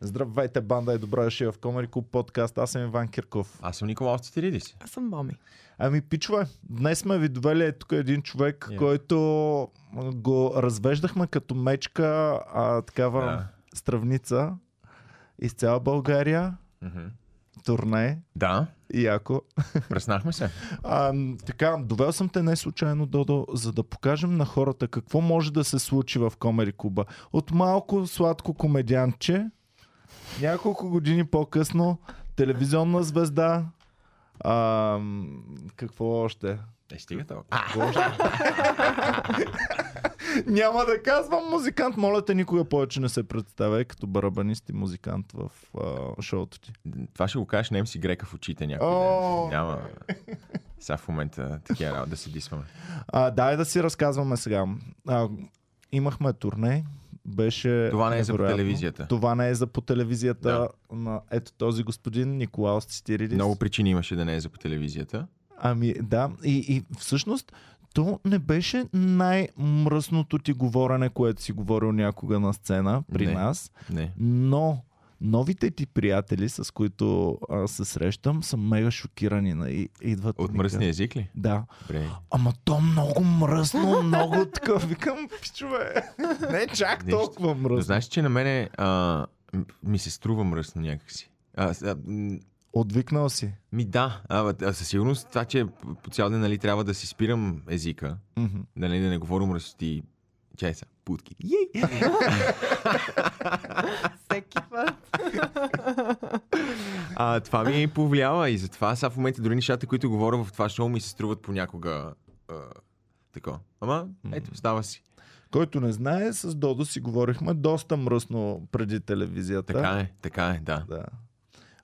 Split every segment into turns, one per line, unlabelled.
Здравейте, банда и добро дошли в Комари Клуб подкаст. Аз съм Иван Кирков.
Аз съм Николаус Цитиридис.
Аз съм Боми.
Ами, пичове, днес сме ви довели е тук един човек,
Я.
който м, го развеждахме като мечка, а, такава
Да.
стръвница из цяла България,
Мгм.
турне,
Да,
яко.
преснахме се.
А, м, така, довел съм те не случайно, Додо, за да покажем на хората какво може да се случи в Комери Куба. От малко сладко комедианче, няколко години по-късно, телевизионна звезда, а, м, какво още?
Е, стига това. А,
Какво още? Няма да казвам музикант, моля те никога повече не се представяй като барабанист и музикант в а, шоуто ти.
това ще го кажеш на MC Грека в очите някой
О!
ден. Няма. Сега в момента такива работи да се дисваме.
А, дай да си разказваме сега. А, имахме турне. Беше
Това не е за по
невероятно.
телевизията.
Това не е за по телевизията
Да.
на ето този господин Николаус Цитиридис.
Много причини имаше да не е за по телевизията.
Ами да, и, и всъщност то не беше най-мръсното ти говорене, което си говорил някога на сцена при
Не.
нас,
Не.
но новите ти приятели, с които а, се срещам, са мега шокирани. на- И, идват и
От
ми
мръсния
казват-
език ли?
Да.
Добре.
Ама то много мръсно, много така. Викам, пичове, не чак
Нищо.
толкова
Но
мръсно.
знаеш, че на мене а, м- ми се струва мръсно някакси. А, с- а, м,
Отвикнал си.
ми да, а, а, със сигурност това, че по- по цял ден нали, трябва да си спирам езика,
Мгм.
да не, Нали, да не говоря мръсоти чай са, путки.
Всеки път.
А, това ми повлиява и затова сега в момента дори нещата, които говоря в това шоу ми се струват понякога а, тако. Ама, ето, става си.
Който не знае, с Додо си говорихме доста мръсно преди телевизията.
Така е, така е, да.
Да.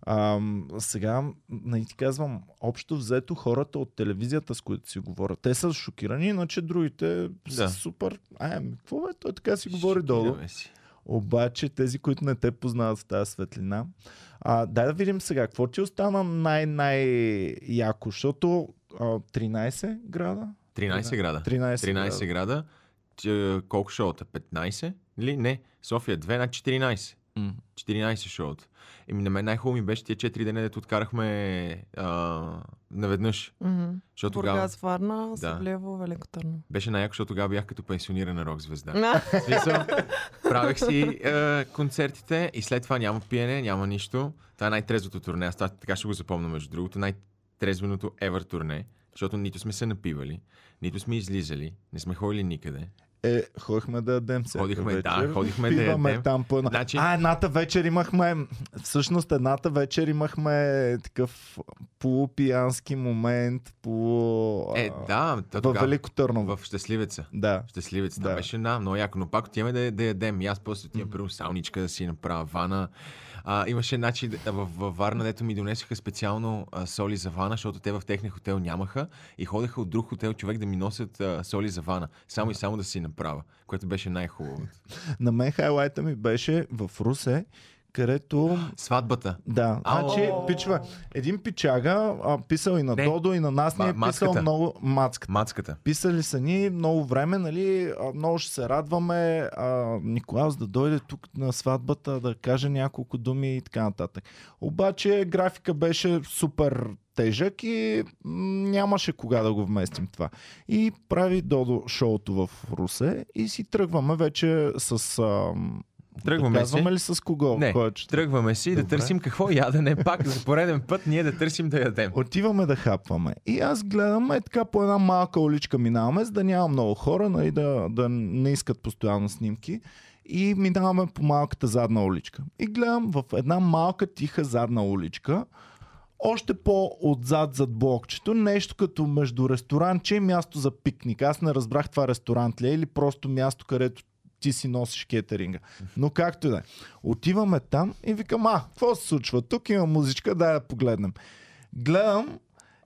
А, сега, не ти казвам, общо взето хората от телевизията, с които си говорят, те са шокирани, иначе другите са
Да.
супер. Ай, ами, какво бе? Той така си говори Додо.
Шокираме си.
Обаче тези, които не те познават в тази светлина. А, дай да видим сега, какво ти остана най-най-яко, защото а, 13 града?
13 града.
13,
13
града.
града. Че, Колко шоута? 15? Ли? Не. София 2 на 14.
М.
14 шоута. Еми, на мен най-хубаво ми беше тия 4 дена, дето откарахме а, наведнъж. Защото тогава
Бургас, Варна,
Да.
Севлево, Велико Търно.
беше най-яко, защото тогава бях като пенсионирана рок звезда. В смисъл, правех си е, концертите и след това няма пиене, няма нищо. Това е най-трезвото турне. Аз това така ще го запомня, между другото. Най-трезвеното ever турне, защото нито сме се напивали, нито сме излизали, не сме ходили никъде.
Е, ходихме да ядем всяка
Ходихме, да,
вечер.
ходихме да
Пиваме
ядем.
там по една. Значи...
Значи-
А, едната вечер имахме, всъщност едната вечер имахме такъв полупиянски момент, полу...
Е, да, та
Във
тогава,
Велико Търново.
в Щастливеца.
Да.
Щастливец,
Да.
да. беше да, много яко, но пак отиваме да, да ядем. И аз после отивам, примерно, салничка да си направя вана. А, имаше начин във, във Варна, дето ми донесоха специално а, соли за вана, защото те в техния хотел нямаха и ходеха от друг хотел човек да ми носят а, соли за вана. Само и само да си направя, което беше най-хубавото.
На мен хайлайта ми беше в Русе, където...
Сватбата.
Да,
Ау.
значи, пичове, един пичага а, писал и на
Не.
Додо, и на нас ни е
Ма-
писал
маската.
много мацката.
Мацката.
Писали са ни много време, нали, а, много ще се радваме а, Николаус да дойде тук на сватбата, да каже няколко думи и така нататък. Обаче графика беше супер тежък и м, нямаше кога да го вместим това. И прави Додо шоуто в Русе и си тръгваме вече с... А,
Тръгваме
да
си.
казваме ли с кого?
Не,
Кой е, че-
Тръгваме си да
Добре.
търсим какво ядене. Пак за пореден път ние да търсим да ядем.
Отиваме да хапваме. И аз гледам, е така по една малка уличка минаваме, за да няма много хора, нали, да, да не искат постоянно снимки. И минаваме по малката задна уличка. И гледам в една малка тиха задна уличка, още по-отзад зад блокчето, нещо като между ресторанче и място за пикник. Аз не разбрах това ресторант ли е или просто място, където ти си носиш кетеринга. Но както и да е. Отиваме там и викам, а, какво се случва? Тук има музичка, дай да погледнем. Гледам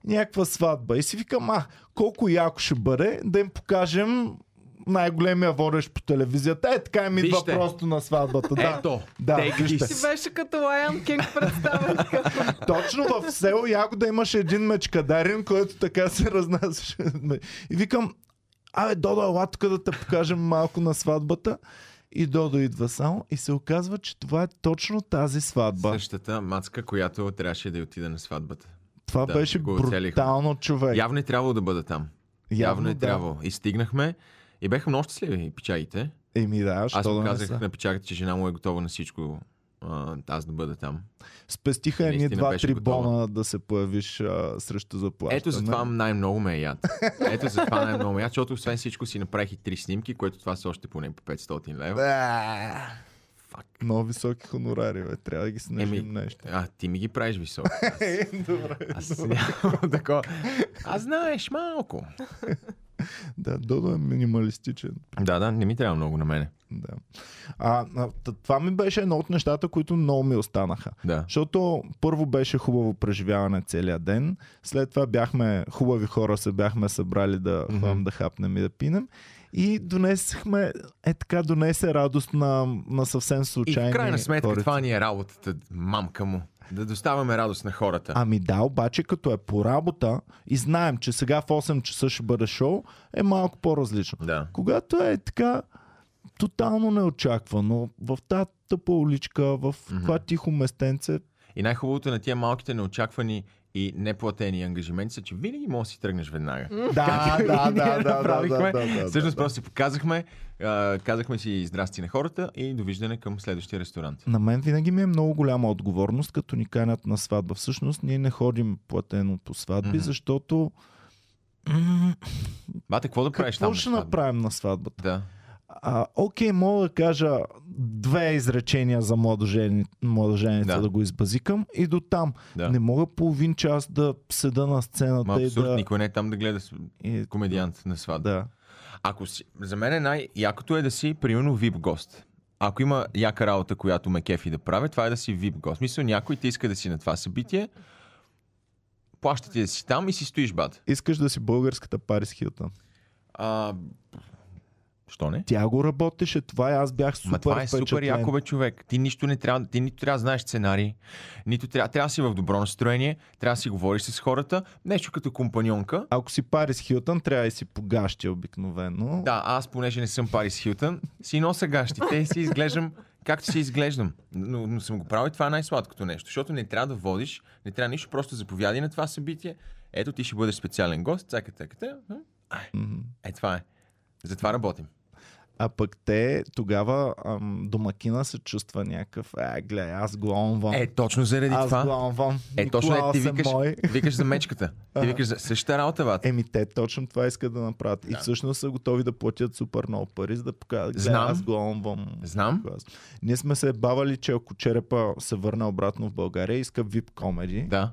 някаква сватба и си викам, а, колко яко ще бъде да им покажем най-големия водещ по телевизията. Е, така им идва
Вижте.
просто на сватбата. Да.
Ето,
Да,
take
вижте.
this.
Ти беше като Lion King представен. такъв.
Точно в село Ягода имаше един мечкадарин, който така се разнасяше. И викам, абе, Додо, ела тук да те покажем малко на сватбата. И Додо идва само и се оказва, че това е точно тази сватба.
Същата мацка, която трябваше да й отида на сватбата.
това
да,
беше
го оцелихме.
брутално човек.
Явно е трябвало да бъда там. Явно е
да.
трябвало. И стигнахме. И бяха много щастливи пичагите.
Еми да,
Аз
що
му
да не
казах
са.
на пичагата, че жена му е готова на всичко. а, Аз да бъда там.
Спестиха едни
Наистина беше
два-три
готова.
бона да се появиш а, срещу заплащане.
Ето за това най-много ме е яд. Ето за това най-много ме е яд, защото освен всичко си направих и три снимки, което това са още поне по 500 лева.
Ба!
Фак.
Много високи хонорари, бе. Трябва да ги снижим
Еми,
нещо.
А, ти ми ги правиш високо.
Е, Добре.
Аз нямам такова. А знаеш малко.
Да, Додо е минималистичен.
Да, да, не ми трябва много на мене.
Да. А, а, т- това ми беше едно от нещата, които много ми останаха.
Да.
Защото първо беше хубаво преживяване целия ден, след това бяхме хубави хора, се бяхме събрали да
Мгм.
ходим да хапнем и да пинем. И донесехме, е така, донесе радост на, на съвсем
И
случайни
в крайна сметка
хора.
това ни е работата, мамка му. Да доставяме радост на хората.
Ами да, обаче като е по работа и знаем, че сега в 8 часа ще бъде шоу, е малко по-различно.
Да.
Когато е така тотално неочаквано, в тази тъпа уличка, в това тихо местенце,
И най-хубавото е на тия малките неочаквани и неплатени ангажименти са, че винаги можеш да си тръгнеш веднага.
да, да, да, да, да, да,
направихме.
да, да,
Всъщност просто си показахме, а, казахме си здрасти на хората и довиждане към следващия ресторант.
На мен винаги ми е много голяма отговорност, като ни канят на сватба. Всъщност ние не ходим платено по сватби,
Мгм.
защото... м,
Бате, какво да правиш там?
Какво
на
ще
сватба?
направим на сватбата?
Да.
А, окей, мога да кажа две изречения за младожени- младоженица, да.
Да.
да го избазикам и до там. Да.
Да.
Не мога половин час да седа на сцената
Ма
и
абсурд,
да...
никой не е там да гледа с-
И...
комедиант на сватба.
Да.
Ако си, за мен е най-якото е да си, примерно, вип гост. Ако има яка работа, която ме кефи да правя, това е да си вип гост. Мисля, някой ти иска да си на това събитие, плаща ти да си там и си стоиш бат.
Искаш да си българската Парис Хилтън.
А, що не?
Тя го работеше, това и аз бях супер
Ма това е супер
впечатлен.
яко, бе, човек. Ти, нищо не трябва, ти нито трябва да знаеш сценарий, нито трябва, трябва да си в добро настроение, трябва да си говориш с хората, нещо като компаньонка.
Ако си Парис Хилтън, трябва да си погащи обикновено.
Да, аз понеже не съм Парис Хилтън, си носа гащите и си изглеждам както си изглеждам. Но, но съм го правил и това е най-сладкото нещо, защото не трябва да водиш, не трябва нищо, просто заповядай на това събитие. Ето ти ще бъдеш специален гост, цака, цака, цака.
Мгм.
Е, това е. Затова работим.
А пък те тогава ам, домакина се чувства някакъв. А, гледай, аз го онвам.
Е, точно заради
аз
това.
го онвам.
Е, точно е, ти
Николаус
викаш,
мой.
викаш за мечката. Ти викаш за същата е работа, бат.
Еми те точно това искат да направят. И всъщност са готови да платят супер много пари, за да покажат. Гледай,
Знам.
аз го онвам.
Знам.
Клас. Ние сме се бавали, че ако черепа се върне обратно в България, иска VIP комеди.
Да.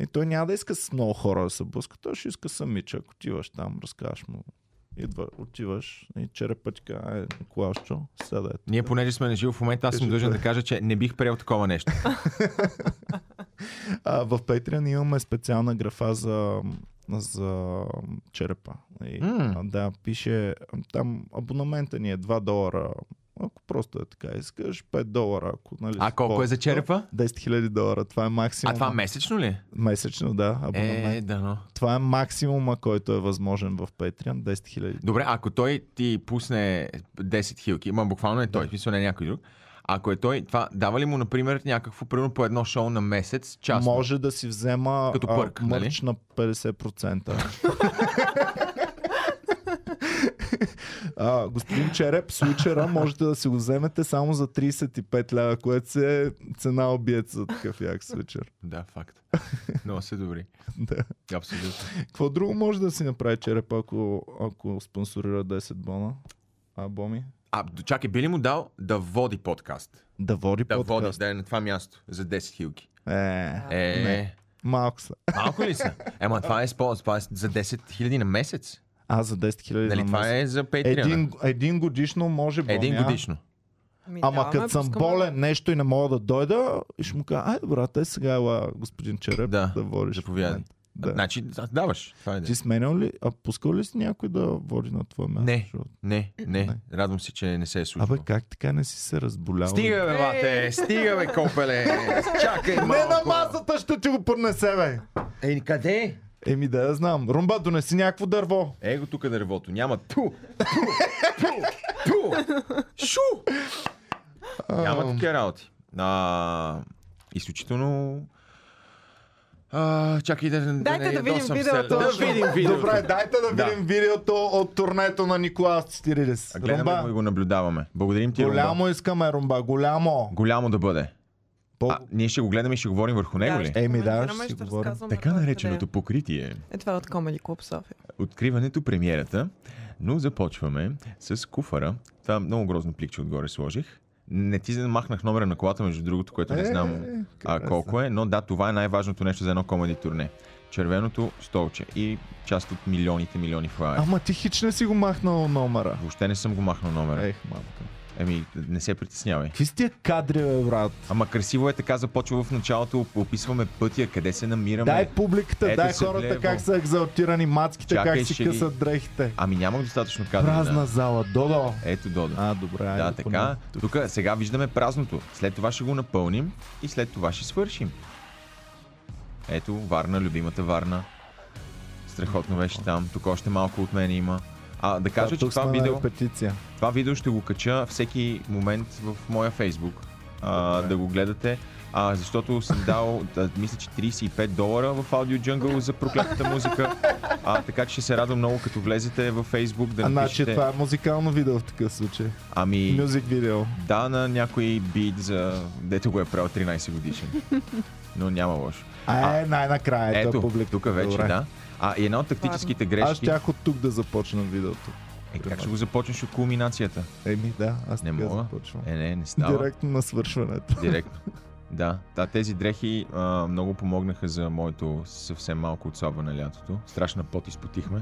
И той няма да иска с много хора да се блъска, той ще иска самичък. Отиваш там, разкажеш му. Идва, отиваш и черепа ти казва, е, Николашчо, седа е.
Ние понеже сме на живо в момента, аз съм
Кажи,
дължен
да.
да кажа, че не бих приел такова нещо.
А, в Patreon имаме специална графа за, за черепа. И,
М.
mm. Да, пише там абонамента ни е 2 долара. Ако просто е така искаш, 5 долара. Ако, нали,
А
си
колко е за
по-
черепа?
10 000 долара. Това е максимум.
А това месечно ли?
Месечно, да. Абонамент.
Е, да, но.
Това е максимума, който е възможен в Patreon. 10 000
Добре, ако той ти пусне 10 хилки, ма буквално е той, в смисъл не е някой друг. Ако е той, това дава ли му, например, някакво, примерно по едно шоу на месец, част?
Може да си взема
Като
а,
пърк, нали?
мърч на 50%. а, господин Череп, случера можете да си го вземете само за 35 лева, което си е цена обиец за такъв як случер.
Да, факт. Много се добри.
Да.
Абсолютно.
Какво друго може да си направи Череп, ако, ако спонсорира 10 бона? А, Боми?
А, чакай, би ли му дал да води подкаст?
Да води
Да води,
подкаст.
да е на това място за 10 хилки.
Е,
Е,
Не. малко са.
малко ли са? Ема това е, спо, това е за 10 хиляди на месец.
А, за 10 000
Нали,
на
това
месец.
е за Patreon. Е,
един, един годишно може Боми,
Един
а?
годишно.
Ми,
Ама
да, ме
като съм
пускаме.
болен нещо и не мога да дойда, и ще му кажа, айде брат, е сега ела, господин Череп, да,
Да,
да водиш.
заповядай.
в момента.
Да.
Да.
Значи да- даваш. Това е да.
Ти сменял ли, а пускал ли си някой да води на твоя място?
Не.
Защото-
Не, не,
Не.
Радвам се, че не се е случило.
Абе, как така не си се разболял?
Стига бе, бате, стига бе, копеле. Чакай малко.
Не на масата ще ти го поднесе, бе!
Ей, къде?
Еми да
е
я знам. Румба, донеси някакво дърво.
Его тук дървото. Няма. Ту! Ту! Ту! Пю! Шу! Няма такива работи. А, изключително... А, чакай да...
Дайте
не
да видим
ядосам
видеото.
се. Да
Защо?
видим видеото.
Добре, дайте да
Да.
видим видеото от турнето на Николас Стирилис.
А Гледаме го и
Румба,
го наблюдаваме. Благодарим ти, Румба.
голямо искаме, Румба, голямо.
Голямо да бъде.
По-
А, ние ще го гледаме и ще говорим върху него ли? Е,
ще- Еми, да,
коментираме,
ще си
ще
говорим.
разказваме
Така
кой къде
нареченото покритие.
Е, Е, това е от Comedy Club София.
Откриването, премиерата. Но започваме с куфара. Това много грозно пликче отгоре сложих. Не ти махнах номера на колата, между другото, което не знам
Е,
а,
красава.
колко е, но да, това е най-важното нещо за едно комеди турне. Червеното столче и част от милионите милиони флаери.
Ама ти хич не си го махнал номера.
Въобще не съм го махнал номера.
Ех, мамка.
Еми, не се притеснявай.
Какви сте кадри, бе, брат?
Ама красиво е така, започва в началото, описваме пътя, къде се намираме.
Дай публиката,
Ето
дай
се
хората
влево.
как са екзалтирани, мацките
Чакай,
как си
ще ги-
късат дрехите.
Ами нямах достатъчно кадри.
Празна
Да.
зала, Додо.
Ето Додо.
А, добре, айде
да,
поне.
така. Тук сега виждаме празното. След това ще го напълним и след това ще свършим. Ето, Варна, любимата Варна. Страхотно беше там. Тук още малко от мен има. А, да кажа,
Да,
че
тук
това
сме на
видео,
репетиция.
това видео ще го кача всеки момент в моя Фейсбук. А, да го гледате. А, защото съм дал, да, мисля, че 35 долара в Audio Jungle за проклятата музика. А, така че ще се радвам много, като влезете във Фейсбук да
А, значи
напишете.
това е музикално видео в такъв случай.
Ами,
Мюзик видео.
да, на някой бит за... Дето го е правил 13 годишен. Но няма лошо.
А, е, най-накрая. ето е
Ето,
публика.
тук вече,
Добре.
да. А, и една от тактическите
Аз
грешки...
щях от тук да започна видеото.
Е, как ще го започнеш от кулминацията?
Еми да, аз
Не
не така
мога.
започвам.
Е, не, не става.
Директно на свършването.
Директно. Да, да, тези дрехи а, много помогнаха за моето съвсем малко отслабване лятото. Страшна пот изпотихме.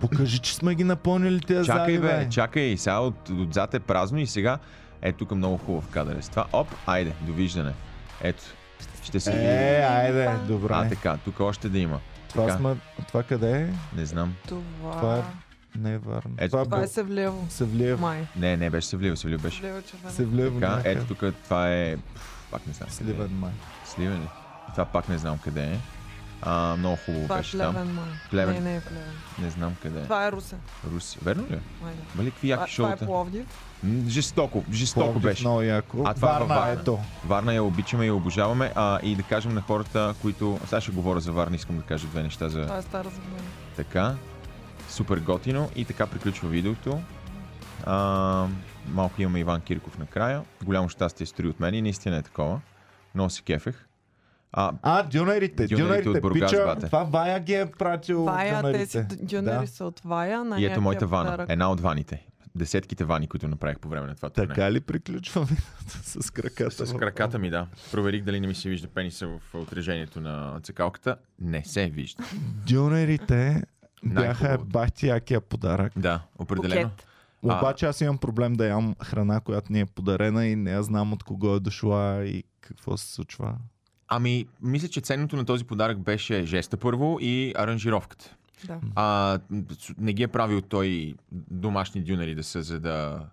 Покажи, че сме ги напълнили тези
Чакай
зали,
бе, чакай, сега от, отзад е празно и сега е тук много хубав кадър е с това. Оп, айде, довиждане. Ето, ще се видим.
Е, айде, добре.
А, така, тук още да има.
това,
така.
сме... това къде е?
Не знам.
Това,
Това е- Не е варно.
Ето
това,
това е
е...
Севлиево.
Севлиев.
Май.
Не, не, беше Севлиево, Севлиево беше.
Севлиево червено.
Севлиев.
Така,
някъде.
ето тук това е... пф, Пак не знам. къде е.
Сливен май.
Сливен ли? Това пак не знам къде е. А, много хубаво
Това е
беше там.
Плевен, май.
Плевен.
Не, не е Плевен.
Не знам къде е.
Това е Русе.
Руси. Верно ли? е?
Май да.
Ма ли какви
Това,
яки
това е
шоута?
Пловдив.
М, Жестоко, жестоко
Пловдив,
беше.
Много яко.
А това е във Варна.
ето.
Варна я обичаме и я обожаваме. А, и да кажем на хората, които... Сега ще говоря за Варна, искам да кажа две неща за
Това е Стара Загора.
така. Супер готино. И така приключва видеото. А, малко имаме Иван Кирков накрая. Голямо щастие стори от мен и наистина е такова. Много се кефех. А,
А, дюнерите.
Дюнерите
Дюнерите,
от Бургас,
пича,
бате.
Това Вая ги е пратил
Вая,
дюнерите.
тези дюнери са от Вая. На
и ето
някакъв
моята вана. Е,
подарък.
Една от ваните. Десетките вани, които направих по време на това
Да.
турне.
Така ли приключваме с краката?
С
в-
краката ми, да. Проверих дали не ми се вижда пениса в отражението на цикалката. Не се вижда.
Дюнерите бяха
Най-хубавото.
бахти якия подарък.
Да, определено.
Букет.
А-
Обаче аз имам проблем да ям храна, която ни е подарена и не я знам от кого е дошла и какво се случва.
Ами, мисля, че ценното на този подарък беше жеста първо и аранжировката.
Да.
А, с- не ги е правил той домашни дюнери да са, за да,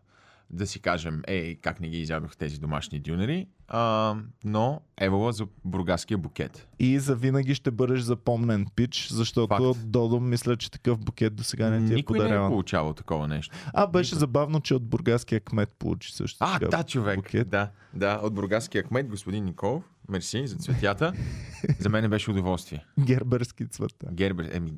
да си кажем, ей, как не ги изядох тези домашни дюнери. А, но евала за бургаския букет.
И за винаги ще бъдеш запомнен пич, защото
Факт.
Додо мисля, че такъв букет до сега не ти е
Никой не е
подаряван.
получавал такова нещо.
а, беше забавно, че от бургаския кмет получи също
А,
така
да, човек.
букет.
Да, да, от бургаския кмет, господин Николов. Мерси за цветята. за мен беше удоволствие.
герберски цвета.
Гербер, еми,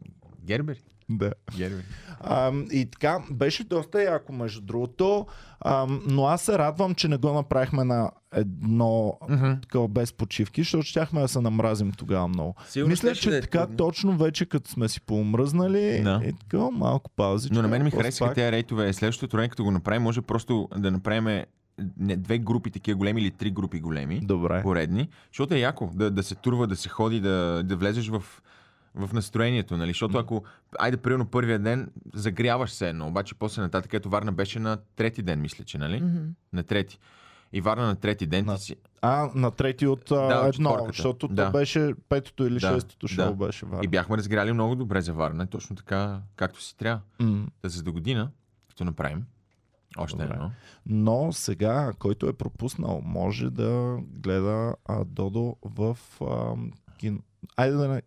Гербер?
Да.
Гербер.
А, и така, беше доста яко, между другото. А, но аз се радвам, че не го направихме на едно такова без почивки, защото щяхме да се намразим тогава много.
Сигурно
Мисля,
щеше
че
да е
така
трудно.
точно вече като сме си поумръзнали,
Да.
е така малко паузичка.
Но на мен ми
после
харесаха
пак.
тези рейтове. Следващото турне, като го направим, може просто да направим не, две групи такива големи или три групи големи.
Добре.
Поредни. Защото е яко да, да се турва, да се ходи, да, да влезеш в в настроението, нали? Защото ако, айде, примерно първия ден, загряваш се едно, обаче после нататък, ето Варна беше на трети ден, мисля, че, нали?
Мгм.
На трети. И Варна на трети ден
На
ти си...
А, на трети от
Да,
да,
от
едно,
четворката.
защото
Да.
то беше петото или
Да,
шестото шоу
да.
беше варно.
И бяхме разгряли много добре за Варна, точно така, както си трябва.
М.
Та за до година, като направим още
Добре.
едно.
Но сега, който е пропуснал, може да гледа а, Додо в а, кино. Айде да не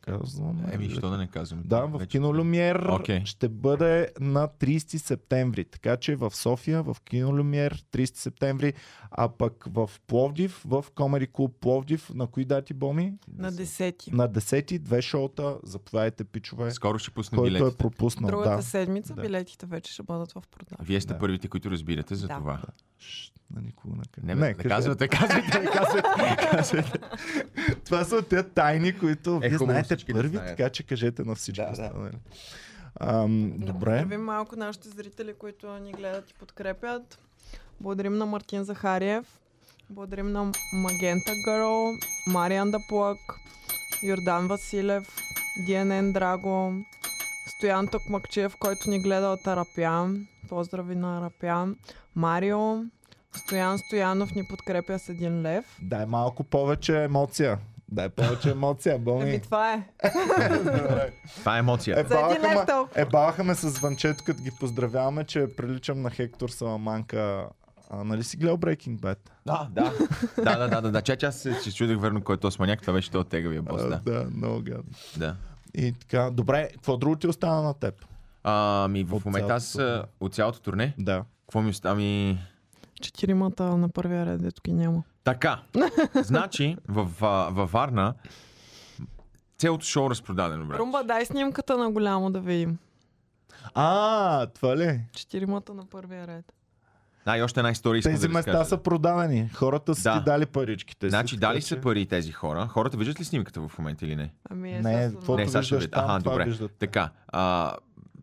казвам.
Еми, що Ами, да не казвам?
Ами, Да, в
Вече-
кино Люмьер
Окей.
ще бъде на 30 септември. Така че в София, в кино Люмьер, 30 септември, а пък в Пловдив, в Комери клуб Пловдив, на кои дати, Боми?
На 10.
На 10 две шоута, заповядайте, пичове,
Скоро ще пуснем
който е
билетите.
пропуснал.
Другата
Да.
седмица
Да.
билетите вече ще бъдат в продажа.
Вие сте
Да.
първите, които разбирате за
Да.
това.
Шш, на никого не кажа.
Не, не, не
кажете.
казвате, казвате, не казвате. казвате.
Това са те тайни, които е, вие
хубаво,
знаете
всички да
първи,
знаят.
така че кажете на всички.
Да, да.
останали. Ам,
Е,
добре.
Поздравим малко нашите зрители, които ни гледат и подкрепят. Благодарим на Мартин Захариев. Благодарим на Магента Гърл, Мариан Даплък, Йордан Василев, ДНН Драго, Стоян Токмакчиев, който ни гледа от Арапян. Поздрави на Арапян. Марио, Стоян Стоянов ни подкрепя с един лев.
Дай малко повече емоция. Дай повече емоция, Боми.
Еми това е.
Това е емоция.
За един
Ебалаха
лев
ме,
толкова.
ебалаха е, ме с звънчето, като ги поздравяваме, че приличам на Хектор Саламанка. А, нали си гледал Breaking Bad?
Да, да. да, да, да, да, да. Че, че аз се се чудех верно кой е този маняк, това беше този тегавия бос,
А,
да.
да, много гадно.
да.
И така, добре, какво друго ти остана на теб?
Ами, в
От
момента аз
цялото турне.
а, от цялото турне,
Да.
какво ми остава Ами, ми...
Четиримата на първия ред, дето ги няма.
Така, значи, в, а, във Варна, цялото шоу е разпродадено, брат.
Румба, дай снимката на голямо да видим.
А, това ли?
Четиримата на първия ред.
Да, и още една история искам
Тези
да
места
разкажа.
са продадени. Хората са
Да.
ти дали паричките. е си,
Значи,
така
дали
че-
са пари тези хора? Хората виждат ли снимката в момента или не?
Ами е
Не,
сега
каквото
Не, сега ще
виждаш
видя.
там,
Аха,
това
добре.
виждат.
Така, а,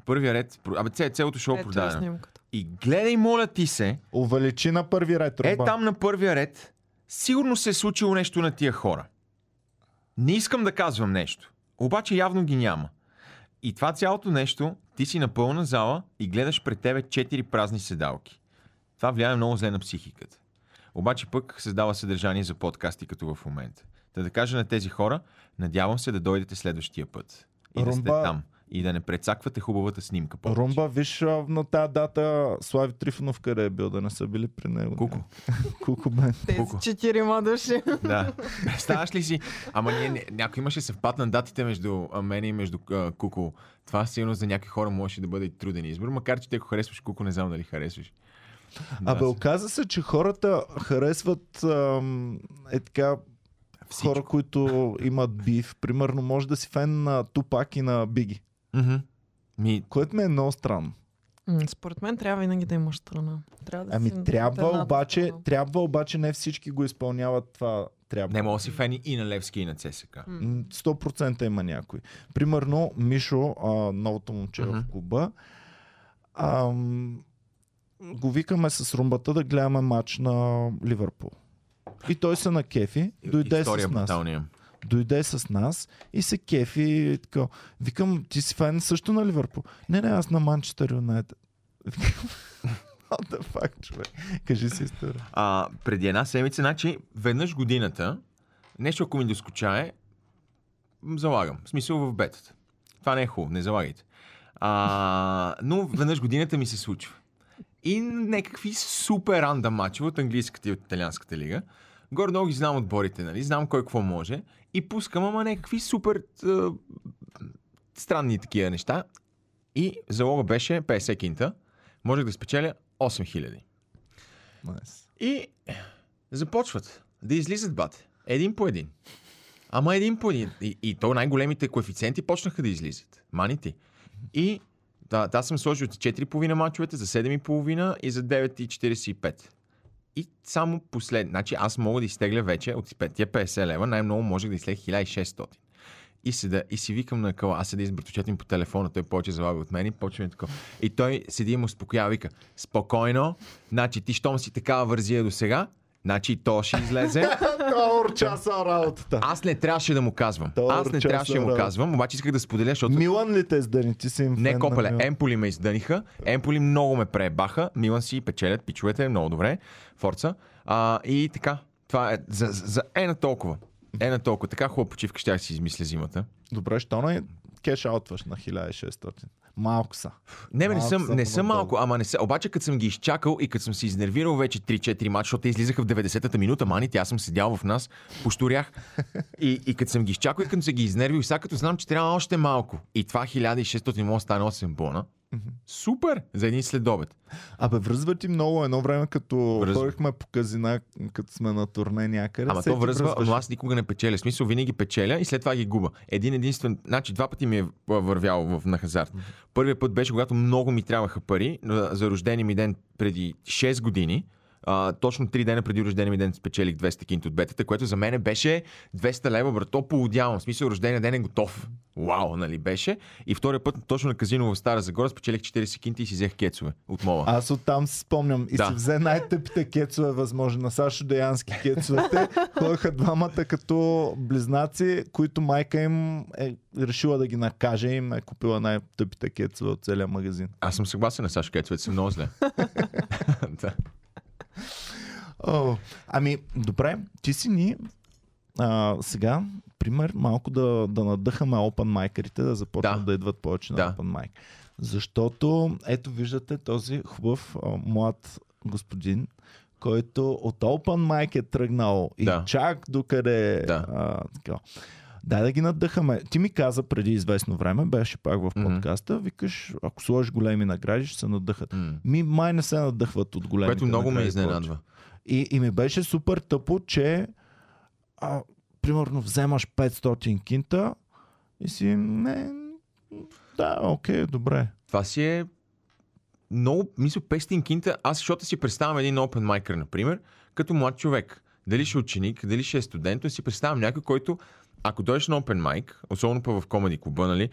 първия ред, про- абе ця- цялото шоу
Ето е
продадено.
снимката.
И гледай, моля ти се,
Увеличи на първи ред.
е
Руба.
там на първия ред, сигурно се е случило нещо на тия хора. Не искам да казвам нещо, обаче явно ги няма. И това цялото нещо, ти си на пълна зала и гледаш пред тебе четири празни седалки. Това влияе много зле на психиката. Обаче пък създава съдържание за подкасти като в момента. Та да кажа на тези хора, надявам се да дойдете следващия път. И да сте
Румба.
там. И да не прецаквате хубавата снимка. повече.
Румба, виж а, на тази дата Слави Трифонов къде е бил, да не са били при него.
Куко.
Куко бе.
Тези
Колко?
четирима души.
Да. Представяш ли си? Ама ние, не- някой имаше съвпад на датите между а, мен и между а, Куко. Това силно за някои хора можеше да бъде и труден избор, макар че те ако харесваш Куко, не знам дали харесваш.
Абе,
Да,
оказа се, че хората харесват ам, е така
всичко.
хора, които имат бив. Примерно, може да си фен на Тупак и на Биги.
Мгм. Ми,
Което ми е много странно.
М, Според мен трябва винаги да имаш страна. Трябва да е си
Ами
от
трябва
едната
обаче,
страна.
трябва обаче не всички го изпълняват това трябва.
не мога да си фени и на Левски, и на ЦСК.
М.
100% има някой. Примерно Мишо, а, новото момче
Мгм.
в клуба, а, го викаме с румбата да гледаме матч на Ливърпул. И той се на кефи,
И-
дойде
История
с нас.
бруталния.
Дойде с нас и се кефи. И така. Викам, ти си фен също на Ливърпул. Не, не, аз на Манчестър Юнайтед. Викам, What the fuck, човек? Кажи си история.
А, преди една седмица, значи веднъж годината, нещо ако ми доскочае, м, залагам. В смисъл в бетата. Това не е хубаво, не залагайте. А, но веднъж годината ми се случва. И някакви супер рандам мачове от английската и от италианската лига. Горе-долу ги знам отборите, нали? Знам кой какво може. И пускам, ама някакви супер а, странни такива неща. И залога беше 50 кинта. Можех да спечеля 8000.
Nice.
И започват да излизат бате. Един по един. Ама един по един. И, и то най-големите коефициенти почнаха да излизат. Маните. И да, да, аз съм сложил за 4,5 мачовете, за 7,5 и за 9,45. И само послед. Значи аз мога да изтегля вече от пет- тия 50 лева, най-много можех да изтегля 1600. И, седа, и си викам на къла, аз седя с братовчет ми по телефона, той повече залага от мен и почва ми такова. И той седи и му успокоява, вика, спокойно, значи ти щом си такава вързия до сега, значи и то ще излезе.
Тор часа работата.
Аз не трябваше да му казвам.
Добър
Аз не
час,
трябваше да му
добре.
казвам, обаче исках да споделя, защото
Милан ли те издъни? Ти си им
не
фен на
копеле. Е,
Милан.
Емполи ме издъниха. Емполи много ме пребаха. Милан си печелят, пичовете, много добре. Форца. А, и така. Това е за, за, за е на толкова. Е на толкова. Така хубава почивка ще си измисля зимата.
Добре, що не кешаутваш на 1600. Малко са.
Не, бе, не
Малко
съм,
са
не съм
надолу.
малко, ама не са. Обаче, като съм ги изчакал и като съм се изнервирал вече 3-4 мача, защото те излизаха в 90-та минута, маните, аз съм седял в нас, пошторях. И, и като съм ги изчакал и като съм ги изнервил, и сега като знам, че трябва още малко. И това 1600 може да стане 8 бона. Супер! За един следобед.
Абе, връзва ти много едно време, като
Връзва.
ходихме по казина, като сме на турне някъде.
Ама то
всеки
връзва,
връзваше.
но аз никога не печеля. В смисъл, винаги печеля и след това ги губа. Един единствен, значи два пъти ми е а, вървял в, на хазарт. Първият път беше, когато много ми трябваха пари а, за рождения ми ден преди 6 години. А, точно 3 дена преди рождения ми ден спечелих 200 кинт от бетата, което за мен беше 200 лева, брато, поудявам. В смисъл, рождения ден е готов. Вау, нали беше. И втория път, точно на казино в Стара Загора, спечелих 40 кинти и си взех кецове от мола.
Аз оттам си спомням и
Да.
си взе най-тъпите кецове, възможно. На Сашо Деянски кецовете ходиха двамата като близнаци, които майка им е решила да ги накаже и им е купила най-тъпите кецове от целия магазин.
Аз съм съгласен на Сашо Кецове, съм много зле. да.
О, ами, добре, ти си ни а, сега, пример, малко да, да надъхаме open майкерите, да започнат
Да.
да, да идват повече на
Да.
open майк. Защото, ето виждате този хубав а, млад господин, който от open майк е тръгнал и
Да.
чак докъде...
Да.
А, така. Дай да ги надъхаме. Ти ми каза преди известно време, беше пак в
Мгм.
подкаста, викаш, ако сложиш големи награди, ще се надъхат.
М.
Ми май не се надъхват от големите
Което много ме
награди повече.
изненадва.
И, и ми беше супер тъпо, че а, примерно вземаш 500 кинта и си не... Да, окей, добре.
Това си е много, мисля, 500 кинта. Аз, защото си представям един open майкър, например, като млад човек. Дали ще е ученик, дали ще е студент, но си представям някой, който, ако дойдеш на open майк, особено пък в комеди клуба, нали,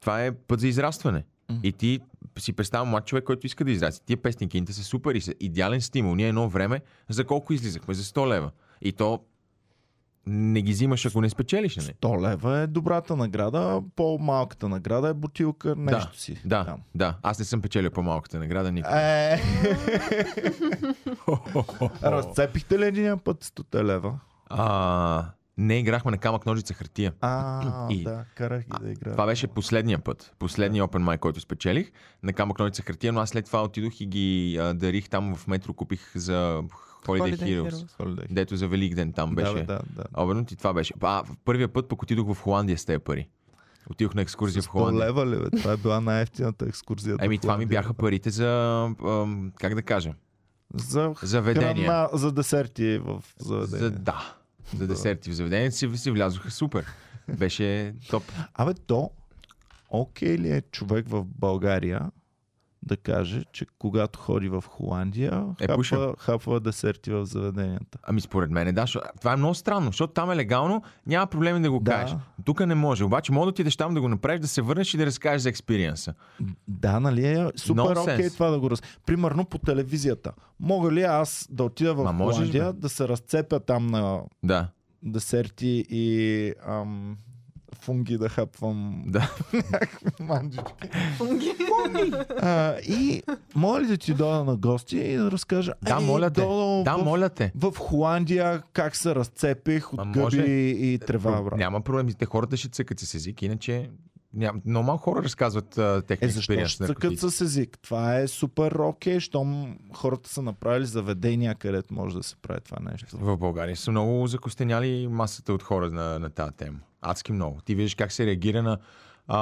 това е път за израстване. И ти си представям млад човек, който иска да израсне. Тия 500 кинта са супер и са идеален стимул. Ние едно време за колко излизахме? За 100 лева. И то не ги взимаш, ако не спечелиш, нали?
100 лева е добрата награда, а по-малката награда е бутилка, нещо си.
Да, да,
там.
да. Аз не съм печелил по-малката награда никога.
Е, разцепихте ли един път 100 лева?
А, не играхме на камък, ножица, хартия.
А,
И-
да, карах ги да играят.
Това беше последния път, последния Open Mic, който спечелих. На камък, ножица, хартия, но аз след това отидох и ги а, дарих там в метро, купих за Holiday,
Holiday
Heroes,
Heroes.
Holiday.
Дето за Велик ден там беше.
Да, бе, да, да.
Обедно ти това беше. А, в първия път пък отидох в Холандия с тези пари. Отидох на екскурзия в
100
Холандия.
лева ли, бе? Това е била най-ефтината екскурзия. до
Еми, това ми
Холандия.
бяха парите за, ам, как да кажа,
За
заведения.
храна, за десерти в заведение.
За, да, за десерти в заведение си, си влязоха супер. Беше топ.
Абе, то, окей ли е човек в България да каже, че когато ходи в Холандия,
Е, пуша.
хапва, хапва десерти в заведенията?
Ами според мен, е, да, защото- това е много странно, защото там е легално, няма проблеми да го
Да.
кажеш. Тук не може, обаче може да отидеш там да го направиш, да се върнеш и да разкажеш за експириенса.
Да, нали е супер
Nonsense.
окей това да го раз... Примерно по телевизията. Мога ли аз да отида в
Ма можеш,
Холандия, да се разцепя там на
Да,
десерти и ам, фунги да хапвам
да.
манджички?
Фунги.
А, и моля ли да ти дойда на гости и да разкажа?
Да,
«Ей,
моля те.
Ами, долу
Да,
в
моля те.
в Холандия как се разцепих от
Ма
гъби
може.
и трева, брат.
Няма проблеми, те хората ще цъкат с език, иначе няма, много малко хора разказват а,
Е,
техния
защо
експириенс.
ще
на
цъкат
наркотици.
с език? Това е супер окей, щом хората са направили заведения, където може да се прави това нещо.
В България са много закостеняли масата от хора на, на тази тема. Адски много. Ти виждаш как се реагира на, а,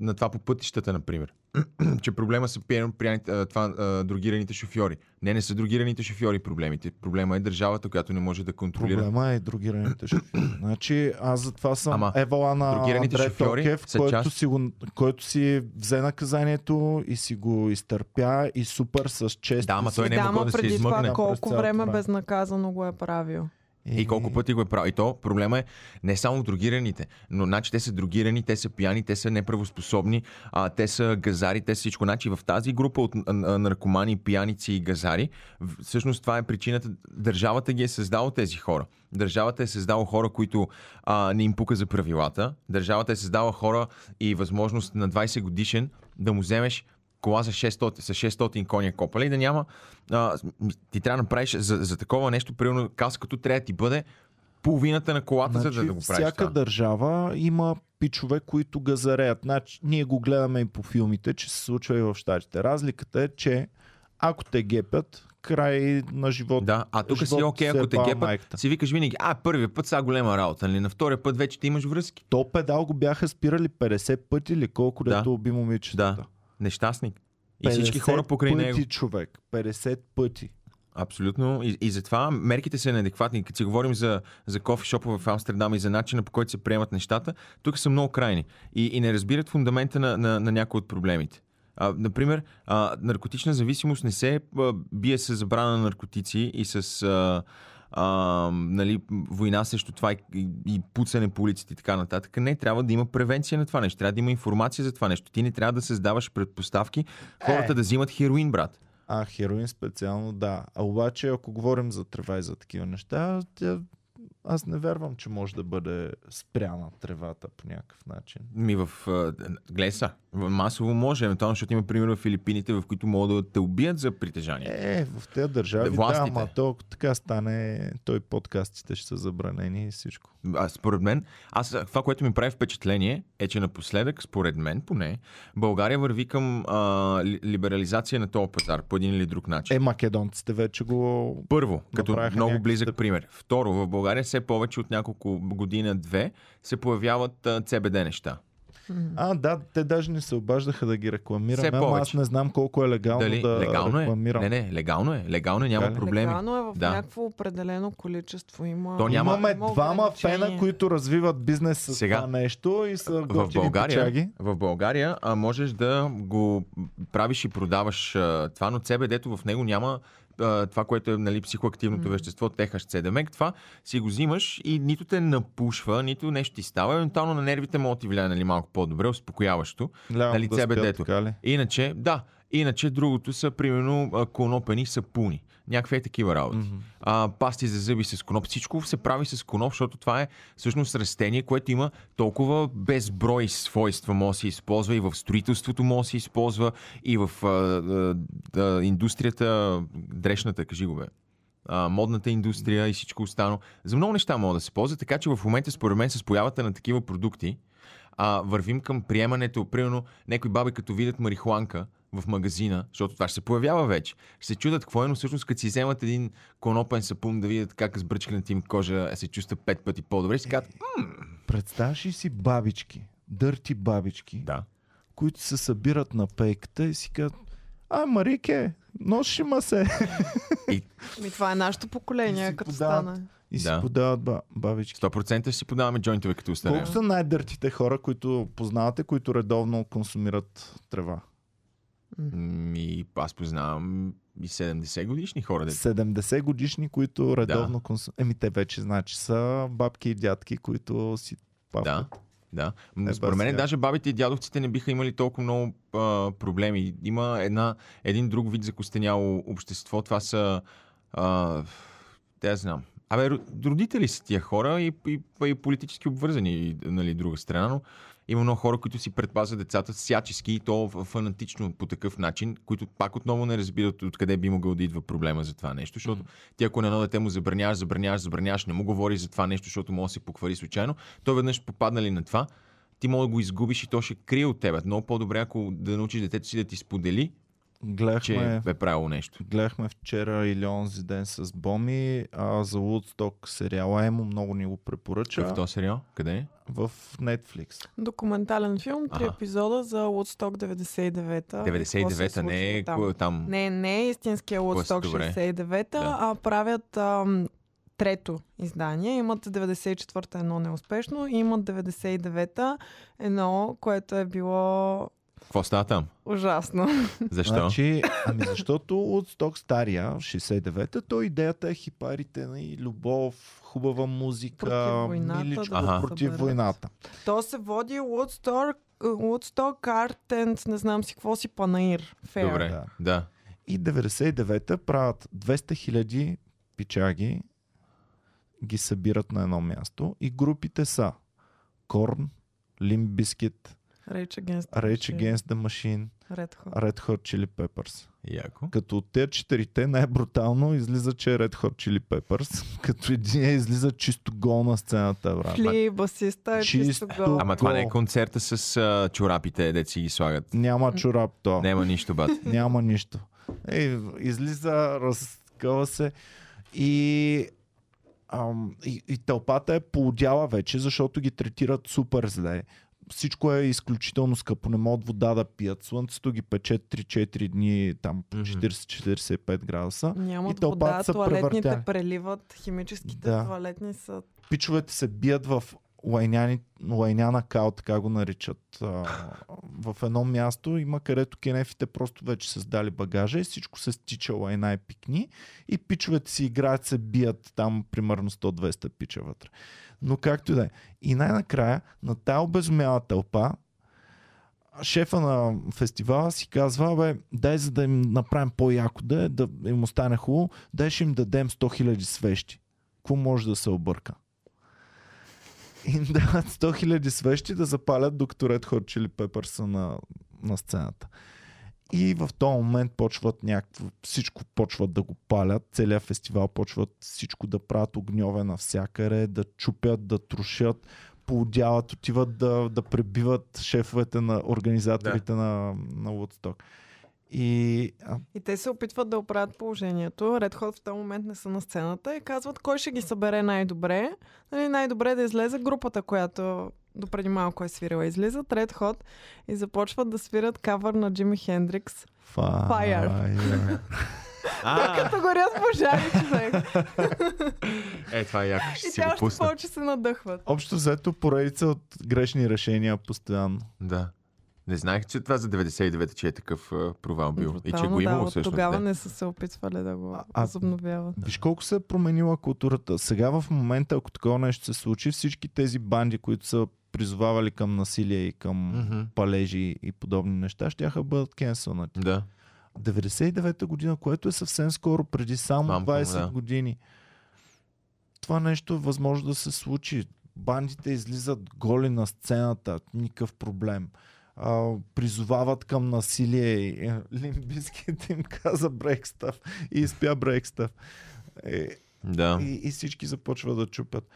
на това по пътищата, например. че проблема са пиено, прияните, а, това, а, другираните шофьори. Не, не са другираните шофьори проблемите. Проблема е държавата, която не може да контролира.
Проблема е и другираните шофьори. Значи аз затова съм
Ама,
Ама, евала на
другираните
Андрей
шофьори
Токев,
са
който,
част-
си го, който си взе наказанието и си го изтърпя и супер с чест.
Да, ама той не е
да,
могъл
ама
да се
преди
измъкне.
това колко
През цялото
време
време.
безнаказано го е правил.
И колко пъти го е правил. И то проблема е не само другираните, но значи те са другирани, те са пияни, те са неправоспособни, а, те са газари, те са всичко. Значи в тази група от а, а, наркомани, пияници и газари, в- всъщност това е причината. Държавата ги е създала тези хора. Държавата е създала хора, които а, не им пука за правилата. Държавата е създала хора и възможност на 20 годишен да му вземеш кола за 600, с 600 коня копале и да няма... А, ти трябва да направиш за, за такова нещо, примерно каскато трябва да ти бъде половината на колата,
Значи,
за да го правиш
всяка
това.
държава има пичове, които га зареят. Значи, ние го гледаме и по филмите, че се случва и в щатите. Разликата е, че ако те гепят, край на живота.
Да, а тук си
живот
окей,
се
ако
е
те
бал
гепат,
майката.
си викаш винаги, а, първия път сега голема работа, нали? На втория път вече ти имаш връзки.
То педал го бяха спирали 50 пъти или колко
Да.
да. дето уби момичетата.
Да. Нещастник. И всички
50
хора покрай
пъти,
него.
човек. 50 пъти.
Абсолютно. И, и затова мерките са неадекватни. Като си говорим за, за кофешопа в Амстердам и за начина по който се приемат нещата, тук са много крайни. И, и не разбират фундамента на, на, на някои от проблемите. А, например, а, наркотична зависимост не се а, бие с забрана на наркотици и с а, а, нали, война срещу това и, и, и пуцане по улиците и така нататък. Не, трябва да има превенция на това нещо. Трябва да има информация за това нещо. Ти не трябва да създаваш предпоставки хората
Е.
да взимат хероин, брат.
А, хероин специално, да. А обаче, ако говорим за трева и за такива неща, тя... аз не вярвам, че може да бъде спряна тревата по някакъв начин.
Ми в а, глеса. В- Масово може, евентуално, защото има пример в Филипините, в които могат да те убият за притежание.
Е, в тези държави, да,
Властите.
ама то, ако така стане, той подкастите ще са забранени и всичко.
А, според мен, аз, а, това, което ми прави впечатление, е, че напоследък, според мен поне, България върви към а, ли, либерализация на този пазар по един или друг начин.
Е, македонците вече го...
Първо, като
Направиха
много
някакви
близък
стъпки.
пример. Второ, в България все повече от няколко година-две се появяват а, ЦБД неща.
А, да, те даже не се обаждаха да ги рекламираме,
Все
ама аз
повече.
не знам колко е легално
Дали
да
легално е?
рекламирам.
Не, не, легално е. Легално е, няма
Легално е.
проблеми.
Легално е в
Да.
някакво определено количество. Има,
То няма-
Имаме
има
двама
ограничения.
фена, които развиват бизнес с
Сега.
това нещо и са
в
готини
България,
печаги.
в България а, можеш да го правиш и продаваш а, това, но CBD-то в него няма а, това, което е нали, психоактивното вещество, THC. Демек това си го взимаш и нито те напушва, нито нещо ти става. Евентуално на нервите му ти влияе нали, малко по-добре, успокояващо.
Лявам
Нали,
да спя,
CBD-то.
така ли?
Иначе, да, иначе другото са примерно а, конопени сапуни. Някакви е такива работи. Mm-hmm. А, пасти за зъби с коноп. Всичко се прави с коноп, защото това е всъщност растение, което има толкова безброй свойства. Може да се използва и в строителството, може да се използва и в а, а, а, индустрията, дрешната, кажи го бе а, модната индустрия и всичко останало. За много неща могат да се ползват, така че в момента според мен с появата на такива продукти а, вървим към приемането, примерно някои баби като видят марихуанка в магазина, защото това ще се появява вече, ще се чудят какво е, но всъщност като си вземат един конопен сапун да видят как с бръчканата им кожа е се чувства пет пъти по-добре, ще казват,
Представяш ли си бабички, дърти бабички,
да,
които се събират на пейката и си казват, а, Марике, ноши ма се.
Ми, това е нашето
И
поколение,
си
като
подават.
стане.
И си
Да.
подават ба- бабички.
100% ще си подаваме джойнтове като остане.
Колко са най-дъртите хора, които познавате, които редовно консумират трева?
И аз познавам и 70 годишни хора. дето
70 годишни, които редовно консумират. Еми, те вече, значи, са бабки и дядки, които си папат.
Да, да. М,
Е,
Според мен
басня.
даже бабите и дядовците не биха имали толкова много а, проблеми. Има една, един друг вид закостеняло общество. Това са... А, те я знам. Абе, ро- родители са тия хора и, и, и политически обвързани, и, нали, друга страна, но има много хора, които си предпазват децата всячески и то ф- фанатично по такъв начин, които пак отново не разбират откъде би могъл да идва проблема за това нещо, защото ти ако на едно дете му забраняваш, забраняваш, забраняваш, не му говори за това нещо, защото може да се поквари случайно, той веднъж попаднали на това, ти може да го изгубиш и то ще крие от теб. Много по-добре, ако да научиш детето си да ти сподели, че
Гледахме,
е правило нещо.
гледахме вчера или онзи ден с Боми а, за Woodstock сериала. Емо много ни го препоръча
Какъв то Е, сериал? Къде е?
в Netflix.
Документален филм, три
Аха.
епизода за Woodstock 99-та. и какво се
99-та, не
случва
е
там.
кой- там.
Не, не е истинския Woodstock
добре.
69-та,
Да.
а правят ам, трето издание. Имат 94-та едно неуспешно и имат 99-та едно, което е било
Какво става там?
ужасно.
Защо?
Значи, ами защото Woodstock стария, 69-та, то идеята е хипарите и любов, хубава
Против
музика,
войната,
миличко
да се
против
съберат.
войната.
То се води Woodstock, Woodstock Art and не знам си какво си панаир. Fair.
Добре, да.
Да. И 99-та правят 200 000 пичаги, ги събират на едно място и групите са Корн, Limp Bizkit,
Rage Against the
Rage
Machine.
Against the Machine,
Редхо.
Red Hot Chili Peppers.
Яко.
Като от тези четирите най-брутално излиза, че е Red Hot Chili Peppers, като един излиза чисто гол на сцената, брат.
Фли, басиста е чисто
Чисто.
гол.
Ама това не е
Го.
концерта с а, чорапите, де си ги слагат.
Няма чорап то.
Няма нищо, бат.
Няма нищо. Е, излиза, разкъва се и, ам, и, и тълпата е поудяла вече, защото ги третират супер зле. Всичко е изключително скъпо, не могат вода да пият. Слънцето ги пече 3-4 дни, там по
Мгм.
40-45 градуса.
Нямат
И тълпата
вода,
са
туалетните
превъртяли.
преливат, химическите
Да.
туалетни са...
Пичовете се бият в лайняни, лайняна кал, така го наричат. А, в едно място има където кенефите просто вече са сдали багажа и всичко се стича лайна и пикни. И пичовете си играят, се бият там примерно 100-200 пича вътре. Но както и да е. И най-накрая на тая обезумяла тълпа шефа на фестивала си казва, бе, дай за да им направим по-яко да, е, да им остане хубаво, дай ще им дадем 100 000 свещи. Какво може да се обърка? Им дават 100 000 свещи да запалят докато Red Hot Chili Peppers са на, на сцената. И в този момент почват някакво, всичко почват да го палят, целият фестивал почват всичко да правят огньове навсякъде, да чупят, да трошат, поудяват, отиват да, да пребиват шефовете на организаторите да. на, на Woodstock. И а,
И те се опитват да оправят положението. Red Hot в този момент не са на сцената и казват кой ще ги събере най-добре. Нали, най-добре е да излезе групата, която допреди малко е свирила. Излизат Red Hot и започват да свирят кавър на Джими Хендрикс. Fire.
Fire.
А,
Като горят пожари, човек.
е, това е яко. Ще
И
си
тя
го
още
пусна.
повече се надъхват.
Общо взето поредица от грешни решения постоянно.
Да. Не знаех, че това за 99-та, че е такъв а, провал бил. И че
Брутално,
го имало
да, от
всъщност.
Тогава
да.
не са се опитвали да го
А- а-
възобновяват.
Виж колко се е променила културата. Сега в момента, ако такова нещо се случи, всички тези банди, които са призовавали към насилие и към
Мгм.
палежи и подобни неща, ще бъдат кенселнати.
Да.
99-та година, което е съвсем скоро, преди само
Мамко,
20
да.
години. Това нещо е възможно да се случи. Бандите излизат голи на сцената, никакъв проблем. А, призовават към насилие. Лимбиският им каза брекстав и изпя брекстав. Е,
Да.
и, и всички започват да чупят.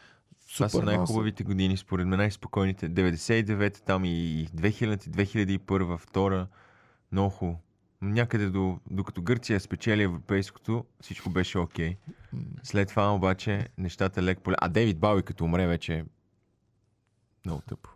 Това са
Супер много са.
най-хубавите години, според мен най-спокойните. 99-та, там и 2000, 2001, втора. Много хубаво. Някъде до, докато Гърция спечели европейското, всичко беше окей. Okay.
М.
След това обаче нещата лек поле. А Дейвид Бауи като умре вече е много тъпо.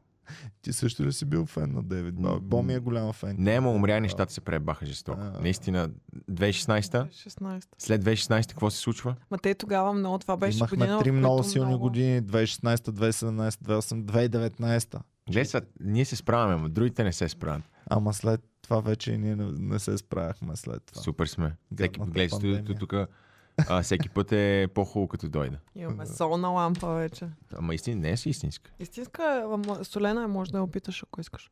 Ти също ли си бил фен на Девид Бауи?
М,
Боми е голям фен.
Не, ма умря, нещата се пребаха жестоко.
А.
Наистина, 2016-та,
16.
след 2016-та, какво се случва?
Ма те тогава много, това беше
Имахме
година, в
три
която
много силни
много...
години 2016, 2017, 2018, 2019.
Гледай, сега, ние се справяме, но другите не се справят.
Ама след това вече и ние не, не се справяхме след това.
Супер сме. Всеки,
Гадната
гледай, студиото
пандемия.
тук, а, всеки път е по-хубаво като дойда.
Имаме солна лампа вече.
Ама истин, не е си истинска.
Истинска е, ама солена е, може да я опиташ, ако искаш.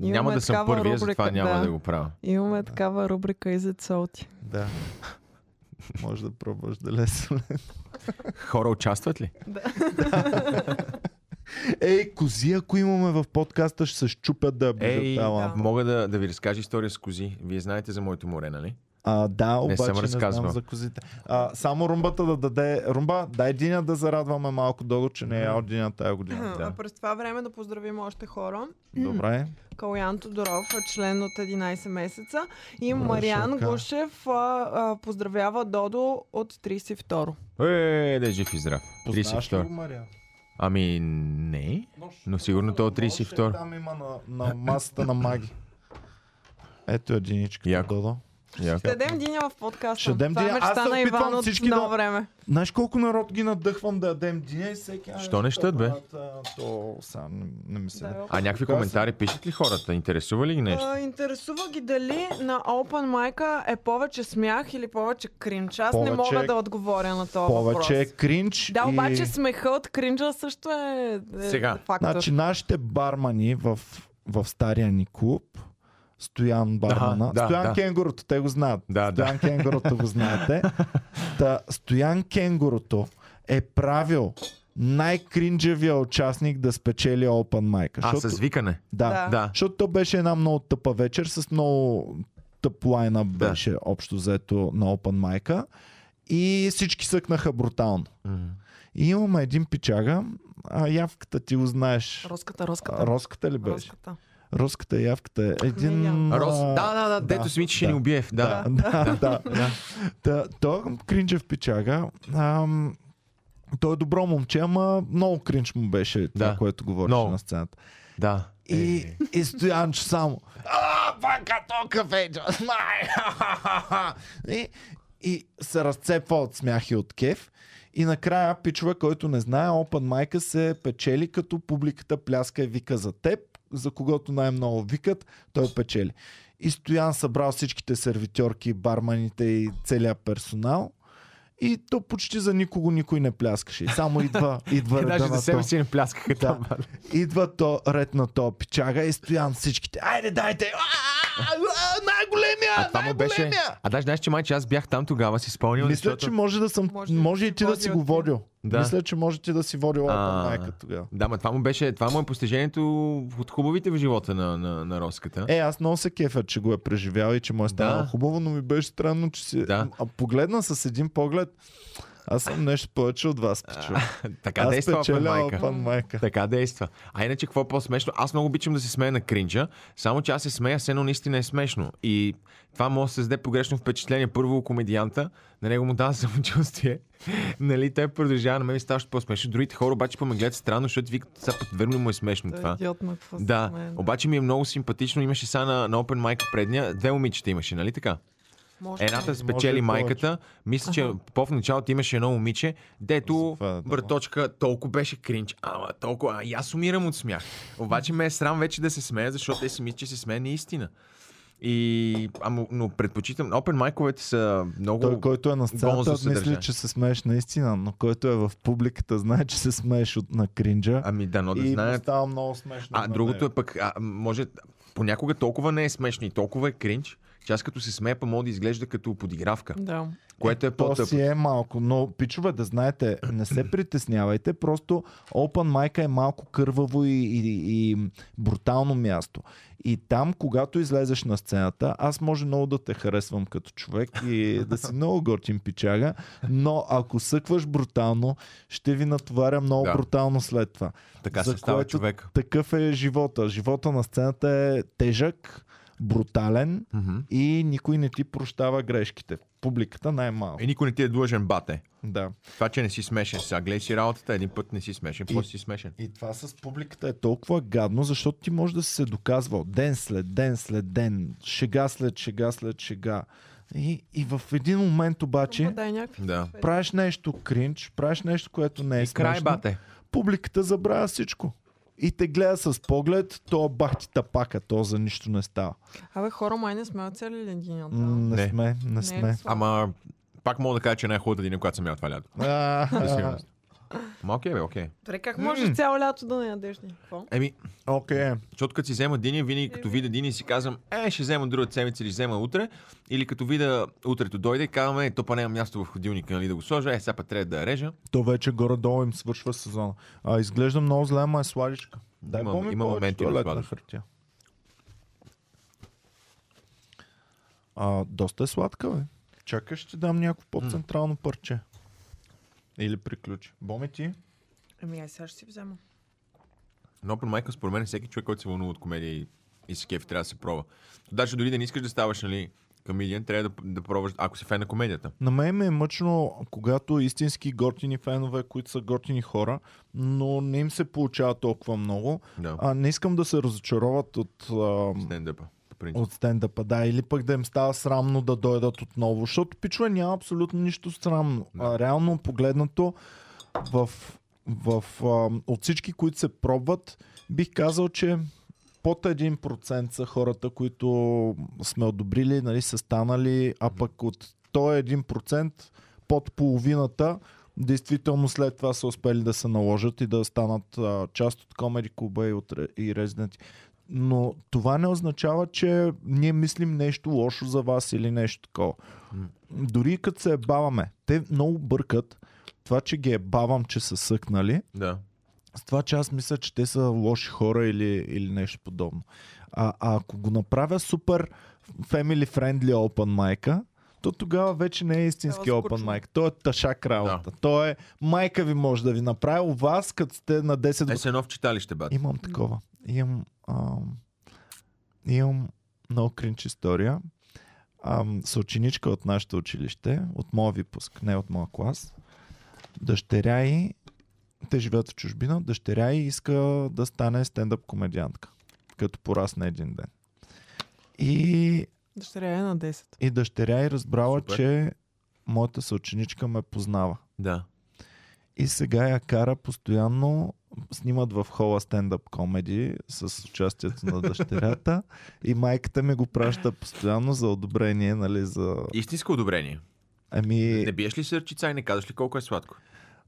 Имаме
няма да съм
такава
първия, затова
рубрика,
няма да.
да.
го правя.
Имаме такава рубрика и за солти.
Да. Може да пробваш да лесно.
Хора участват ли?
Ей, кози, ако имаме в подкаста, ще се щупят да
Ей,
бижат тази лампа.
мога да, да ви разкажа история с кози. Вие знаете за моето море, нали?
А, да,
Не
обаче
съм
не, знам
разказвал.
за козите. А, само румбата да даде... Румба, дай Диня да зарадваме малко Додо, че не е ял Диня тая година.
Да.
А през това време да поздравим още хора.
Добре.
Калян Тодоров е член от 11 месеца и
Добре, ще
Мариан
го кажа.
Гушев а, а, поздравява Додо от 32.
Е, да е жив и здрав.
Познаваш ли го,
32.
Мария?
Ами, не. Но сигурно той е от 32.
Там има на, на масата на маги. Ето единичка.
Яко.
Додо.
Яко.
Ще дадем Диня в подкаста.
Ще дадем
това е
Диня. Аз
мечта
се
на
опитвам
Иван от
всички
много
да-
време.
Знаеш колко народ ги надъхвам да ядем диня и всеки... а,
Що не щат, бе?
брат, а, То сам не, не ми се... Да.
А някакви
Така
коментари пишат ли хората? Интересува ли ги нещо?
А, интересува ги дали на Open Майка е повече смях или повече кринч. Аз не
Повече-
мога да отговоря на това
Повече е
въпрос.
кринч
Да, обаче
и...
смеха от кринжа също е, е
Сега.
фактор.
Значи нашите бармани в, в стария ни клуб, Стоян бармана,
Аха, да,
Стоян
да.
Кенгурото, те го знаят.
Да,
Стоян Кенгурото го знаете. Та, Стоян Кенгурото е правил най-кринджевия участник да спечели Open Mic.
А,
Защото,
с викане.
да,
Да.
Да.
защото то беше една много тъпа вечер с много тъп лайна беше общо взето на Open Mic. И всички съкнаха брутално.
Мгм.
И имаме един пичага, а явката ти го знаеш.
Роската, роската.
Роската ли беше?
Роската.
Роската явката е един...
Милиан.
Рос,
а,
да, да, да, дето си мисли, ще ни
да.
убие. Да.
да, да. Та, той кринджев пичага. Ам, той е добро момче, ама много кринч му беше това,
Да.
което говореше
Много.
на сцената.
Да.
И,
Е.
и стоянчо само. А, пака то кафеджа, знае! И, и се разцепва от смях и от кеф. И накрая пичове, който не знае, Open Майка се печели, като публиката пляска и вика за теб, за когото най-много викат, той печели. И Стоян събрал всичките сервитьорки, барманите и целият персонал. И то почти за никого никой не пляскаше. И само идва, идва
Е,
реда
даже за
на
себе
то.
си не пляскаха
Да.
там. нали?
Идва то ред на то пичага и стоян всичките. Айде, дайте! А, а, а,
А
Най-големия!
това му беше...
Най-големия!
А даже знаеш, че майче аз бях там тогава, си спомням.
е Мисля,
защото-
че може да съм.
Може да
Може и
си
ти да си
водил
го
ти.
водил.
Да.
Мисля, че може ти да си водил Open
А.
Mic тогава.
Да, ма това му беше, това му е постижението от хубавите в живота на, на, на Роската.
Е, аз много се кефя, че го е преживял и че му е станало
Да.
хубаво, но ми беше странно, че си...
Да.
А погледна с един поглед. Аз съм нещо повече от вас, пичо.
Е, така
Аз
действа Open
печеля
Mic-а.
Open Mic.
Така действа. А иначе какво е по-смешно? Аз много обичам да се смея на кринджа, само че аз се смея, все едно наистина е смешно. И това може да се създаде погрешно впечатление. Първо у комедианта, на него му дава самочувствие. нали, той продължава, на мен ми става още по-смешно. Другите хора обаче па ме гледат странно, защото викат, сега път верно му е смешно
Той е
това.
идиот на какво се
Да,
смее,
обаче ми е много симпатично. Имаше сега на, на Open Mic предния. Две момичета имаше, нали така?
Може
Едната
да. е.
Може е
спечели
и
майката. Мисля, че по-в началото имаше едно момиче, дето
Това, е да.
браточка толкова беше кринч. Ама толкова. А, и аз умирам от смях. Обаче ме е срам вече да се смея, защото те си мислят, че се смея наистина. И, ама, но предпочитам. Open майковете са много.
Той, който е на сцената,
гонзо се
мисли,
държа.
че се смееш наистина, но който е в публиката, знае, че се смееш от на кринджа.
Ами дано да
и
знаят.
става много смешно. нали?
А другото е пък, а, може, понякога толкова не е смешно и толкова е кринч, че аз като се смея, па мога да изглежда като подигравка,
Да.
което е
То
по-тъпо.
си е малко, но пичове да знаете, не се притеснявайте, просто Open Mic е малко кърваво и, и, и брутално място. И там, когато излезеш на сцената, аз може много да те харесвам като човек и да си много готин пичага, но ако съкваш брутално, ще ви натоваря много
Да.
брутално след това.
Така
за
се става
което
човек.
Такъв е живота. Живота на сцената е тежък, брутален
Мгм.
и никой не ти прощава грешките. Публиката най-малко.
И никой не ти е длъжен, бате.
Да.
Това, че не си смешен сега. Гледай си работата, един път не си смешен,
И-
после си смешен.
И това с публиката е толкова гадно, защото ти може да си се доказвал ден след ден след ден, шега след шега след шега. И, и в един момент обаче
Да, е някакви.
Да.
правиш нещо кринч, правиш нещо, което не е
И край,
смешно.
бате.
публиката забравя всичко. И те гледа с поглед, то бахти тапака, то за нищо не става.
Абе, хора, май не сме оцели лединята.
М, Не,
Не.
сме, не,
Не е
сме.
сладко.
Ама пак мога да кажа, че е най-хубавата дина, която съм ял това лято. Със
А,
сигурност. Ма окей, бе, окей.
Добре, как
М.
можеш цяло лято да не ядеш никакво?
Еми,
Окей.
защото като си взема дини, винаги като видя дини си казвам, е, ще взема друга седмица или ще взема утре. Или като видя утрето дойде, казваме, е, то па няма място в ходилника, нали, да го сложа, е, сега па трябва да я режа.
То вече горе-долу им свършва сезона. А, изглежда много зле, ама е сладичка. Дай
Има-
по-ми
има
повече
моменти на
туалетна
сладост.
хартия. А, доста е сладка, бе. Чакай, ще ти дам някакво по-централно парче. Или приключи. Боми ти?
Ами, ай, сега ще си взема.
Но Open Mic според мен е всеки човек, който се вълнува от комедия и, и се кефи, трябва да се пробва. Даже дори да не искаш да ставаш, нали, комедиан, трябва да, да пробваш, ако си фен на комедията.
На мен ми е мъчно, когато истински гортини фенове, които са гортини хора, но не им се получава толкова много.
Да.
А, не искам да се разочароват от, ам,
Стендъпа. по принцип.
от стендъпа, да, или пък да им става срамно да дойдат отново, защото пичове няма абсолютно нищо срамно.
Да.
А, реално погледнато, в, в, ам, от всички, които се пробват, бих казал, че под 1% са хората, които сме одобрили, нали, са станали, а пък от този 1% под половината, действително след това са успели да се наложат и да станат а, част от Комери Куба и, от, Ре- и Резиденти. Но това не означава, че ние мислим нещо лошо за вас или нещо такова.
М.
Дори и като се баваме, те много бъркат, това, че ги е бавам, че са съкнали,
Да.
с това, че аз мисля, че те са лоши хора или, или нещо подобно. А, а ако го направя супер family friendly open mic то тогава вече не е истински
Става
open
скучно.
mic. То е ташак работа. Да. То е майка ви може да ви направи. У вас, като сте на 10
Е,
години.
с едно в читалище, бат.
Имам такова. Имам, ам, имам много кринч история. Ам, съученичка от нашето училище, от моя випуск, не от моя клас. Дъщеря и те живеят в чужбина, дъщеря и иска да стане стендъп комедиантка, като порасне един ден. И,
Дъщеря е на 10.
и дъщеря и разбрала,
Супер.
че моята съученичка ме познава.
Да.
И сега я кара постоянно снимат в хола стендъп комеди с участието на дъщерята и майката ми го праща постоянно за одобрение, нали, за...
Истинско одобрение.
Ами,
Не биеш ли сърчица и не казваш ли колко е сладко?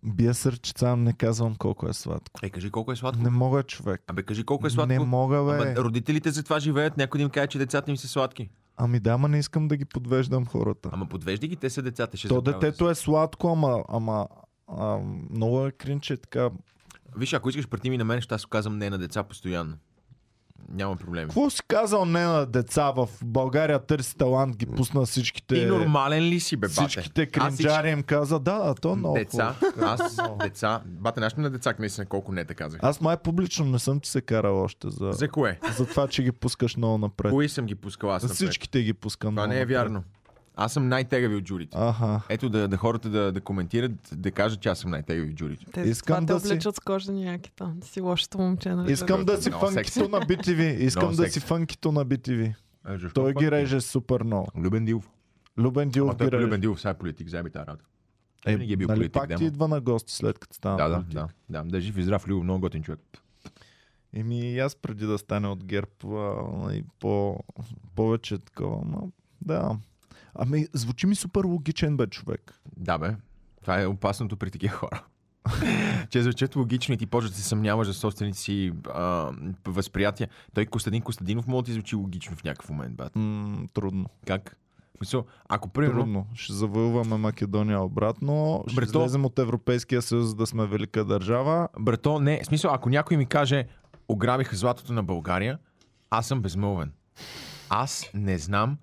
бия сърчица, не казвам колко е сладко.
Е, кажи колко е сладко.
Не мога, човек.
Абе, кажи колко е сладко.
Не мога, бе.
Ама родителите за това живеят, някой да им каже, че децата им са сладки.
Ами да, ма не искам да ги подвеждам хората.
Ама подвежди ги, те са децата. Ще
То
забравят.
детето е сладко, ама, ама а, много е кринче така.
Виж, ако искаш прати ми на мен, ще аз казвам не на деца постоянно. Няма проблеми.
Какво си казал не на деца в България търси талант, ги пусна всичките...
Ти нормален ли си, бе, бате?
Всичките
Аз всички-
кринджари им каза, да, да, то е много
Деца,
хубаво.
аз, деца. Бате, наш на деца, наистина колко не е те казах.
Аз май публично не съм ти се карал още за, за...
За кое?
това, че ги пускаш много напред.
Кои съм ги пускал аз
За
напред?
всичките ги пускам
Това
много
не е
напред.
вярно. Аз съм най-тегави от журито.
Аха.
Ето да, да хората да, да коментират, да кажат, че аз съм най-тегави от журито.
Те
Искам
Искам това
да
те
си-
обличат с кожени якита. Ти си лошото момче. Нали?
Искам да си
Много секси.
фънкито на BTV. Искам
Много
да
секси.
си фънкито на BTV.
А, защо
Той
пък?
ги реже супер много.
Любен Дилов.
Любен Дилов
Ама той
ги реже.
Любен Дилов, сега е политик, заеби тази работа.
Е,
винаги е бил
нали,
политик,
пак
да,
ти
ма.
идва на гости след като стана
Да, да,
политик.
да, да. Да, жив и здрав, Любо, много готин човек.
Еми и аз преди да стане от ГЕРБ а, и по, повече такова, но да. Ами, звучи ми супер логичен бе човек.
Да, бе. Това е опасното при такива хора. че звучат логично и ти почваш да се съмняваш за собствените си а, възприятия. Той Костадин Костадинов може да ти звучи логично в някакъв момент, брат.
М- трудно.
Как? В Смисъл, ако примерно...
Трудно. Ще завоюваме Македония обратно. Ще
Брето-
излезем от Европейския съюз, за да сме велика държава.
Брато, не. В Смисъл, ако някой ми каже, ограбиха златото на България, аз съм безмълвен. Аз не знам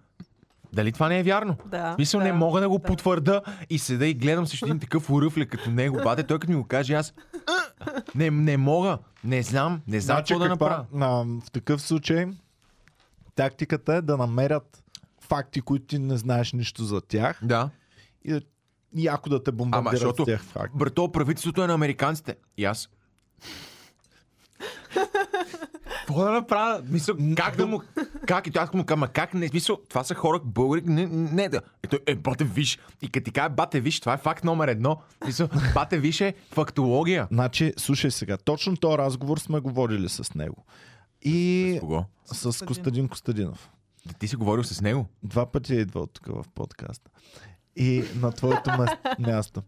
дали това не е вярно.
Да,
В смисъл,
да,
не мога да го
да.
потвърда и седа и гледам също един такъв уръфле като него. Бате, той като ми го каже, аз «А, не, не мога, не знам, не знам
Значи
какво да направя.
а, в такъв случай тактиката е да намерят факти, които ти не знаеш нищо за тях
Да.
и да- яко да те
Ама,
бомбардират
защото,
с тях факти.
брато, правителството е на американците. И аз. Какво да направя? Мисъл, как да му... Как? И той аз му кама, как не? Мисъл, това са хора, българи, не, не да. И той, е, бате, виж. И като ти кажа, бате, виж, това е факт номер едно. Мисъл, бате, виж е фактология.
Значи, слушай сега, точно този разговор сме го водили с него. И
Кого?
с, с Костадин Костадинов.
Да ти си говорил с него?
Два пъти е идвал тук в подкаста. И на твоето мес- място.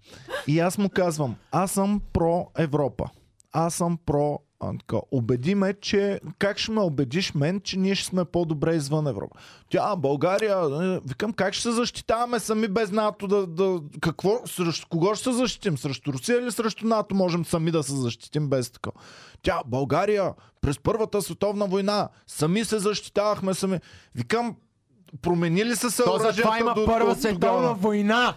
И аз му казвам, аз съм про Европа. Аз съм про а, така, убеди ме, че как ще ме убедиш мен, че ние ще сме по-добре извън Европа. Тя, а, България, е, викам, как ще се защитаваме сами без НАТО? Да, да, какво, срещу кого ще се защитим? Срещу Русия или срещу НАТО можем сами да се защитим без така? Тя, България, през Първата световна война, сами се защитавахме сами. Викам, променили са се
То за
оръжията
това има
до-
първа
от тогава.
световна война.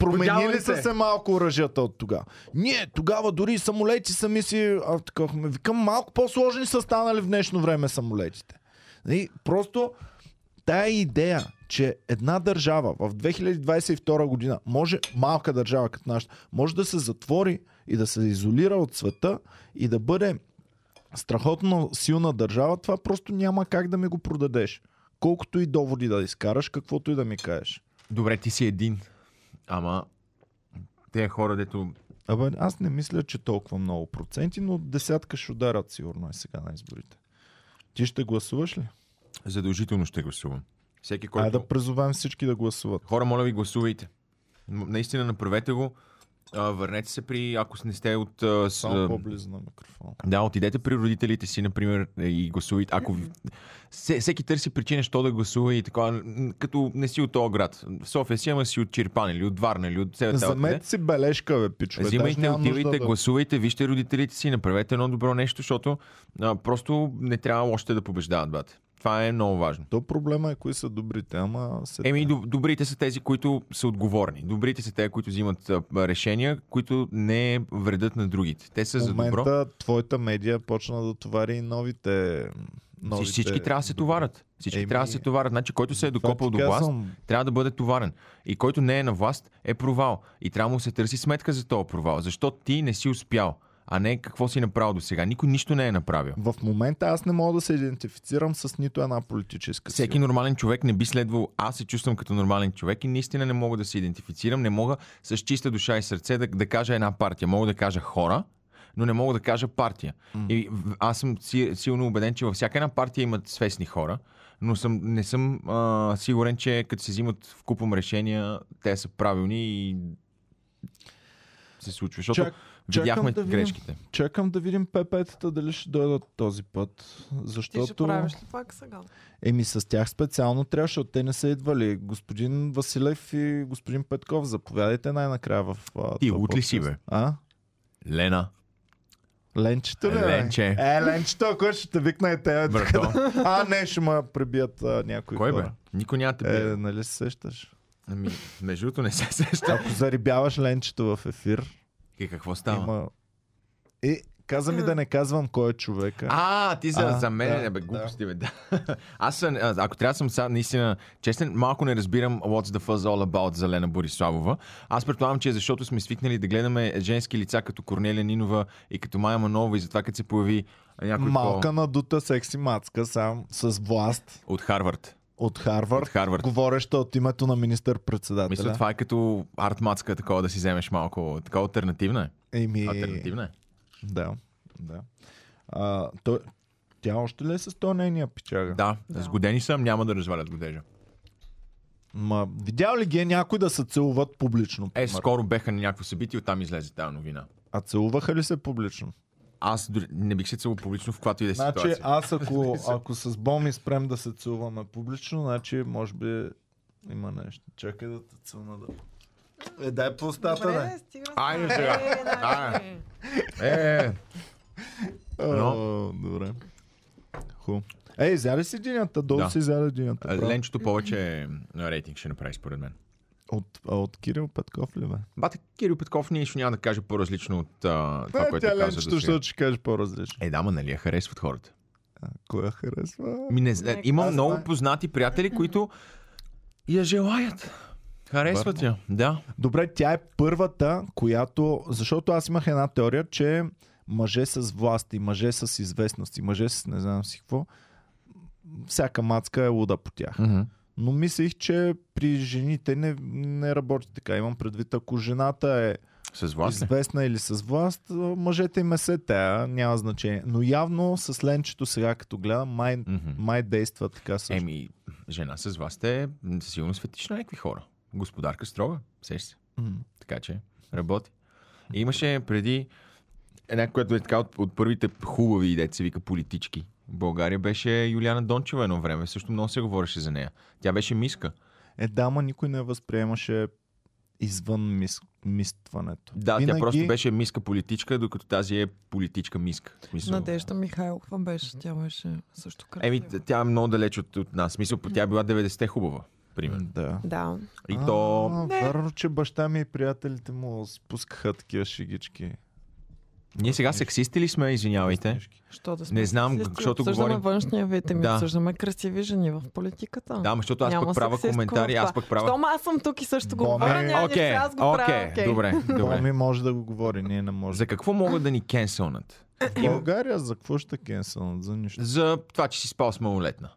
Променили
Подявалите.
са се малко оръжията от тогава. Ние тогава дори и самолети сами си... А, такахме. Викам, малко по-сложни са станали в днешно време самолетите. И просто тая идея, че една държава в 2022 година може, малка държава като нашата, може да се затвори и да се изолира от света и да бъде страхотно силна държава, това просто няма как да ми го продадеш. Колкото и доводи да изкараш, каквото и да ми кажеш.
Добре, ти си един. Ама те хора, дето
Абе, аз не мисля, че толкова много проценти, но десятка ще ударят сигурно е сега на изборите. Ти ще гласуваш ли?
задължително ще гласувам. Всеки, който...
Айде да призовем всички да гласуват.
Хора, моля ви, гласувайте. М- Наистина, направете го. А, върнете се при, ако не сте от... а, с-
Само по-близо на микрофона.
Да, отидете при родителите си, например, е, и гласувайте. Ако ви- все, всеки търси причина, що да гласува и така, м, като не си от този град. В София си, ама си от Чирпан или от Варна или от Севета.
Замете си бележка, бе, пичове. Даже
Ами Взимайте,
няма нужда
отивайте,
да-
гласувайте, вижте родителите си, направете едно добро нещо, защото а, просто не трябва още да побеждават, брат. Това е много важно.
То проблема е кои са добрите, ама... Се...
Еми, доб- добрите са тези, които са отговорни. Добрите са те, които взимат а, решения, които не вредят на другите. Те са
в
за добро.
момента твоята медия почна да товари и новите... новите...
Новите... Ами Всички трябва да се товарят. Всички
Еми,
Еми... трябва да се товарят. Значи, който се е
Това
докопал
ти
до власт,
казвам.
трябва да бъде товарен. И който не е на власт, е провал. И трябва да му се търси сметка за този провал. Защо ти не си успял, а не какво си направил до сега. Никой нищо не е направил.
В момента аз не мога да се идентифицирам с нито една политическа сила.
Всеки нормален човек не би следвал. Аз се чувствам като нормален човек и наистина не мога да се идентифицирам. Не мога с чиста душа и сърце да, да кажа една партия. Мога да кажа хора, но не мога да кажа партия. Mm. И в- аз съм си, силно убеден, че във всяка една партия имат свестни хора, но съм, не съм а, сигурен, че като се взимат в купом решения, те са правилни и се случва. Защото
Чак- чакам
видяхме
да видим.
грешките.
Чакам да видим пепетата дали ще дойдат този път.
Ти ще
Защото...
правиш ли пак сега?
Еми с тях специално трябваше, защото те не са идвали. Господин Василев и господин Петков, заповядайте най-накрая в а,
Ти
този
лут ли си,
подкаст.
бе?
А?
Лена,
Ленчето ли? бе?
Ленче.
Е, ленчето, ако ще те викна и те. тук
брато,
Е, да- А, не, ще ме пребият а, някои
кой бе?
хора.
Никой няма да те бие.
Е, нали се сещаш?
Ами, между другото не се сеща.
Ако зарибяваш ленчето в ефир,
И Е, какво става?
има... И каза ми да не казвам кой е човека.
А, ти за,
А,
за мен,
да,
да, бе, глупости, бе, да. Аз, съм, а, ако трябва да съм сега наистина честен, малко не разбирам What's the Fuzz All About за Лена Бориславова. Аз предполагам, че е защото сме свикнали да гледаме женски лица като Корнелия Нинова и като Майя Манова и затова като се появи някой
Малка
по-
надута секси мацка сам с власт
от Харвард.
от Харвард,
От Харвард.
говореща от името на министър-председателя.
Мисля, това е като артмацка, такова да си вземеш малко. Така альтернативна е.
Еми,
Альтернативна е.
Да, да. А, той, тя още ли е с то нейния пичага?
Да,
Да.
сгодени съм, няма да развалят годежа.
Ма, видял ли ги е някой да се целуват публично?
Е,
примерно?
скоро беха на някакво събитие, оттам излезе тази новина.
А целуваха ли се публично?
Аз дори не бих се целувал публично в която и да е
Значи
ситуация.
аз ако, ако с Боми спрем да се целуваме публично, значи може би има нещо. Чакай да те целна да... Е, дай по устата,
Добре,
не.
стига.
Айде
сега.
сега.
Е, нали?
Айде. Е,
О, Добре. Ху. Е, изяде си динята, долу
Да.
си изяде динята.
е,
право.
Ленчето повече рейтинг ще направи според мен.
От, а от Кирил Петков ли бе?
Бате Кирил Петков нищо няма да каже по-различно от а, това, което
Е, тя
каза
ленчето,
до сега.
защото ще кажеш по-различно.
Е, да, ма, нали я харесват хората.
А, Кой я харесва?
Ми, не, зна-
Нека.
имам
Аз
много
знам.
познати приятели, които я желаят. Харесват я, да.
Добре, тя е първата, която... Защото аз имах една теория, че мъже с власт и мъже с известност и мъже с не знам си какво, всяка мацка е луда по тях. Но мислих, че при жените не, не работи така. Имам предвид, ако жената е
С вас ли?
известна или с власт, а, мъжете им е се тя, няма значение. Но явно с ленчето сега, като гледам, май,
Мгм.
май действа така също.
Еми, жена с вас е м, със сигурност фетиш на някакви хора. Господарка строга, сеш се.
М.
Така че работи. И имаше преди една, която е така от, от първите хубави, дет се вика политички. в България беше Юлиана Дончева едно време. Също много се говореше за нея. Тя беше миска.
Е, да, ма никой не я възприемаше извън мис... мистването.
Да, Винаги... тя просто беше миска политичка, докато тази е политичка миска. В Смисъл...
Надежда Михайлова беше, тя беше също красива.
Еми, т- тя е много далеч от, от нас. В Смисъл, тя е била 90-те хубава. Примерно.
Да.
Да.
И то
А, Верно, че баща ми и приятелите му спускаха такива шигички.
Ние сега сексисти ли сме, извинявайте?
Що да сме
Не знам,
сексисти,
защото
обсъждаме
говорим-
външния вид и ми
Да.
обсъждаме красиви жени в политиката.
Да, ма, защото аз
Няма
пък правя
сексистко в
коментари, аз
това.
пък правя...
Щом аз съм тук и също го
Боми.
говоря, няма
Окей,
нищо, аз го правя.
окей,
окей.
добре, добре.
Боми Ами може да го говори, ние не можем.
За какво могат да ни кенселнат?
В България за какво ще кенсълнат? За нищо.
За това, че си спал с малолетна.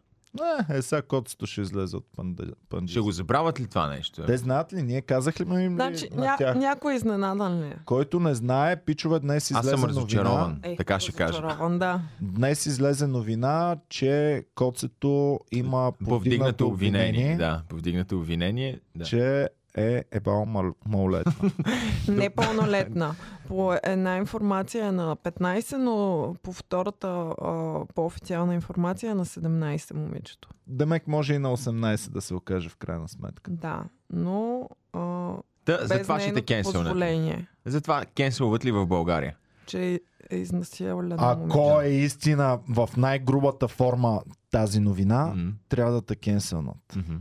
Е, е сега котсто ще излезе от панди... панди.
Ще го забравят ли това нещо?
Те знаят ли? Ние казахме им ли
Значи,
на
ня...
тях?
някой е изненадан ли е?
Който не знае, пичове, днес
Аз
излезе
съм
новина.
разочарован, така ще кажа.
разочарован, да.
Днес излезе новина, че коцето има повдигнато
Повдигнато
обвинение,
обвинение. Да, повдигнато обвинение. Да.
че е ебал мал- малолетна.
Непълнолетна. По една информация е на 15, но по втората а, по-официална информация е на 17 момичето.
Демек може и на 18 да се окаже в крайна сметка.
Да, но а,
Та,
без
затова ще те нали?
нейното
кенселнат.
позволение,
Затова кенселват ли в България?
че е изнасилена
Ако е истина в най-грубата форма тази новина,
Мгм.
трябва да те кенселнат.
Мгм.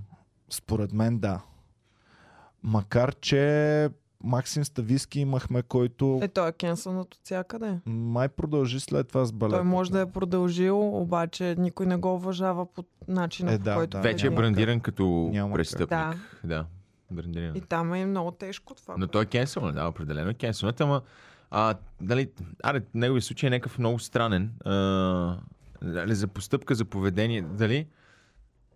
Според мен да. Макар, че Максим Стависки имахме, който
Е, той е кенсълнат от всякъде.
май продължи след това с балет.
Той може да е продължил, обаче никой не го уважава по начина,
Е,
по
да,
който
да.
Вече е
няма
преди.
брандиран като
Няма как.
престъпник.
Да.
да. брандиран.
И там е много тежко това.
Но той е кенселнат, да, определено е кенселнат, ама а, дали, аре, неговият случай е някакъв много странен. А, дали, за постъпка, за поведение, дали...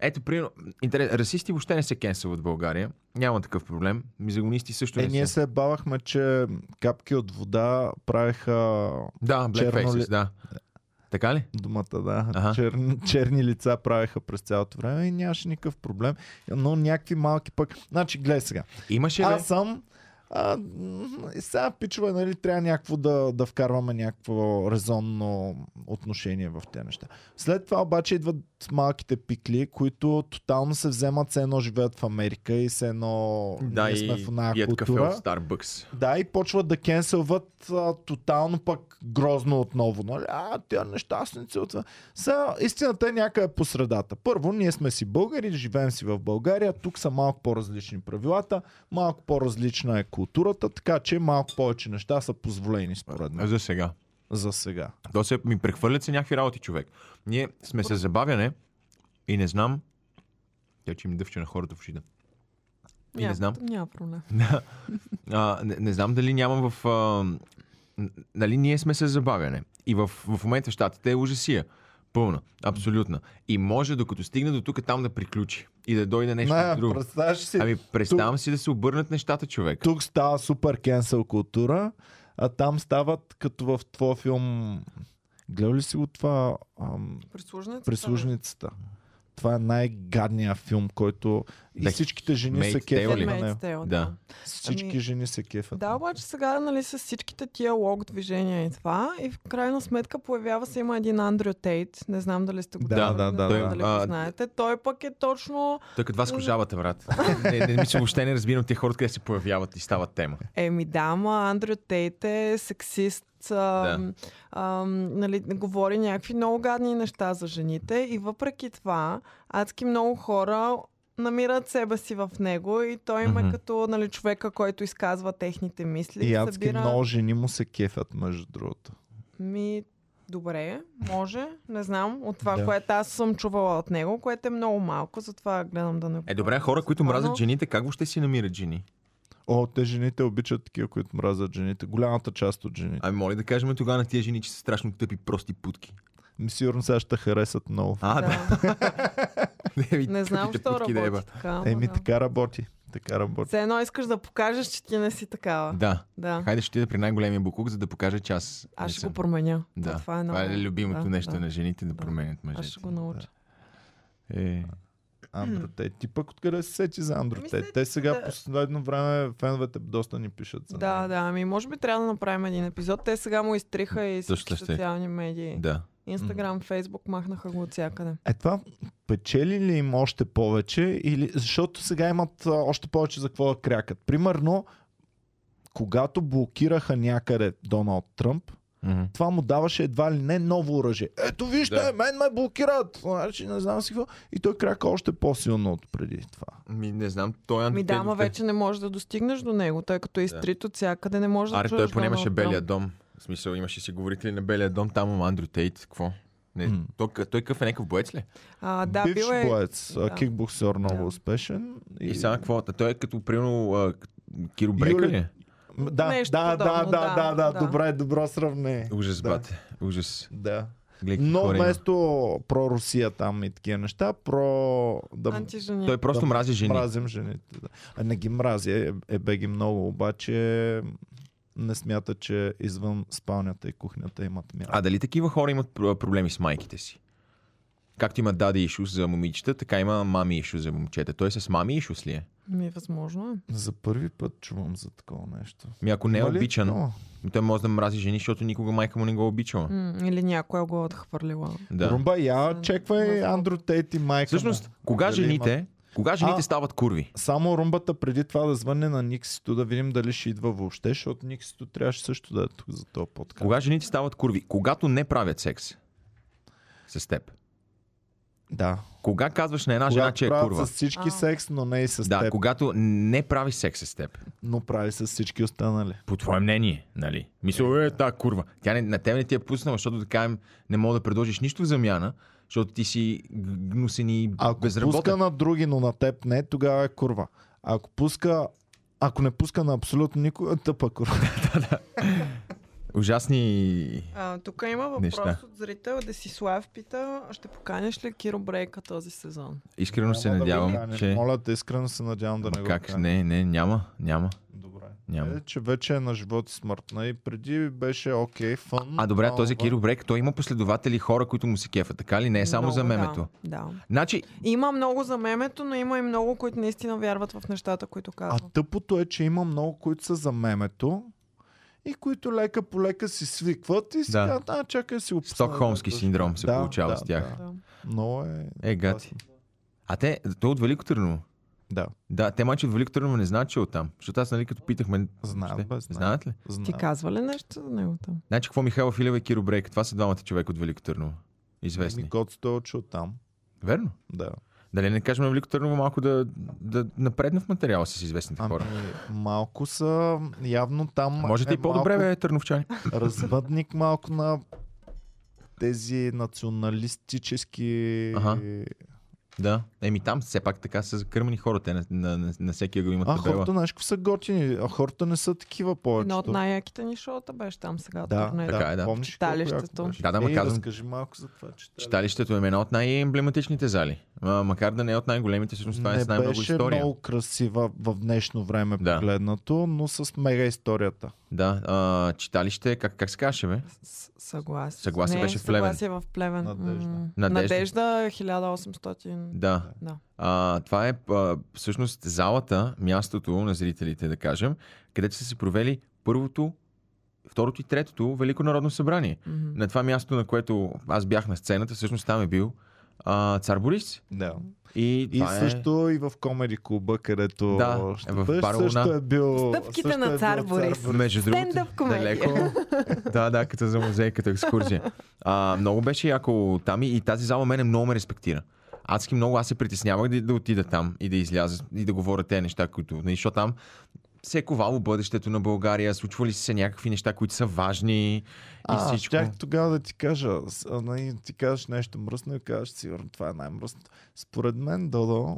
Ето, примерно, интерес, расисти въобще не се кенселват в България. Няма такъв проблем. Мизогонисти също
Е,
не
ние
са.
се бавахме, че капки от вода правеха
Да,
черно ли-
blackfaces, да. Така ли?
думата, да.
Аха.
Черни, черни лица правеха през цялото време и нямаше никакъв проблем. Но някакви малки пък... Значи, гледай сега.
Имаше ли?
Аз съм. А, м, и сега пичове, нали, трябва някакво да, да вкарваме някакво резонно отношение в тези неща. След това обаче идват малките пикли, които тотално се вземат, все едно живеят в Америка и все едно
Да,
ние сме
и
в една
пият кафе от
култура.
Starbucks.
Да, и почват да кенселват а, тотално пък грозно отново. Нали? А, тя нещастници от това. Са, истината е някъде по средата. Първо, ние сме си българи, живеем си в България, тук са малко по-различни правилата, малко по-различна е културата, така че малко повече неща са позволени според мен
За сега.
за сега.
То се ми прехвърлят се някакви работи, човек. Ние сме с забавяне и не знам. Тя, че ми дъвче на хората в ушите. И не
Няма-
знам.
Няма проблем.
А, не, не знам дали няма в... А, н- нали ние сме с забавяне. И в, в момента в щатите е ужасия. Пълна. Абсолютна. И може, докато стигне до тук, там да приключи. И да дойде нещо
Не,
друго.
представяш си,
Ами, представям си да се обърнат нещата, човек.
тук става супер кенсел култура, а там стават като в твой филм. Гледал ли си го това? Ам...
Прислужницата.
Прислужницата. Това е най-гадният филм, който и
Да,
всичките жени се
Maid's Tale
кефят
ли?
е на него.
Handmaid's Tale,
Да.
Всички
Ами-
жени се кефят.
е Да, обаче сега, нали, с всичките тия лог движения и това, и в крайна сметка появява се има един Андрю Тейт, не знам дали сте го
Да,
гледали,
да,
не
да,
знам
да.
дали
А,
го знаете. Той пък е точно,
Той като вас кожавата, брат. не, не, не, мисля, въобще не разбирам тия хора, къде се появяват и стават тема.
еми да, ма Андрю Тейт е сексист, ам, ам, нали, говори някакви много гадни неща за жените и въпреки това адски много хора намират себе си в него и той им
Мгм.
е като нали, човека, който изказва техните мисли.
И адски
събира-
много жени му се кефят, между другото.
Ми, добре, може. Не знам. От това,
Да.
да. което аз съм чувала от него, което е много малко, затова гледам да не
Е,
говоря
добре, хора, които
за това,
мразят
но
жените, как въобще си намират жени?
О, те жените обичат такива, които мразят жените. Голямата част от жените.
Ами, моля да кажем тогава на тия жени, че са страшно тъпи, прости путки.
Ми сигурно сега ще харесат много.
А, да.
Да.
Не, ви,
Не знам,
тъпите
що
путки
работи
да еба.
така. ама
Еми,
да.
така работи. Така работи.
Все едно искаш да покажеш, че ти не си такава.
Да.
Да.
Хайде ще отида при най-големия буклук, за да покажа, че аз. не
Аз ще
съм.
го променя.
Да.
Това е,
това е
много-
любимото
да,
нещо
да.
на жените да променят мъжете.
Аз ще го науча.
Е,
Андро Тейт. Ти пък откъде се сети за Андро
Ами,
Тейт?
след-
Те сега
да.
последно време феновете доста ни пишат
е
за
Да,
него.
да, ами може би трябва да направим един епизод. Те сега му изтриха и
Точно
всички
ще е.
социални медии.
да. Ами
Инстаграм, Фейсбук махнаха го от всякъде.
Е това печели ли им още повече? Или... Защото сега имат а, още повече за какво да крякат. Примерно, когато блокираха някъде Доналд Тръмп,
Мгм.
това му даваше едва ли не ново оръжие. Ето вижте, да.
Да.
мен ме блокират! Значи не знам си какво. И той крака още по-силно от преди това.
Ми, не знам, той е
Ми да, ама
антитедов, те-
Ами, вече не можеш да достигнеш до него, тъй като е изтрит от всякъде, не можеш да
Аре, той
чуеш
поне имаше
Доналд
Белия
Тръмп.
дом. В смисъл, имаше си говорители на Белия дом, там има Андрю Тейт, какво? Не,
М.
той, къ- той къв е някакъв боец ли?
А, да,
Бивш
бил е...
боец, да.
да.
кикбоксер много
Да.
успешен.
И, сега какво? Та Той е като, примерно, а, Киро
Юли-
Брека ли? е?
М, Да,
Нещо
да, да, да,
подобно,
да,
да,
да,
да.
добре, добро сравнение.
Ужас,
да.
бате. Ужас.
Да.
Гледай какви
Но
хора има.
вместо про-Русия там и такива неща, про... Да,
Антижени.
Той просто
Да,
мрази жени.
Мразим жените. Да. А не ги мрази, е, е бе ги много, обаче не смята, че извън спалнята и кухнята имат място.
А дали такива хора имат пр- проблеми с майките си? както има дади ишу за момичета, така има мами ишу за момчета. Той с мами ишу ли е?
Ми, възможно е.
За първи път чувам за такова нещо.
Ми, ако не е
Има ли
обичан,
такова?
той може да мрази жени, защото никога майка му не го е обичала.
М, Или някоя го е отхвърлила.
Да.
Румба, я
Съм-
чеквай
съм-
Андро Тейт и майка
Всъщност,
му.
кога
Дали
жените, кога жените
А.
стават курви?
Само румбата преди това да звънне на Никсито, да видим дали ще идва въобще, защото Никсито трябваше също да е тук за този подкаст.
Кога жените стават курви? Когато не правят секс с теб.
Да.
Кога казваш на една жена,
Когато
че е
правят
курва?
с всички
А.
секс, но не и с
Да,
теб,
когато не прави секс с теб.
но прави с всички останали.
По твое мнение, нали? Мисля, е, та курва. Тя не, на теб не ти е пуснала, защото така им не мога да предложиш нищо в замяна, защото ти си гнусен и
Ако пуска
безработен.
на други, но на теб не, тогава е курва. Ако пуска ако не пуска на абсолютно никой, е тъпа курва.
Ужасни...
А, тук има въпрос
Неща.
от зрител. Десислав пита, ще поканеш ли Киро Брейка този сезон?
Искрено се
Няма да
надявам,
го каня.
че...
Моля те, искрено се надявам да не
Ма
го
как?
каня.
Не, не, няма, няма.
Добре.
Няма.
Е, че вече е на живот и смъртна и преди беше окей, фън.
А добре, а
но-
този Киро Брек, той има последователи хора, които му се кефа, така ли? Не е само
много,
за мемето.
Да, да.
Значи,
Има много за мемето, но има и много, които наистина вярват в нещата, които
А
казват.
тъпото е, че има много, които са за мемето и които лека по лека си свикват и си
Да.
казват, а чакай си описам.
Стокхолмски синдром се получава с тях.
Да.
Да.
Много е...
е, гати. А те, той е от Велико Търново.
Да,
Да, те мачи от Велико Търново не знаят, че е оттам. Защото аз, нали, като питахме...
Знаят,
ще-
бе, знаят.
Знаят ли?
знам.
Ти казва ли нещо за него там?
Значи, какво Михайла Филева и Киро Брейк? Това са двамата човека от Велико Търново. Известни.
Ми Гоцто е учил там.
Верно.
Да.
Дали не кажем на Велико Търново малко да, да напредне в материала си с известните
Ами,
хора?
малко са... Явно там е
Можете и по-добре, бе, търновчани.
малко развъдник малко на тези националистически...
Аха. Да. Еми там все пак така са закърмени хора. Те на, на, на, на всеки го имат
А
табела.
хората нещо са готини, а хората не са такива повечето.
Едно от най-яките ни шоута беше там сега.
Да,
турнето.
Така е, да.
Помниш ли
Читалището.
колко яко беше?
Да, да, ма
Ей,
казвам-
Разкажи малко за това читалище.
Читалището им е една от най-емблематичните зали. А, макар да не е от най-големите, всъщност това е
не
с най-много
беше
история.
много красива в днешно време
Да.
погледнато, но с мега историята.
Да, а, читалище, е, как, как се каже, бе?
С- Съгласие.
Съгласие
Не,
беше в Плевен.
Съгласие в Плевен.
Надежда.
М,
Надежда.
Надежда 1800.
Да.
Да.
А, това е а, всъщност залата, мястото на зрителите, да кажем, където са се провели първото, второто и третото Велико народно събрание.
Мгм.
На това място, на което аз бях на сцената, всъщност там е бил а, цар Борис.
Да.
И,
И
това е
също и в комеди клуба, където
Да,
ще
е в
бъдеш,
Бар
също
Луна.
е бил...
Стъпките
също
на
е
цар
бил
е...
Борис.
Между другото,
Стендъп комедия.
далеко. да, да, като за музей, като екскурзия. А, много беше яко там и, и тази зала мене много ме респектира. Адски много аз се притеснявах да, да отида там и да изляза и да говоря те неща, които... нали, Защото там се е ковало бъдещето на България, случвали са се някакви неща, които са важни и
А,
всичко.
щях тогава да ти кажа, с- а, нали, ти кажеш нещо мръсно и кажеш, сигурно това е най-мръсното. Според мен, Додо,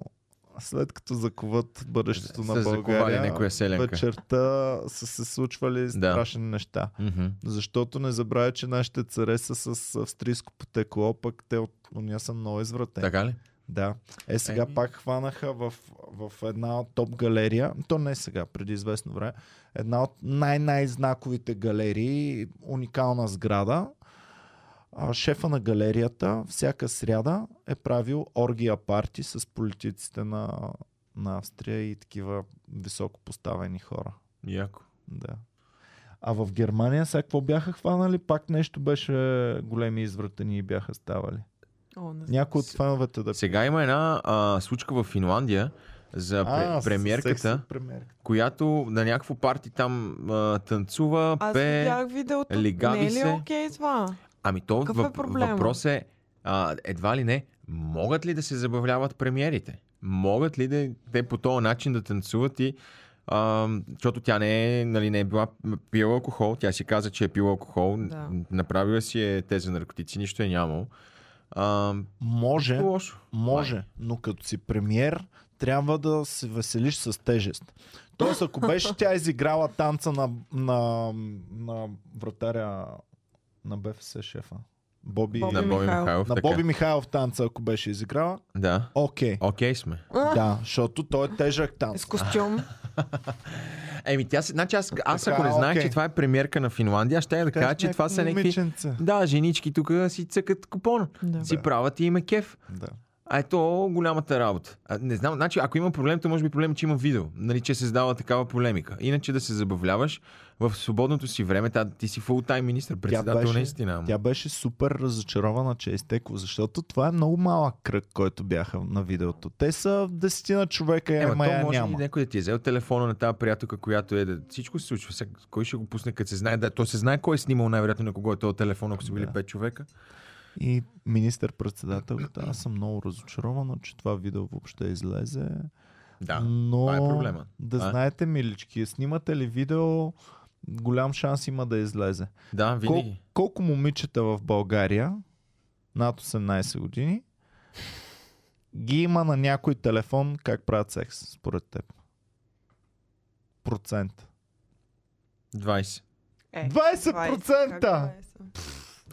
след като заковат бъдещето
Са
на
заковали
България,
някоя селянка.
вечерта са се случвали страшни неща.
Мгм.
Защото не забравя, че нашите царе са с австрийско потекло, пък те от уния са много извратени.
Така ли?
Да. Е, сега
Еми.
пак хванаха в, в една от топ галерия, то не сега, преди известно време, една от най-най-знаковите галерии, уникална сграда. А, шефа на галерията всяка сряда е правил оргия парти с политиците на, на Австрия и такива високо поставени хора.
Яко.
Да. А в Германия сега какво бяха хванали? Пак нещо беше големи извратени и бяха ставали.
О, не знам.
Някой от феновете да
Сега има една а, случка в Финландия за пре-
с-
премиерката,
секси премиерката.
която на някакво парти там а, танцува,
Аз
пее...
видях видеото.
лигави
не е ли
се.
окей това?
Ами то
Какъв е
въп,
проблема?
въпрос е, а, едва ли не, могат ли да се забавляват премиерите? Могат ли да те по този начин да танцуват и а, защото тя не е, нали, не е била пила алкохол, тя си каза, че е пила алкохол,
Да.
направила си е тези наркотици, нищо е нямало. А,
Може,
лошо.
може, но като си премиер, трябва да се веселиш с тежест. Тоест, ако беше тя изиграла танца на, на, на вратаря на БФС шефа, Боби,
Боби
На
на,
Боби
Михайлов.
Михайлов.
на
така.
Боби Михайлов танца, ако беше изиграла,
Да.
окей.
Окей сме.
е Да, защото той е тежък танц.
С костюм.
Еми, тя, се- значи аз, аз ако
Така,
не знаех,
окей.
че това е премиерка на Финландия, аз ще я да кажа, че това са някакви... Да, женички тук си цъкат купон.
Да.
Си правят и има кеф.
Да.
А ето голямата работа. А, не знам, значи ако има проблем, то може би проблем, е, че има видео. Нали, че се създава такава полемика. Иначе да се забавляваш в свободното си време, та, ти си фултайм министър, председател
беше-
наистина. ама.
Тя беше супер разочарована, че е изтекло, защото това е много малък кръг, който бяха на видеото. Те са десетина човека, я
Ема,
има,
то
я
може
няма.
и някой да ти е взел телефона на тази приятелка, която е да... Всичко се случва. Сега, кой ще го пусне, като се знае? Да, то се знае кой е снимал най-вероятно на кого е този телефон, ако са били
Да.
пет човека.
И министър-председателката, аз съм много разочарована, че това видео въобще излезе.
Да.
Но
това е проблема.
да
Това е.
знаете, милички, снимате ли видео, голям шанс има да излезе.
Да, винаги.
Кол- колко момичета в България над 18 години ги има на някой телефон как правят секс, според теб? Процент.
20.
Е,
20%!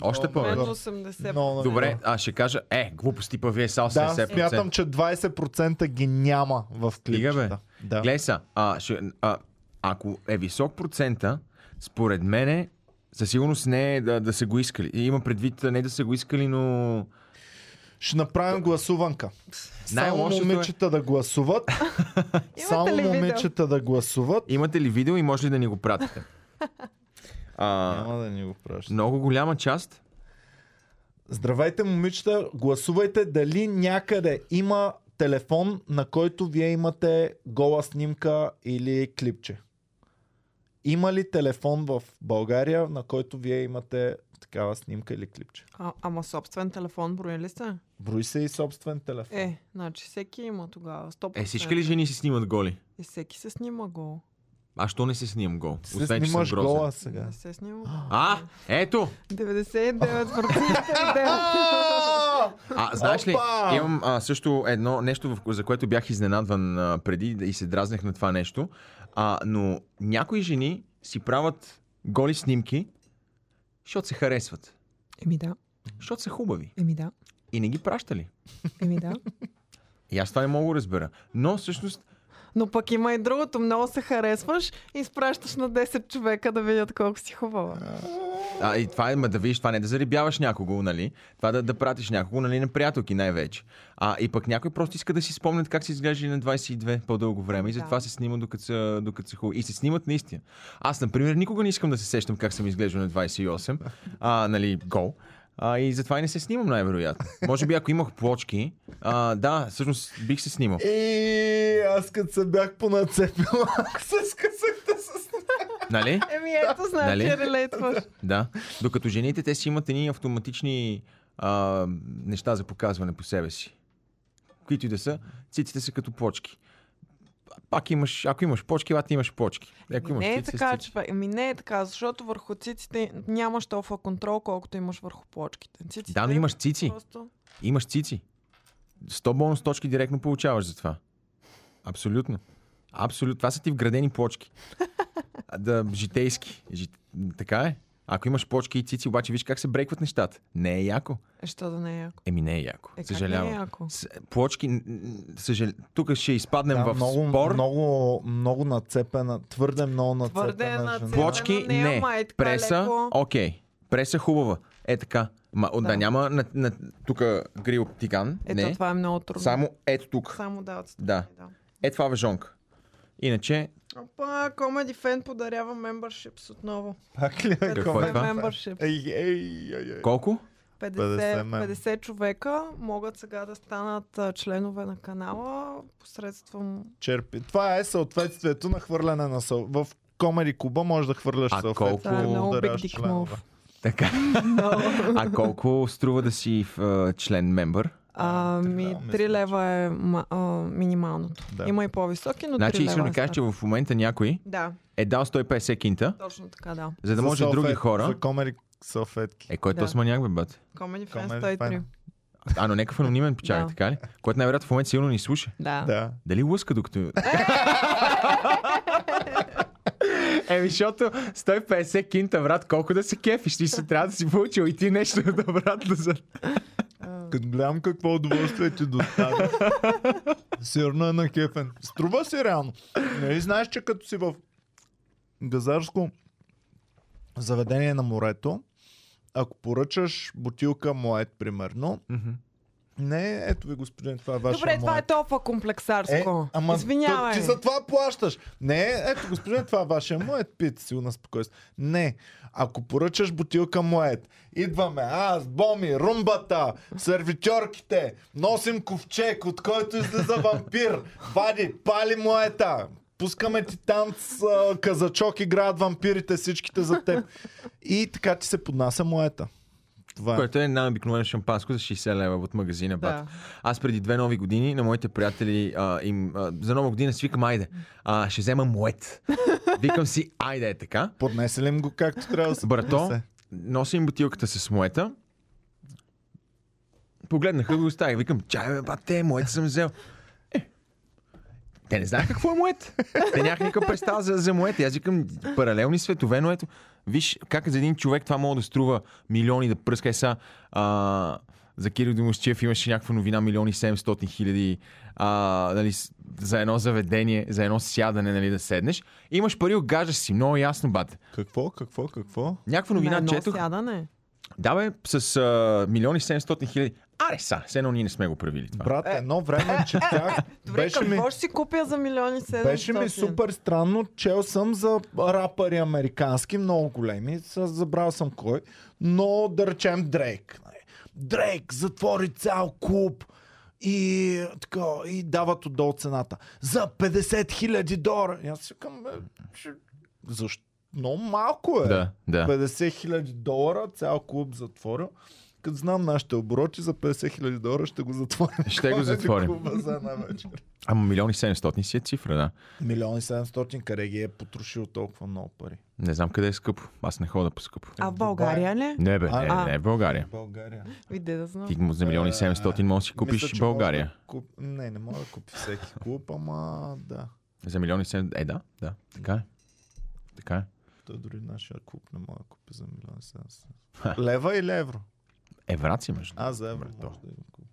Още
О,
повече.
много.
Мен 80%.
Много
Добре, а ще кажа, е, глупости па вие са 80%.
Да, смятам, че 20% ги няма в
Стига, бе.
клипчета. Да.
Гледай са, а, ще, а, ако е висок процента, според мене, със сигурност не е да, да са го искали. И Има предвид а, не да са го искали, но...
Ще направим гласуванка. Само
Най-лошото е-
момичета да гласуват.
ли
Само
видео?
момичета да гласуват.
Имате ли видео и може ли да ни го пратите? А,
Няма да ни го праща.
много голяма част.
Здравейте, момичета. Гласувайте дали някъде има телефон, на който вие имате гола снимка или клипче. Има ли телефон в България, на който вие имате такава снимка или клипче?
А, ама собствен телефон брои ли сте?
Брои се и собствен телефон.
Е, значи всеки има тогава. 100%.
Е, всички ли жени си снимат голи?
И всеки се снима гол.
А що не се снимам гол?
Ти се
Освен, че съм
снимаш
грозен.
гола
Сега.
сега.
Не се снима гол.
А, ето!
е 99%
А, знаеш ли,
Опа!
имам а, също едно нещо, в- за което бях изненадван а, преди и се дразнех на това нещо. А, но някои жени си правят голи снимки, защото се харесват.
Еми да,
Защото са хубави.
еми да,
И не ги пращали.
еми да.
И аз това не мога да разбера. Но всъщност
Но пък има и другото. Много се харесваш и изпращаш на 10 човека да видят колко си хубава.
А, и това е, ма да видиш, това не е да зарибяваш някого, нали? Това да, да пратиш някого, нали, на приятелки най-вече. А и пък някой просто иска да си спомнят как се изглеждали на 22 по-дълго време и
Да.
затова се снима докато са, докато са хубави. И се снимат наистина. Аз, например, никога не искам да се сещам как съм изглеждал на 28, а, нали, гол. А, и затова и не се снимам най-вероятно. Може би ако имах плочки, а, да, всъщност бих се снимал.
И аз като се бях понацепил, се скъсах да се снимам.
Нали?
Еми ето, значи
Нали?
релейтваш.
Да. Докато жените, те си имат едни автоматични а, неща за показване по себе си. Които и да са, циците са като почки. Пак имаш, ако имаш почки, бати имаш почки. Ако имаш
не е
цици,
така,
с цици.
че... Ами не е така, защото върху циците нямаш толкова контрол, колкото имаш върху плочките. Циците
Да, но имаш цици.
Просто...
Имаш цици. 100 бонус точки директно получаваш за това. Абсолютно. Абсолютно. Това са ти вградени почки. А, Да, житейски. Жит... Така е. Ако имаш почки и цици, обаче виж как се брекват нещата. Не е яко.
Е, що да не е яко.
Еми не е яко.
Е,
Съжалявам.
Как не е яко?
С- Плочки, н- н- съжал... тук ще изпаднем в
много,
спор.
много, много нацепена, твърде много нацепена.
Твърде е нацепена.
жена.
Плочки,
Ама не,
не.
ама е така
Преса,
леко.
окей. Преса хубава. Е така. Ма, да. да
Да.
няма на, на, тук грил тиган.
Ето
не.
това е много трудно.
Само ето тук.
Само да, отстрани,
Да. Е това въжонка. Иначе,
Опа, Comedy Fan подарява мембършипс отново.
Пак ли е
Какво е
коментар?
това?
Membership.
Ей, ей, ей, ей.
колко?
50,
50 мем.
50 човека могат сега да станат а, членове на канала посредством...
Черпи. Това е съответствието на хвърляне на сол. В Комери Куба можеш да хвърляш
А
салфетки,
колко- Това е
много
да
big
дараш
dick
членове.
move.
Така. а колко струва да си в, член мембър?
Ами,
мисля,
3 лева е ма- а, минималното.
Да.
Има и по-високи, но 3
Значи,
лева
искам да
е
кажа, че
старт.
в момента някой
Да,
е дал 150 кинта,
точно така, да.
за да
За
може други
салфет-
хора.
За Комери салфетки.
Е, кой е
Да.
да. маняк, бе, бат?
Comedy Fan
Comedy
103.
Fan.
А, но някакъв анонимен печага,
Да.
така ли? Който най-вероятно в момента сигурно ни слуша.
Да.
Да.
Дали лъска докато... Еми, защото 150 кинта, брат, колко да се кефиш, ти се трябва да си получил и ти нещо да, брат, да за...
А,
Като гледам какво удоволствие ти доставя. Сирно е на кефен. Струва си реално. Нали знаеш, че като си в газарско заведение на морето, ако поръчаш бутилка моет, примерно,
Мгм.
не, ето ви господин, това е вашия
Добре, това е
моет.
толкова комплексарско.
Е, ама
Извинявай.
то- ти за това плащаш. Не, ето господин, това е вашия моят пит, силна спокойствие. Не, ако поръчаш бутилка моед, идваме аз, Боми, румбата, сервитьорките, носим ковчег, от който излиза вампир, вади, пали моета, пускаме ти танц, а, казачок, играят вампирите всичките за теб. И така ти се поднася моета. Това е.
Което е най-обикновено шампанско за 60 лева от магазина Бат.
Да.
Аз преди две нови години на моите приятели а, им, а, за нова година свикам, айде, а, ще взема моет. Викам си, айде е така.
Поднесе ли им го както трябва да се
Е,
Брато,
поднесе?
носи им бутилката с моета. Погледнаха го и оставих. Викам, чай бе, бате, моето съм взел. Е, Те не знаеха какво е моето. Те нямаха никаква представа за, за моето. И Аз викам, паралелни светове, но ето, виж как за един човек това може да струва милиони да пръска. Е, са, а, за Кирил Домощиев имаше някаква новина, милиони 700 хиляди а, нали, с- за едно заведение, за едно сядане, нали, да седнеш. Имаш пари, огаждаш си, много ясно, бате.
Какво, какво, какво?
Някаква новина
На едно
четох.
Сядане.
Да, бе, с а, милиони 700 хиляди. Аре са, все едно ние не сме го правили това.
Брат, едно време четях.
Добре,
беше ми,
какво ще си купя за милиони седем?
беше ми супер странно. Чел съм за рапъри американски, много големи. С- Забрал съм кой. Но да речем Дрейк. нали. Дрейк затвори цял клуб. И, така, и дават отдолу цената. За 50 хиляди долара. И аз си към, защо? Много малко е.
Да, да.
50 хиляди долара, цял клуб затворил. Като знам нашите обороти, за 50 хиляди долара ще го затворим.
Ще го
Кой е
затворим.
клуба за една вечер?
Ама милиони 700 си е цифра, да.
Милион и 700 къде ги е потрошил толкова много пари?
Не знам къде е скъпо. Аз не хода по скъпо.
А в България ли?
Не бе, не,
А.
не е България.
България.
Иде да знам.
Ти му за милиони 700 можеш да си купиш
Е, Мисля, че
България.
може да Куп... Не, не мога да купи всеки клуб, ама да.
За милиони 700... Е, да, да. Така е. Така е.
Той дори нашия клуб не мога да купи за милион и 700. Лева или евро?
Еврат Е, си между.
А, за евро.
Добре, то.
може да го купя.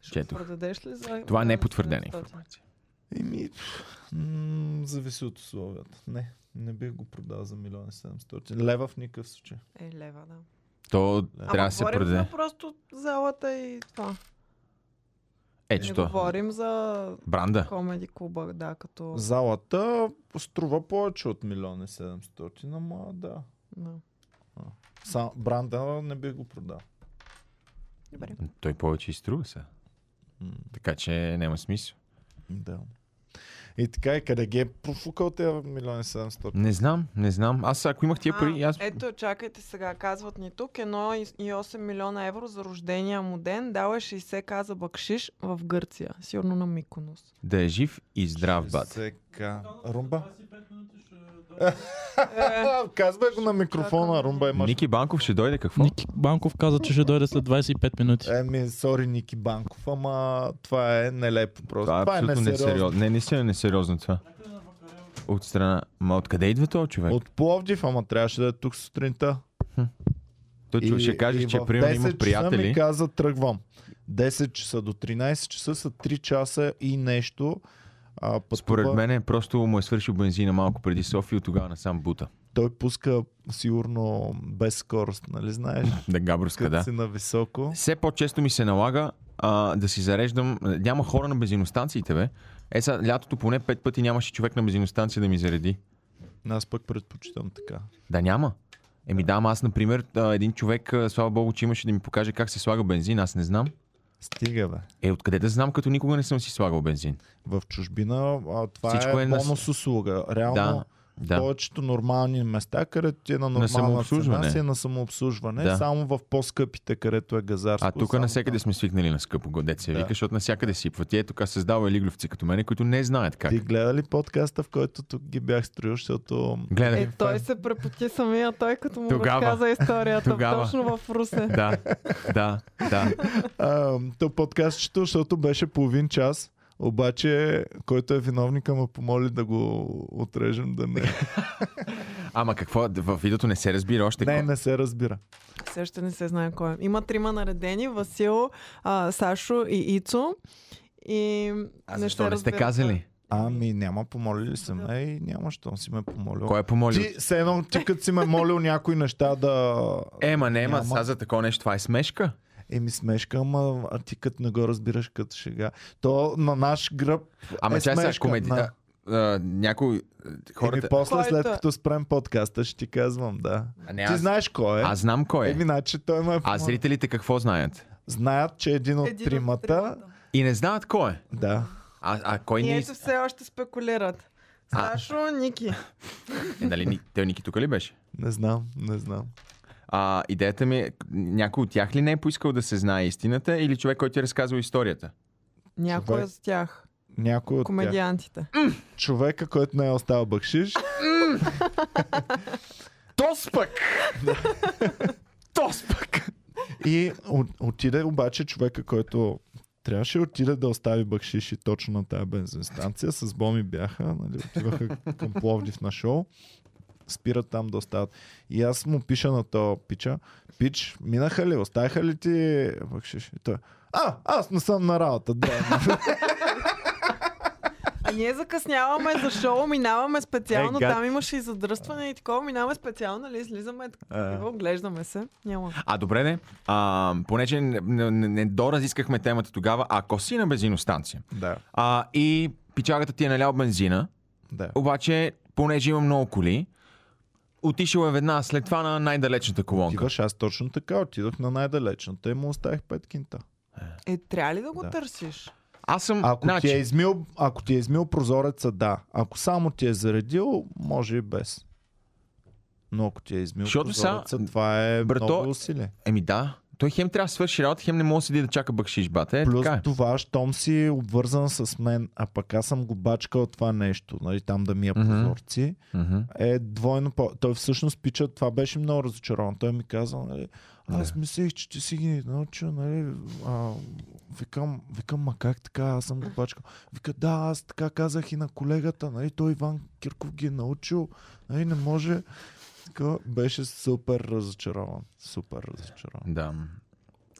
Четох.
Продадеш ли за...
Това не е
за
потвърдена
700?
информация.
Еми, пф, м, зависи от условията. Не, не бих го продал за милион и 700. Лева в никакъв случай.
Е, лева, да.
То
Ама
трябва да се
говорим
продаде.
за просто залата и това.
Е,
Не
че то.
говорим за
Бранда.
комеди клуба, да, като...
Залата струва повече от милион и 700, ама да.
Да.
Сам, бранда не бих го продал.
Добре.
Той повече изтрува сега.
М.
Така че няма смисъл.
Да. И така, и къде ги е профукал тези милиони 700?
Не знам, не знам. Аз ако имах тия пари,
А,
аз...
Ето, чакайте сега, казват ни тук 1,8 милиона евро за рождения му ден, дал е 60 каза бакшиш в Гърция, сигурно на Миконос.
Да е жив и здрав, бат.
Сека. Румба?
Е,
Казвай го на микрофона, Румба имаш.
Ники Банков ще дойде какво?
Ники Банков каза, че ще дойде след 25 минути.
Еми, сори, Ники Банков, ама това е нелепо просто.
Това е абсолютно несериозно. Не, наистина е несериозно това. От страна. Ма откъде идва този човек? От...
От Пловдив, ама трябваше да е тук сутринта.
Той човек ще каже, че
в
примерно
10
има
часа ми
приятели.
каза, тръгвам. 10 часа до 13 часа са 3 часа и нещо. А, пътува,
Според мен е просто му е свършил бензина малко преди София и от тогава насам бута.
Той пуска сигурно без скорост, нали знаеш?
Да, габруска,
Като
да.
си на високо.
Все по-често ми се налага а, да си зареждам. Няма хора на бензиностанциите, бе. Е, сега лятото поне пет пъти нямаше човек на бензиностанция да ми зареди.
Аз пък предпочитам така.
Да няма. Еми да, ама аз, например, а, един човек, а, слава богу, че имаше да ми покаже как се слага бензин, аз не знам.
Стига, бе.
Е, откъде да знам, като никога не съм си слагал бензин?
В чужбина а, това
Всичко
е,
е
е
на-
бонус услуга. Реално е
Да,
да.
да.
повечето нормални места, където ти е на нормална
самообслужване.
цена, си е на самообслужване. Да.
Да.
Само в по-скъпите, където е газарско.
А тук
само
насякъде
там.
сме свикнали на скъпо годец, се
Да.
вика, защото насякъде сипват. И ето тук създава елигловци като мене, които не знаят как.
Ти гледа ли подкаста, в който тук ги бях строил, защото...
Гледай.
е, той се препоти самия, той като му
Тогава.
разказа историята
Тогава.
точно в Русе.
Да, да, да.
А, то подкастчето, защото беше половин час. Обаче, който е виновника, ме помоли да го отрежем, да не.
Ама какво, в видеото не се разбира още.
не,
какво.
не се разбира.
Все още не се знае кой е. Има трима наредени, Васил, а, Сашо и Ицо. И
А защо не сте
разбира-
казали?
Ами няма, помолили ли са ме и няма, щом си ме помолил.
Кой е помолил?
Ти, все едно, ти като си ме молил някои неща да...
Ема, Е, не, ема,
Няма.
сега за такова нещо, това е смешка.
Еми смешка, ама а ти като не го разбираш като шега. То на наш гръб
Ама
е
тя сега
смешка,
комедита. а, Някой...
Хората...
Хората...
Еми после
Кой е
след
той?
като спрем подкаста ще ти казвам, да.
А, не,
ти
аз,
знаеш кой е.
аз знам кой е.
Еми, значи той ме е
А
помолил.
зрителите какво знаят?
Знаят, че е един от
Един
тримата...
И не знаят кой е.
Да.
А, а кой
И
ни...
ето все още спекулират.
А.
Сашо, Ники.
Е, нали, ни- той Ники тук ли беше?
Не знам, не знам.
А, идеята ми е, някой от тях ли не е поискал да се знае истината или човек, който е разказал историята?
Някой
Човек.
от тях.
Някой от тях.
Комедиантите.
Човека, който не е остава бъкшиш.
Тос пък! Тос пък!
И от- отиде обаче човека, който трябваше да отиде да остави бакшиши точно на тази бензинстанция. С боми бяха, нали, отиваха към Пловдив на шоу. Спират там да остават. И аз му пиша на то пича. Пич, минаха ли, оставиха ли ти бакшиши? И Той, а, аз не съм на работа. Да,
А ние закъсняваме за шоу, минаваме специално.
Е, гад.
Там имаше и задръстване и такова. Минаваме специално, нали? Излизаме, такива, оглеждаме се. Няма.
А, добре не. А, понеже не, не, не, не доразискахме темата тогава, ако си на бензиностанция
да,
а, и пичагата ти е налял бензина,
да.
обаче, понеже има много коли, отишъл е веднага след това на най-далечната колонка.
Отиваш, аз точно така отидох на най-далечната и му оставих 5 кинта.
Е, трябва ли да го
Да.
търсиш?
Аз съм...
Ако, значи... ти е
значи,
измил, ако ти е измил прозореца, да. Ако само ти е заредил, може и без. Но ако ти е измил
Защото са-
прозореца, това е
Брато-
много усилие.
Еми да, той хем трябва да свърши работа, хем не може да седи да чака бъкшиш, бате. Е,
Плюс
така е.
това, щом си обвързан с мен, а пък аз съм го бачкал това нещо, нали, там да мия
Мгм.
прозорци,
Мгм.
е двойно по... Той всъщност пича, това беше много разочарован. Той ми каза, нали, аз мислех, че ти си ги научил, нали, а, викам, викам, ма как така, аз съм го бачкал. Вика, да, аз така казах и на колегата, нали, той Иван Кирков ги е научил, нали, не може. Така, беше супер разочарован. Супер разочарован.
Да.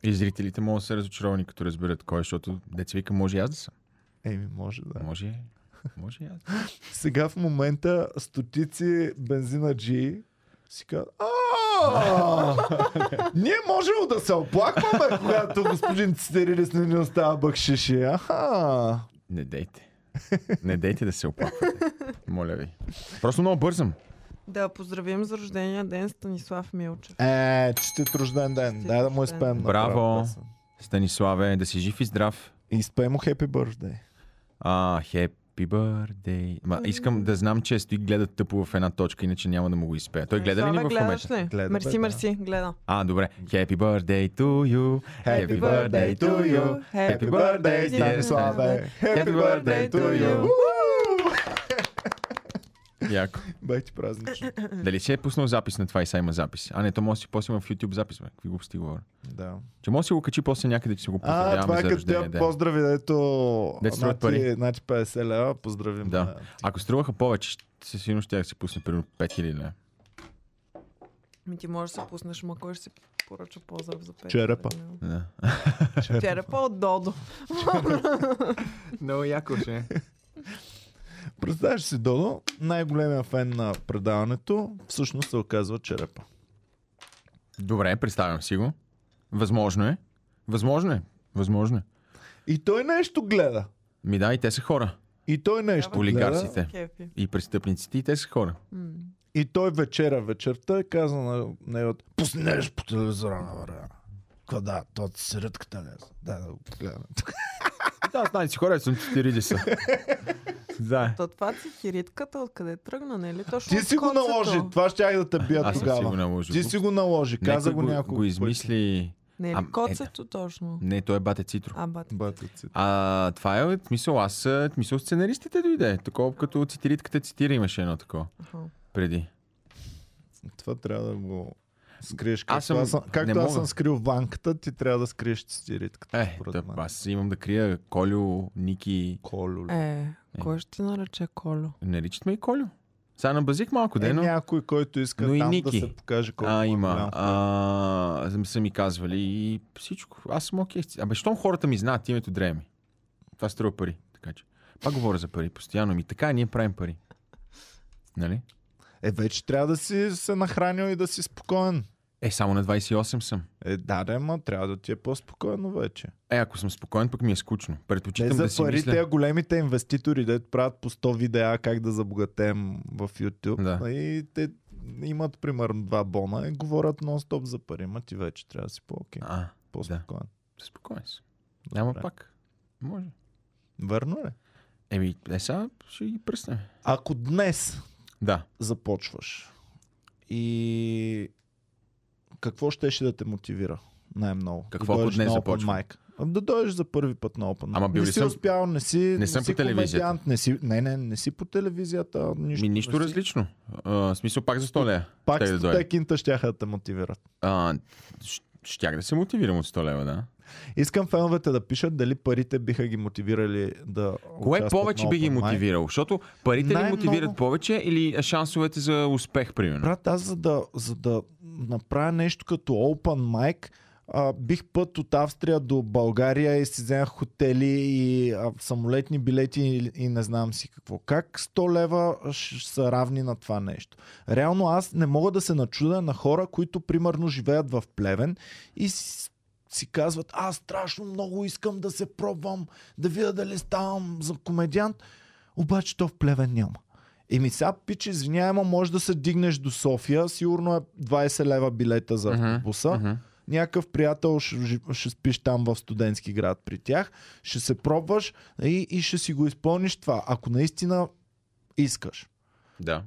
И зрителите могат да са разочаровани, като разберат кой, е, защото деца вика, може и аз да съм.
Еми, може да. е.
Може, може и аз.
Сега в момента стотици бензина G си казват, «А, ние можем да се оплакваме, когато господин Цицерилис не ни остава бъкшиши. Аха.
Не дейте. Не дейте да се оплаквате. Моля ви. Просто много бързам.
Да поздравим за рождения ден Станислав Милчев.
Е, честит рожден ден.
Честит
Дай да му
рожден
изпеем.
ден.
направо
Браво.
песен.
Станиславе, да си жив и здрав.
И изпеем му Happy Birthday.
А, happy birthday. Ма, искам да знам, че стои гледа тъпо в една точка, иначе няма да му го изпея. Той гледа ли ни
Слава,
в
гледаш
момента?
Ли?
Гледам, бе,
мерси,
да.
мерси, гледа.
А, добре. Happy birthday to you.
Happy birthday to you.
Happy birthday,
Станиславе. Happy birthday to you.
Яко.
Бай ти празничен.
Дали си е пуснал запис на това и са има запис? А не, то може да си после има в YouTube запис, бе. Какви глупости говоря.
Да.
Че може да си го качи после някъде, че си го
А, това
поздравяваме
е
за
като
рождения
тя
ден.
поздрави, дето
Дето струват пари.
нати, нати 50 лева, поздравим.
Да. Ако струваха повече, ще- със сигурност ще да си пусне примерно 5000 лева.
Ми ти можеш да се пуснеш, ма кой ще си поръча поздрав за пет.
Черепа.
Да.
Черепа от Додо.
Много яко ще. е.
Представяш си, Додо, най-големия фен на предаването, всъщност се оказва черепа.
Добре, представям си го. Възможно е. Възможно е. Възможно е.
И той нещо гледа.
Ми да, и те са хора.
И той нещо
Олигарсите.
гледа.
Кефи.
И престъпниците, и те са хора.
М.
И той вечера, вечерта каза на неговата, пусни нещо по телевизора на върна. Када, то ти си ръдката не Да, да го гледам.
Да, знай си хора, съм 40. да.
То това си хиритката, откъде тръгна, не е ли? Точно
Ти
от
си го
концето.
наложи, това щях да те бия
Аз съм си го
тогава.
наложил.
Ти си го наложи, каза го
Някой
няколко
го
пъти.
измисли.
Не
Ам, е,
ли коцето точно?
Не, той е бате Цитро.
А, бат.
Батици.
А, това е в смисъл, аз а, в смисъл сценаристите дойде. Такова като цитиритката цитира имаше едно такова
аха.
преди.
Това трябва да го скриеш.
Аз съм-
Както аз съм,
не
както аз
мога.
съм скрил ванката, ти трябва да скриеш цитиритката.
Е,
според
тъп,
мен.
аз имам да крия Колю, Ники.
Колю. ли?
Е, кой ще ти нарече Колю?
Наричат ме и Колю. Сега набазих малко, да,
Е,
но...
някой, който иска
но и
там да
Ники.
се покаже колко
А,
е
има.
голям.
А, съм- са ми казвали и всичко. Аз съм окей. Абе, щом хората ми знаят името Дреми. Това струва пари. Така че. Пак говоря за пари постоянно. Ми така, ние правим пари. Нали?
Е, вече трябва да си се нахранил и да си спокоен.
Е, само на 28 съм.
Е, да, да, ма, трябва да ти е по-спокойно вече.
Е, ако съм спокоен, пък ми е скучно.
Те
Предпочитам
за
да
да
си
пари,
мисля...
те големите инвеститори, дето правят по 100 видеа как да забогатем в YouTube.
Да.
И те имат примерно два бона и говорят нон-стоп за пари. Ма ти вече трябва да си по-окей,
А,
по-спокоен.
спокоен съм. Няма
Добре.
пак. Може.
Верно ли?
Еми, е сега ще ги пръснем.
Ако днес
Да.
започваш и какво ще ще да те мотивира най-много?
Какво,
да
ако
дойдеш
днес
на Open
започвам?
Mic. А, Да дойдеш за първи път на Open. Mic.
Ама бил
не
ли
си
съм-
успял, не си
Не съм
си
по телевизията.
комедиант, Не, си, не, не, не си по телевизията. Нищо,
Нищо, ми, нищо
не си.
различно. А, в смисъл пак за 100 лева.
Пак
Щях да дойда.
с кинта ще да те мотивират.
А, щ- щях да се мотивирам от 100 лева, да.
Искам феновете да пишат дали парите биха ги мотивирали да
Кое
участват
повече
на
би ги
Open Mic.
мотивирало? Защото парите ли
Най-много-
мотивират повече или шансовете за успех, примерно?
Брат, аз за да, за да направя нещо като Open Mic, а, бих път от Австрия до България и си вземах хотели и а, самолетни билети и, и не знам си какво. Как 100 лева ще ще са равни на това нещо? Реално аз не мога да се начудя на хора, които примерно живеят в Плевен и с- си казват, аз страшно много искам да се пробвам, да видя дали ставам за комедиант, обаче то в Плевен няма. Еми сега, пич, извиняй, ама може да се дигнеш до София, сигурно е 20 лева билета за
Мгм,
автобуса.
мгм.
Някакъв приятел ще, жи- ще спиш там в студентски град при тях, ще се пробваш и, и ще си го изпълниш това, ако наистина искаш.
Да.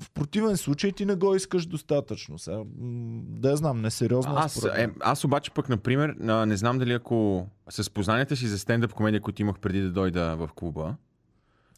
В противен случай ти не го искаш достатъчно. Сега, м, да я знам, несериозно.
Аз,
според
е,
мен.
аз обаче пък, например, а, не знам дали ако с познанията си за стендъп комедия, които имах преди да дойда в клуба,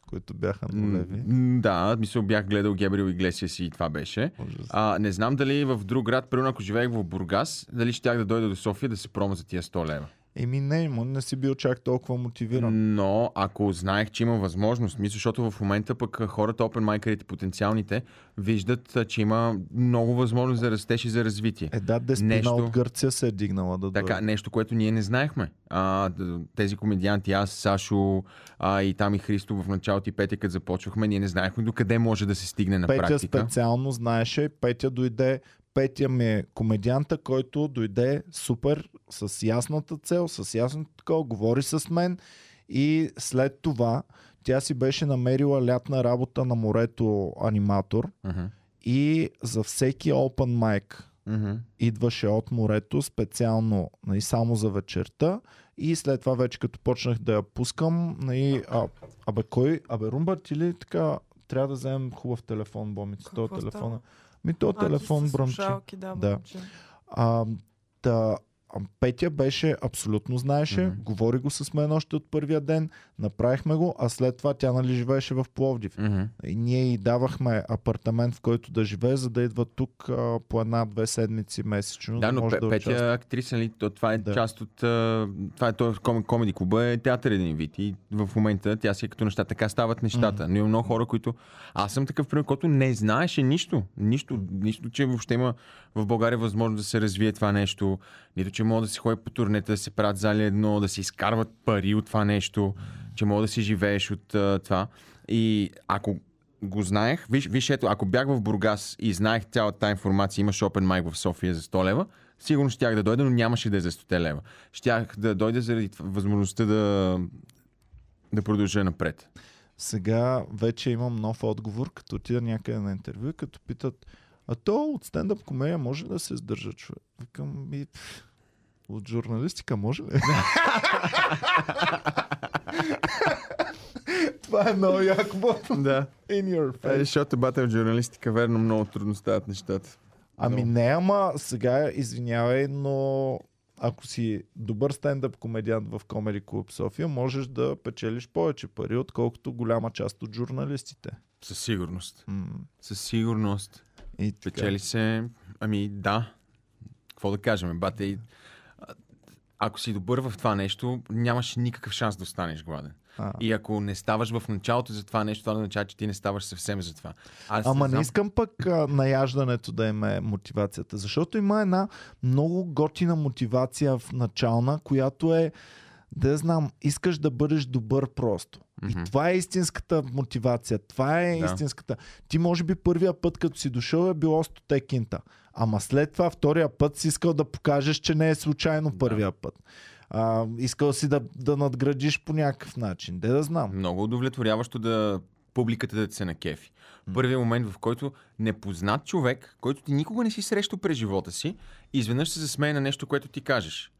които бяха
м,
нулеви.
м, да, мисъл бях гледал Гебрил и Глесия си и това беше.
Ужас.
А, не знам дали в друг град, примерно ако живеех в Бургас, дали щях да дойда до София да се прома за тия 100 лева.
Еми не, му не си бил чак толкова мотивиран.
Но ако знаех, че има възможност, мисля, защото в момента пък хората, open майкерите потенциалните, виждат, а, че има много възможност за растеж и за развитие.
Е, да, Деспина
Нещо.
от Гърция се е дигнала да
Така,
дойде.
нещо, което ние не знаехме. А, д- тези комедианти, аз, Сашо а, и там и Христо в началото и Петя, като започвахме, ние не знаехме докъде може да се стигне на
Петя
практика.
специално знаеше, Петя дойде, Петя ми е комедианта, който дойде супер, с ясната цел, с ясното такова, говори с мен и след това тя си беше намерила лятна работа на морето аниматор
Мгм.
и за всеки open mic
Мгм.
идваше от морето специално и само за вечерта. И след това вече като почнах да я пускам, и, а, абе кой, абе Румба, ти ли така, трябва да вземем хубав телефон, Бомици, то
Какво
телефона.
става?
Ми то телефон
а, ти с
бръмчи.
слушалки, да,
Да.
бръмчи.
А, та, а, Петя беше абсолютно знаеше,
Мгм.
mm-hmm. говори го с мен още от първия ден, направихме го, а след това тя нали живееше в Пловдив.
Мгм.
И ние й давахме апартамент, в който да живее, за да идва тук а, по една-две седмици месечно.
Да, но
може
Пе-
да
Петя
участва.
е актриса, нали? То, това е
Да.
да. част от... а, Това е той ком, комеди клуба, е театър един вид. И в момента тя си е като неща. Така стават нещата. Но има много хора, които... Аз съм такъв пример, който не знаеше нищо. Нищо, нищо, че въобще има в България възможност да се развие това нещо. Нито, че мога да се ходи по турнета, да се правят зали едно, да се изкарват пари от това нещо. Че мога да си живееш от а, това. И ако го знаех. Виж, виж, ето, ако бях в Бургас и знаех цялата тази информация, имаш Open Mic в София за 100 лева, сигурно щях да дойда, но нямаше да е за 100 лева. Щях да дойда заради това- възможността да, да продължа напред.
Сега вече имам нов отговор, като отида някъде на интервю, и като питат, а то от стендъп комедия може ли да се издържа човек? Викам, ми, пф, от журналистика може ли? Това е много яко. бот.
Да. е,
In your face.
Защото бата в журналистика, верно, много трудно стават нещата.
Ами не, ама сега, извинявай, но ако си добър стендъп комедиант в Comedy Club София, можеш да печелиш повече пари, отколкото голяма част от журналистите.
Със сигурност.
М,
Със сигурност.
И така.
Печели се. Ами да. Какво да кажем, бате? и- а- Ако си добър в това нещо, нямаш никакъв шанс да останеш гладен.
А.
И ако не ставаш в началото за това нещо, това не означава, че ти не ставаш съвсем за това. Аз
Ама
знам-
не искам пък а, наяждането да им е мотивацията, защото има една много готина мотивация в начална, която е да знам, искаш да бъдеш добър просто.
Мгм.
И това е истинската мотивация. Това е
Да.
да. истинската. Ти може би първия път, като си дошъл, е било 100 кинта. Ама след това втория път си искал да покажеш, че не е случайно
Да.
първия път. А, искал си да, да надградиш по някакъв начин. Де да знам.
Много удовлетворяващо да публиката да ти се накефи. Първият момент, в който непознат човек, който ти никога не си срещал през живота си, изведнъж се засмее на нещо, което ти кажеш.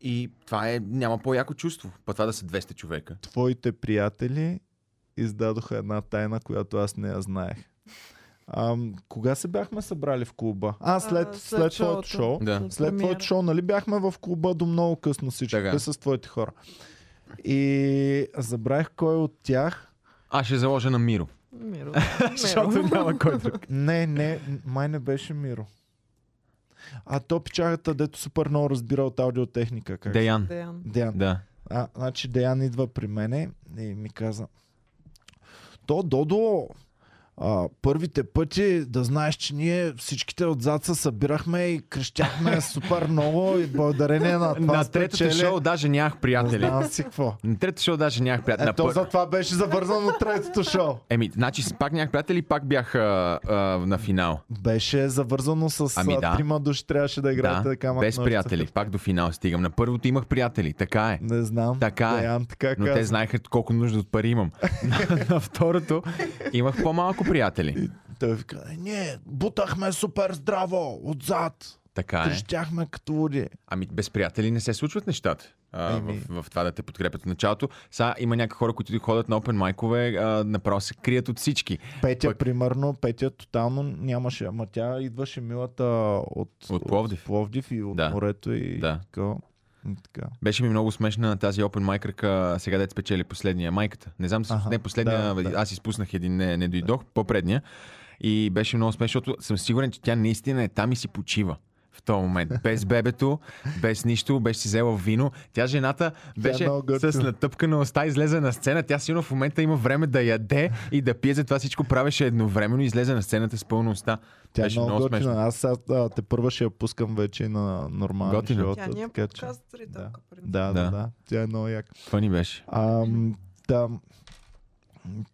И това е, няма по-яко чувство. Па това да са 200 човека.
твоите приятели издадоха една тайна, която аз не я знаех. А, кога се бяхме събрали в клуба? А, след,
А,
а, след, след
шоуто.
твоето шоу.
Да.
След твоето
премиера.
шоу, нали бяхме в клуба до много късно всички
Така.
така. с твоите хора. И забравих кой от тях.
Аз ще заложа на Миро.
Миро.
Защото
Миро.
няма кой друг.
Не, не, май не беше Миро. А то печагата, дето супер много разбира от аудиотехника. Как?
Деян.
Деян.
Деян.
Да.
А, значи Деян идва при мене и ми каза То, Додо, а, първите пъти да знаеш, че ние всичките отзад се събирахме и крещяхме супер много и благодарение на това
На третото
спечели-
шоу даже нямах
Не
приятели.
знам си какво.
На трето шоу даже нямах приятели. нали? На
Ето
пър-
за това беше завързано третото шоу.
Еми, значи с- пак нямах приятели, пак бях а, а, на финал.
Беше завързано с
Ами
а,
да.
трима души, трябваше да играете
да,
камък
без
ножица,
приятели.
хартия.
Пак до финал стигам. На първото имах приятели, така е.
Не знам.
Така е.
Деян, така
Но те
каза.
знаеха колко нужда от пари имам. На, на второто имах по-малко приятели.
Той вика, «Е, ние бутахме супер здраво отзад.
Така е.
Крещяхме като луди.
Ами без приятели не се случват нещата. А,
Еми.
в, в това да те подкрепят в началото. Сега има някакви хора, които ходят на Open майкове, направо се крият от всички.
Петя, Пък...
Пък-
примерно, Петя тотално нямаше, ама тя идваше милата от,
От Пловдив.
от Пловдив и от
Да.
морето и
Да.
така. И така.
Беше ми много смешна тази Open майкърка, сега да спечели последния майката. Не знам,
Аха,
не последния, нали,
да, да.
аз изпуснах един, не, не дойдох, по-предния. И беше много смешно, защото съм сигурен, че тя наистина е там и си почива в този момент. Без бебето, без нищо, беше си взела вино. Тя жената беше
много
с
гърчива.
натъпкана уста, излезе на сцена. Тя сигурно в момента има време да яде и да пие, затова всичко правеше едновременно. Излезе на сцената с пълна уста.
Тя
беше
е много
смешно.
готина. Аз сега а, те първа ще я пускам вече и на нормални
Готина.
живота.
Тя ни е
така че-
подкаст зрителка. принцип.
Да,
Да.
да, да. Тя е много яка.
Това ни беше.
Ам, да.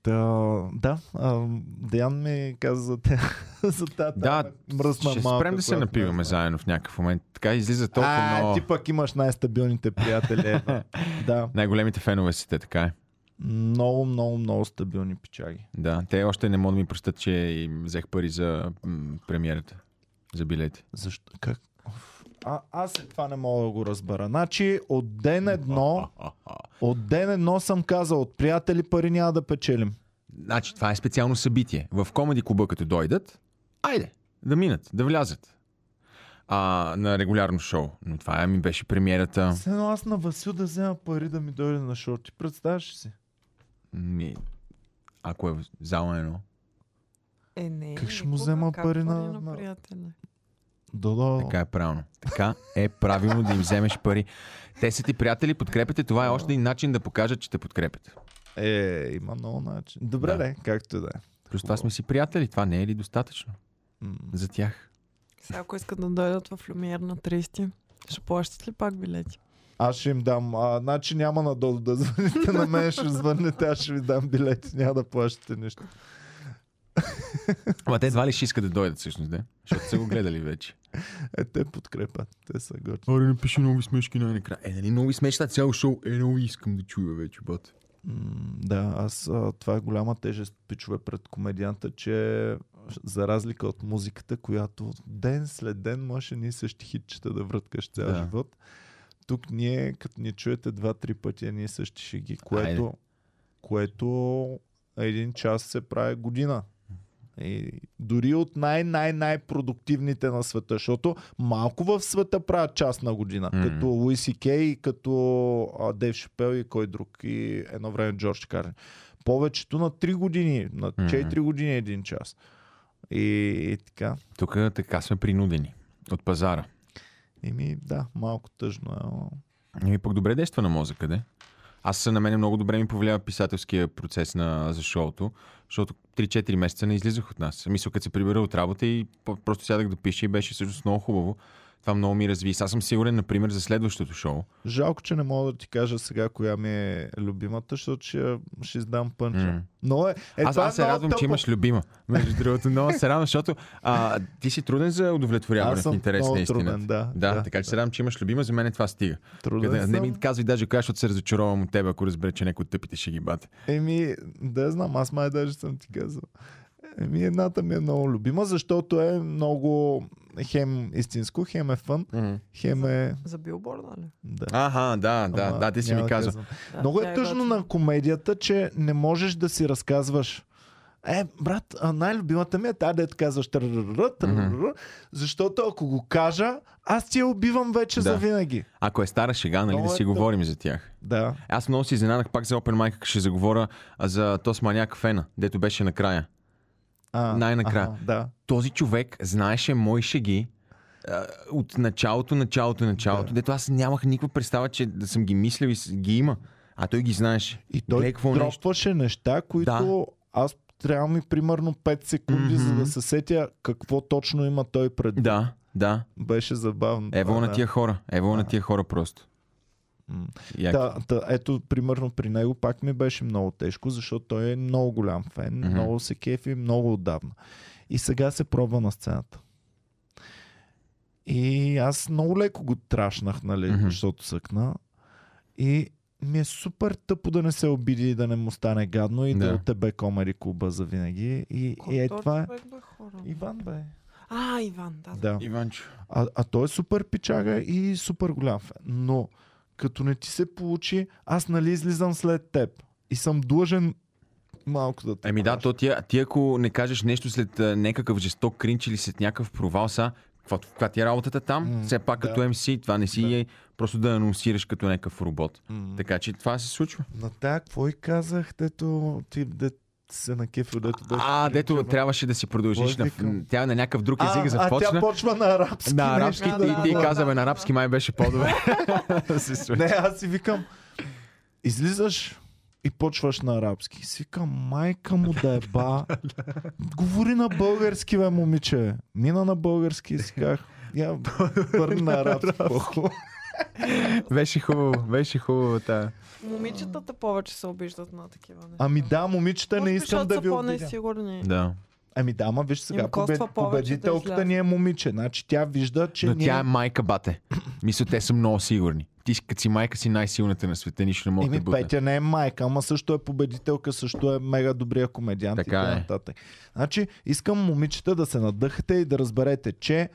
Да, да ам, Деян ми каза за, те, за тази
Да,
мръсна
Ще
малка.
спрем да се
която
напиваме
не знам.
заедно в някакъв момент. Така излиза толкова
А,
много.
ти пък имаш най-стабилните приятели. ева. да.
Най-големите фенове си те, така е.
Много, много, много стабилни печаги.
Да, те още не могат да ми простят, че им взех пари за м- премиерата. За билети.
Защо? Как? Оф. А, аз това не мога да го разбера. Значи от ден едно, от ден едно съм казал, от приятели пари няма да печелим.
Значи, това е специално събитие. В Комеди Куба, като дойдат, айде, да минат, да влязат. А, на регулярно шоу. Но това ми беше премиерата.
Все едно аз на Васил да взема пари да ми дойде на шоу. Ти представяш ли си?
Ми, ако е в зала едно.
Е, не.
Как ще му
никога.
взема
Как
пари
пари
на-
на
на-
приятеля?
Додо.
Така е правилно. Така е правилно да им вземеш пари. Те са ти приятели, подкрепяте. Това е още един начин да покажат, че те подкрепят.
Е, има много начин. Добре,
Да.
да. де, както и да е.
Плюс това сме си приятели. Това не е ли достатъчно
М.
за тях?
Сега, ако искат да дойдат в Люмиер на 30, ще плащат ли пак билети?
Аз ще им дам. А, значи няма надолу да звъните на мен, ще звънете, аз ще ви дам билети, няма да плащате нищо.
Ама те едва ли ще искат да дойдат всъщност, не? Защото са го гледали вече.
Е, те подкрепят. Те са готини.
Аре, напиши нови смешки най-накрая. Е, нали нови смешки, цяло шоу. Е, нови искам да чуя вече, бат.
М, Да, аз а, това е голяма тежест, пичове, пред комедианта, че за разлика от музиката, която ден след ден можеш ни същи хитчета да връткаш цял
Да.
да. живот. Тук ние, като ни чуете два-три пъти, ние същи шеги,
Айде.
което, което един час се прави година. И дори от най-най-най-продуктивните на света, защото малко в света правят час на година.
Мгм.
Mm. Като Луис и Кей, като а, Дейв Шапел и кой друг. И едно време Джордж Карлин. Повечето на 3 години, на
Мгм.
4 години един час. И, и така.
Тук така сме принудени. От пазара.
Еми, да, малко тъжно е. но-
И Ами пък добре действа на мозъка, де? Аз на мен много добре ми повлия писателския процес на, за шоуто, защото 3-4 месеца не излизах от нас. Мисля, като се прибера от работа и по- просто сядах да пиша и беше всъщност много хубаво. Това много ми разви. Аз съм сигурен, например, за следващото шоу.
Жалко, че не мога да ти кажа сега коя ми е любимата, защото ще, я- ще издам пънча.
М.
Но е, е
Аз,
това
аз
е
се
много
радвам,
тъпо.
че имаш любима. Между другото, много се радвам, защото а, ти си труден за удовлетворяване
Аз
в
съм
интерес
много
на истината.
труден, да.
Да, така че се радвам, че имаш любима, за мен е това стига.
Труден
Къде, не
съм.
ми казвай даже коя, защото се разочаровам от теб, ако разбере, че някой от тъпите ще ги бате.
Еми, да я знам, аз май даже съм ти казал. Еми, едната ми е много любима, защото е много хем истинско, хем е фън, хем е...
За билборда ли?
Да.
Аха, да, да,
Ама
да, ти си
няма да
ми каза.
казвам.
Да,
Много
тя
е тъжно
готина.
на комедията, че не можеш да си разказваш. Е, брат, а най-любимата ми е тази, дето казваш «трърърърър», «трърърърър», защото ако го кажа, аз ти я убивам вече
Да.
за винаги.
Ако е стара шега, нали
Много
да
е
си
тъпо.
говорим за тях.
Да.
Аз много се изненадах пак за Open Mic, ще заговоря а, за Тосманяк Фена, дето беше накрая.
А,
Най-накрая.
аха, да.
Този човек знаеше мои шеги а, от началото, началото, началото,
Да.
дето аз нямах никаква представа, че да съм ги мислил и с- ги има. А той ги знаеше.
И той
Гледай какво нещо.
дропваше неща, които аз трябва ми примерно 5 секунди, mm-hmm. за
Мгм.
да се сетя какво точно има той пред.
Да, да.
Беше забавно.
Ево
това,
на
да.
тия хора. Ево на
Да.
тия хора просто.
М.
Яки.
Да, да, ето, примерно при него пак ми беше много тежко, защото той е много голям фен,
Мгм.
mm-hmm. много се кефи, много отдавна. И сега се пробва на сцената. И аз много леко го трашнах, нали,
Мгм.
mm-hmm. защото съкна. И ми е супер тъпо да не се обиди и да не му стане гадно и да,
Да.
да от тебе комери клуба за винаги. И, и е
Кой този
това е.
човек бе, хора?
Иван бе.
А, Иван, да. да.
Да.
Иванчо.
А, а той е супер пичага и супер голям фен. Но като не ти се получи, аз нали излизам след теб. И съм длъжен малко да те
Еми да,
кажа.
то ти, ти ако не кажеш нещо след а, някакъв жесток кринч или след някакъв провал са, каква, каква ти е работата там?
М,
Все пак
да.
като MC, това не си
Да.
е просто да анонсираш като някакъв робот.
М.
Така че това се случва.
На тая, какво и казах, дето ти де, се накефил, дето беше.
А, дето
кринчева?
трябваше да си продължиш.
Кой
На,
викам?
тя на някакъв друг език
а, а тя
започна.
почва на арабски.
На
нещо.
арабски
Да,
ти,
да,
ти
да,
каза,
да,
бе, на
да.
арабски май беше по-добре. Да се случи.
Не, аз си викам, излизаш и почваш на арабски. Си викам, майка му да е ба. Говори на български, бе, момиче. Мина на български и си казах, я върни на арабски. по-хубаво.
Беше хубаво, беше хубаво тая.
Момичетата повече се обиждат на такива неща.
Ами да, момичета, не
Може би,
искам
защото
да
са
ви обидя.
по-несигурни.
Да.
Ами да, ама виж сега,
Им коства
побед...
повече да
победителката
излязат.
ни е момиче. Значи тя вижда, че
Но
ние...
тя е майка, бате. Мисля, те са много сигурни. Ти си- като си майка си най-силната на света, нищо не може да
Еми,
бъде.
Петя не е майка, ама също е победителка, също е мега добрия комедиант
Така
и
е.
така нататък. Значи, искам момичета да се надъхате и да разберете, че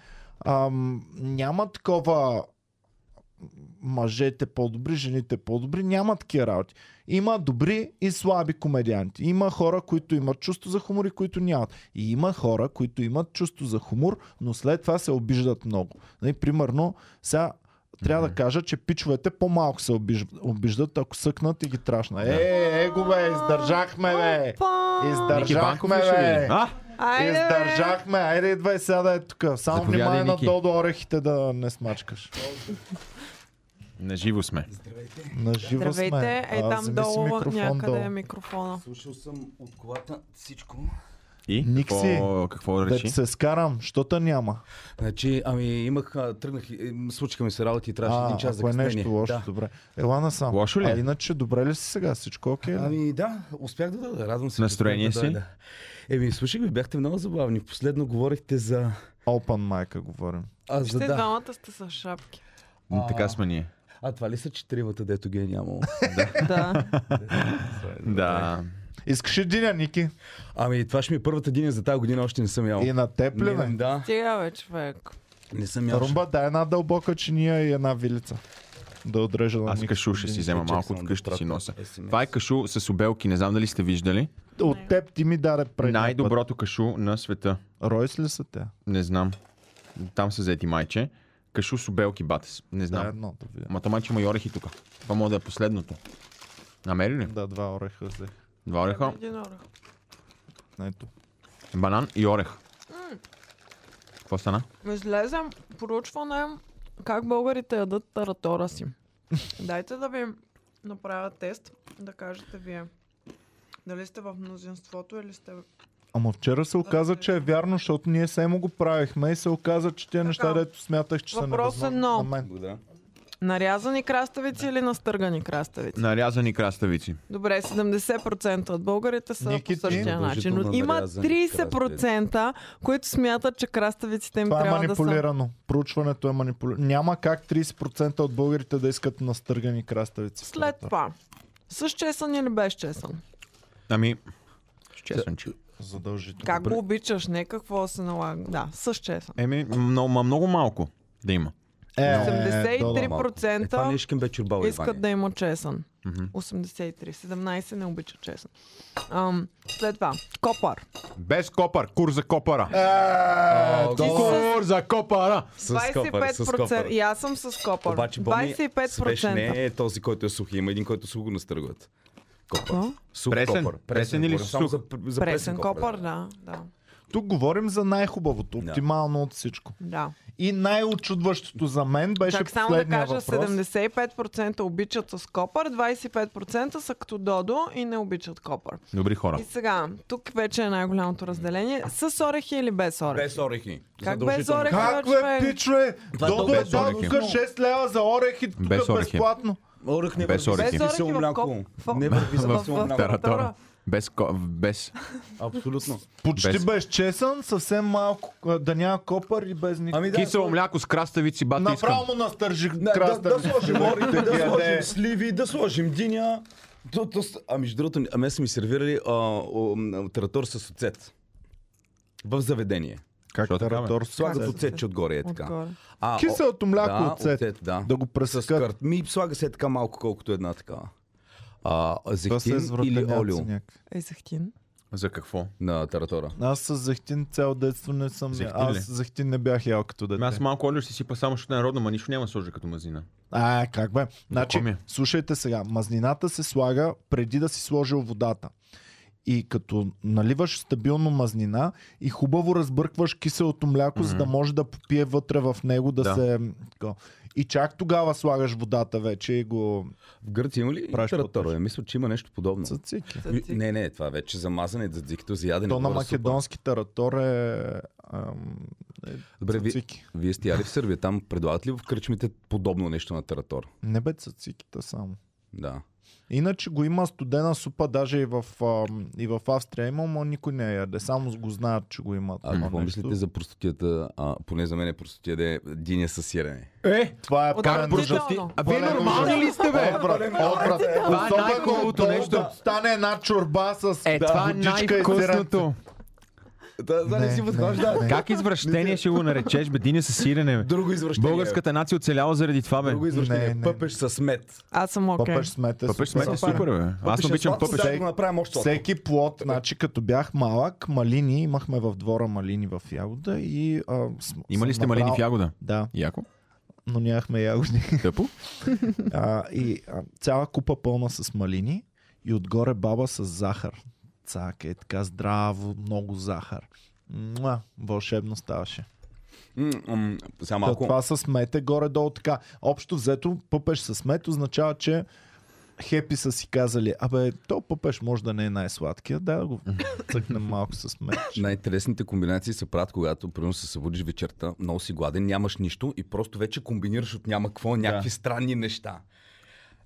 ам, няма такова мъжете по-добри, жените по-добри, няма такива работи. Има добри и слаби комедианти. Има хора, които имат чувство за хумор и които нямат. И има хора, които имат чувство за хумор, но след това се обиждат много. Нали, примерно, сега трябва да кажа, че пичовете по-малко се обиж- обиждат, ако съкнат и ги трашна. Е, е, го бе, издържахме, бе!
Па!
Ники Банков
Издържахме,
ли е? ще
бе!
види? А?
Айде, бе!
Издържахме, айде идвай сега да е тук. Само
Заповядай,
внимание на
Ники.
Додо орехите да не смачкаш.
На живо сме.
На живо сме.
Здравейте, е
А,
там
вземи си
долу
микрофон
някъде
долу.
е микрофона.
Слушал съм от колата всичко.
И?
Никси.
Какво, какво
Да
речи?
ти се скарам, щота няма.
Значи, ами имах, а, тръгнах, и- е, м, случиха ми се работи и трябваше един
А,
час
ако е
закъснение.
нещо лошо,
Да.
добре. Ела насам.
Лошо ли е?
А иначе, добре ли си сега? Всичко окей ли?
Ами да, успях да дойда. Радвам се. че
Настроение
успях да
си?
дойда. Еми, слушах ви, бяхте много забавни. Последно говорихте за...
Open mic говорим.
А, за
Ще
да.
двамата сте с шапки.
М, Така сме ние.
а това ли са четиримата, дето ги е нямало?
Да.
Да.
Искаш един, Ники?
ами, това ще ми е първата диня за тази година, още не съм ял.
И е на теб ли, бе?
Не, да,
Стига бе, човек.
не съм ял.
Румба, дай една дълбока чиния и една вилица. Да отрежа на
Аз
Ники.
кашу ще си
е,
взема
Чакай
малко
само
от
да
къщи си
пратя
носа.
SMS.
Това е кашу с обелки, не знам дали сте виждали.
От теб ти ми даде преди. път.
Най-доброто кашу на света.
Ройс ли са те?
Не знам. Там са взети майче. Кашу с обелки, батес. Не
Да,
знам.
едно да видя.
Ма то майче има и орехи тук. Това може да е последното. Намери ли?
Да, два ореха взех.
Два ореха,
Един орех.
Ето.
банан и орех. Какво стана?
Излезе проучване как българите ядат таратора си. Дайте да ви направя тест, да кажете вие дали сте в мнозинството или сте
Ама вчера се оказа, че е вярно, защото ние само го правихме и се оказа, че тия неща, дето смятах, че са
Въпрос е
невъзможни
нов.
на мен.
Благодаря.
Нарязани краставици или настъргани краставици?
Нарязани краставици.
Добре, 70% от българите са
Ники, ти?
по същия начин. Но
Задължително
има
нарязани
30%, които смятат, че краставиците им
Това е
трябва да са...
манипулирано. Проучването е манипулирано. Няма как 30% от българите да искат настъргани краставици.
След това. С чесън или без чесън?
Ами, честен, че.
Задължително.
Как го обичаш, не какво се налага. Да, с чесън.
Еми, много, ма- много малко да има.
Е, долу малко.
83%
Е, това не е шкембе чурбал,
искат да има чесън. 83. 17 не обича чесън. Ам, след това. Копър.
Без копър. Кур за копъра.
Е,
Ти
долу.
с-
Кур за копъра.
С копър, с
25%.
копър.
И аз съм с копър.
Обаче Боми
25%.
свеж не е този, който е сух. Има един, който сух го настъргват. Копър.
Какво?
Сух
Пресен.
копър.
Пресен или
говоря. Само
сух?
За, за
Пресен копър, да. да.
Тук говорим за най-хубавото, оптимално от всичко.
да.
И най-очудващото за мен беше
Чак само да
последния
кажа,
въпрос.
75% обичат с копър, 25% са като Додо и не обичат копър.
Добри хора.
И сега, тук вече е най-голямото разделение. С орехи или без орехи?
Без орехи.
Как без
Задължително.
орехи?
Как е,
човек?
пичове?
Това
Додо е
без
дал
орехи.
тук 6 лева за орех и тук
Без
е
орехи.
безплатно.
Орех не
Без
върви
орехи.
за
Без
кисело
орехи в
мляко.
коп-
Не върви за
в-
кисело
в-
мляко.
Таратора. Без, ко... без...
Абсолютно.
Почти без,
Без.
чесън, съвсем малко, а, да няма копър и без никакво.
Ами да,
Кисело мляко с краставици, бати искам.
Направо му настържих
Да, да,
краста.
да сложим орех, да,
яде.
сложим сливи, да сложим диня. То, то, с- а между другото, ами са ми сервирали а, о, м, таратор с оцет. В заведение.
Как
Що така, бе?
таратор
Слагат
с-
оцетче отгоре, е така.
Отгоре.
А,
Киселото мляко
да,
оцет.
да.
Да го
С
пресъскат.
кърт. Ми слага се така малко, колкото една такава. А,
Това се
зехтин или
извратеняци
олио
някак.
Е, захтин.
За какво?
на таратора.
Аз с зехтин цял детство не съм.
Зехтин ли?
Аз зехтин не бях ял като дете.
Ами Аз малко олио ще сипа само, защото е народно, ма нищо няма да сложа като мазнина.
А, как бе? Значи,
ми е?
слушайте сега. Мазнината се слага преди да си сложил водата. И като наливаш стабилно мазнина и хубаво разбъркваш киселото мляко, mm-hmm. за да може да попие вътре в него да, да.
Да.
се... тако. И чак тогава слагаш водата вече и го...
В Гърция има ли
Правиш
таратора?
по-точно.
Я мисля, че има нещо подобно.
Цацики.
Ми, Не, не, това вече за мазане, за дзикито, за ядене.
То на
говоря супа.
македонски таратор е... Ам, е
Добре, ви-
цацики.
Вие сте яли в Сърбия, там предлагат ли в кръчмите подобно нещо на таратор?
Не бе цациките само.
Да.
Иначе го има студена супа, даже и в, ам, и в Австрия има, но никой не я яде. Само го знаят, че го има.
А
това
какво
нещо.
мислите за простотията, а, поне за мен е простотия да е диня с сирене?
Е!
Това е
Отвратително.
пълен ужас.
Отвратително.
А вие
Пълен
нормални
ужас.
ли сте, бе?
Отврат, отврат.
Това е
Особено
най-хубавото
долу
нещо.
да Стане една чорба с
Е,
да,
това е
водичка и сирене.
най-вкусното.
Да, да,
Не,
не си
не,
подхожда.
не.
Как извращение ще го наречеш, бе? Диня с сирене, бе.
Друго извращение.
Българската нация оцеляла заради това, бе.
Друго
Не,
извращение.
не.
Пъпеш с мед.
Аз съм окей.
Пъпеш смете.
Пъпеш
супер.
смете супер, бе. Аз не обичам
пъпеш. е
пъпеш.
сладко, сега го направим още сладко.
Всеки плод, значи като бях малък, малини, имахме в двора малини в ягода и... А, с,
Има ли
съм
сте малини
направил-
в ягода?
Да,
Яко?
но нямахме ягоди.
Тъпо?
А, и а, цяла купа пълна с малини и отгоре баба с захар. Цак е така здраво, много захар. Муа, вълшебно ставаше.
М, м, Сега
Та,
малко.
това с мед е горе-долу така. Общо взето, пъпеш с мед означава, че хепи са си казали, абе, то пъпеш може да не е най-сладкия, дай да го цъкнем малко с мед.
Най-интересните комбинации се правят, когато примерно се събудиш вечерта, много си гладен, нямаш нищо и просто вече комбинираш от няма какво, някакви странни неща.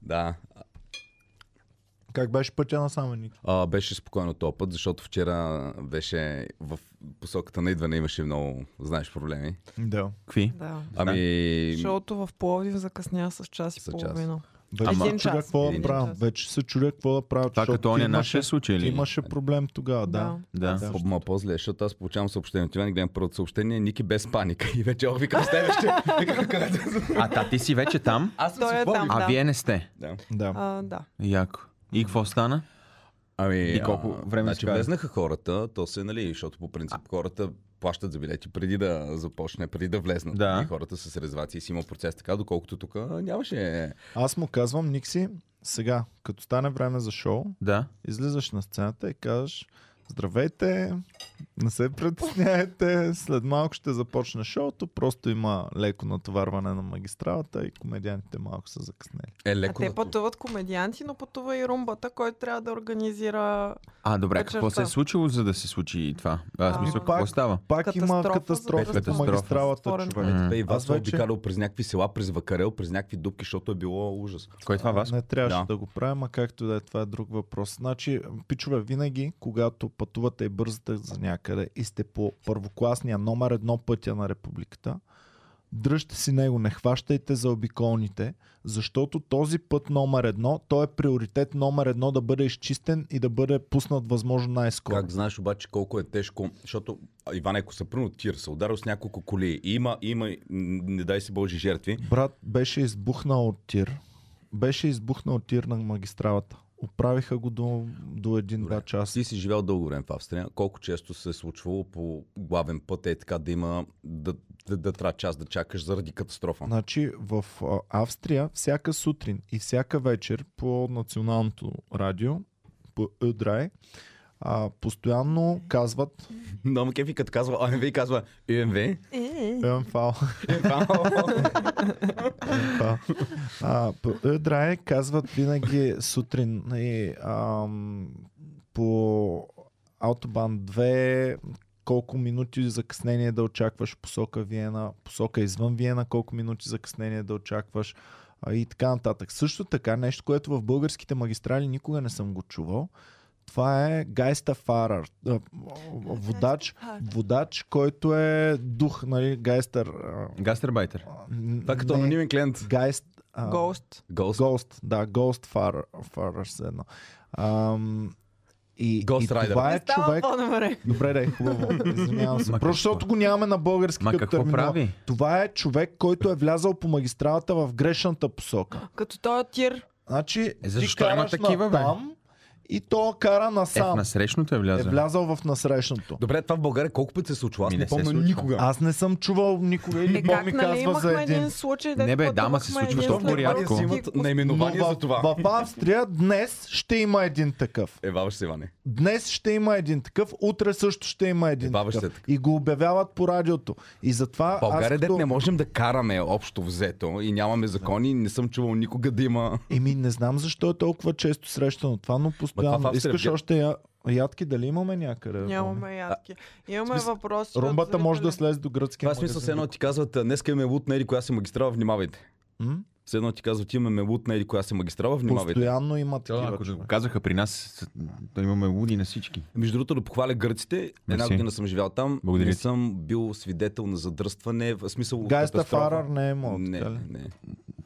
Да.
Как беше пътя на саменик?
А, беше спокойно този път, защото вчера беше в посоката на идване имаше много, знаеш, проблеми.
Да.
Какви?
Да.
Ами,
Шоуто в Пловдив закъсня с час и
С час.
половина.
Вече
Един
се чудя
час.
какво да
Един
правя.
час.
Вече се чудя какво да правя.
Това
защото
като оня
имаше-
нашия случай ли?
Имаше проблем тогава, да.
Да.
Да.
Да.
Ма по-зле, защото аз получавам съобщение от Иван, гледам първото съобщение, Ники без паника. И вече, ох, викам, сте вече.
А та ти си вече там,
Аз
Той е там.
а
Да.
вие не сте.
Да.
да.
А, да.
Яко. И какво стана?
Ами,
И колко
а,
време
значи,
изкара?
влезнаха хората, то се, нали, защото по принцип хората плащат за билети преди да започне, преди да влезнат.
Да.
И хората с резервации си има процес така, доколкото тук нямаше. е,
Аз му казвам, Никси, сега, като стане време за шоу,
Да.
излизаш на сцената и казваш, Здравейте, не се притесняйте, след малко ще започне шоуто, просто има леко натоварване на магистралата и комедиантите малко са закъснели.
Е,
А
леко.
те
да-
пътуват комедианти, но пътува и румбата, който трябва да организира
А, добре,
Вечерта.
какво се е случило, за да се случи и това? А, в
А,
смисъл,
ми
пак-
какво става?
Пак има
Катастрофа,
катастрофа,
за-
по
Катастрофа.
магистралата,
Затворен
човек.
М.
Бе, и вас
Аз
вече...
вече-
обикалял през някакви села, през Вакарел, през някакви дупки, защото е било ужас.
Кой е това вас?
Не трябваше да.
Да.
да го правим, а както и да е, това е друг въпрос. Значи, пичове, винаги, когато пътувате и бързате за някъде и сте по първокласния номер едно пътя на републиката, дръжте си него, не хващайте за обиколните, защото този път номер едно, той е приоритет номер едно да бъде изчистен и да бъде пуснат възможно най-скоро.
Как знаеш обаче колко е тежко, защото а, Иван, ако се пръвно тир, се ударил с няколко коли, и има, има, м, не дай си Божи жертви,
Брат беше избухнал от тир. Беше избухнал тир на магистралата. Оправиха го до, до един-два часа.
Ти си живял дълго време в Австрия. Колко често се е случвало по главен път е така да има да, да, да трябва час да чакаш заради катастрофа?
Значи в а, Австрия всяка сутрин и всяка вечер по националното радио, по Удрай, а, постоянно казват
Но кефи като казва ОМВ и казва ЮМВ.
Е,
МФАО. А, по Удрай казват винаги сутрин и, ам, по Аутобан 2 колко минути закъснение да очакваш посока Виена, посока извън Виена, колко минути закъснение да очакваш а, и така нататък. Също така, нещо, което в българските магистрали никога не съм го чувал, това е гайстафарър, а, водач, водач, който е дух, нали, гайстър. а,
Гастарбайтер.
а,
Това е като
не,
анонимен клиент.
Гайст... а,
Ghost.
Ghost.
Ghost, да, Ghost Farer, Farer все едно. Ам, и,
Ghost
и
Rider.
това е
Не става
човек...
по-добре.
Добре, да е хубаво. Извинявам се. Просто
Ма какво?
защото го нямаме на български
Ма
като
какво
терминал.
прави?
Това е човек, който е влязал по магистралата в грешната посока.
Като този тир.
Значи,
Е,
ти
защо има
караш
такива, бе?
там и то кара
Е, в
насам.
насрещното е
Е
влязъл.
влязал в насрещното.
Добре, това в България колко пъти се случва? Аз
Ми
не
не се
помня
случва.
никога.
Аз не съм чувал никога или
Е,
Бо
как,
ми
нали,
казва
имахме
за
един
един. е
случай, дето
Не, бе, да, ма се
пътувахме
случва
един
то в
след
Бурятко.
друг
България
и
си имат
го-
Но
наименование
в,
за това.
в Австрия днес ще има един такъв.
Еваваш се, Иване.
Днес ще има един такъв, утре също ще има един
Баба ще
такъв.
е така.
И го обявяват по радиото. И затова
България
аз
дет
като...
не можем да караме общо взето и нямаме закони, не съм чувал никога да има.
Еми, не знам защо е толкова често срещано това, но постоянно.
това в Австрия-
Искаш още я... ядки дали имаме някъде?
Нямаме ядки. Имаме
смисъл,
въпроси. от
Румбата може да
зрители.
слезе до гръцкия
Това е смисъл,
магазин.
все едно ти казват, днес имаме лут на еди коя си магистрала, внимавайте.
М?
Все едно ти казват, имаме лут на еди коя си магистрала, внимавайте.
Постоянно има
Да,
такива.
ако
е
да
човек.
го казаха при нас, с- да имаме луди на всички.
е.
Между другото, да похваля гърците. Една
Мерси.
година съм живял там.
Благодаря
не
ти.
съм бил свидетел на задръстване. В смисъл.
Гайста
катастрофа.
Фарар не е мога.
Не,
Не.
не.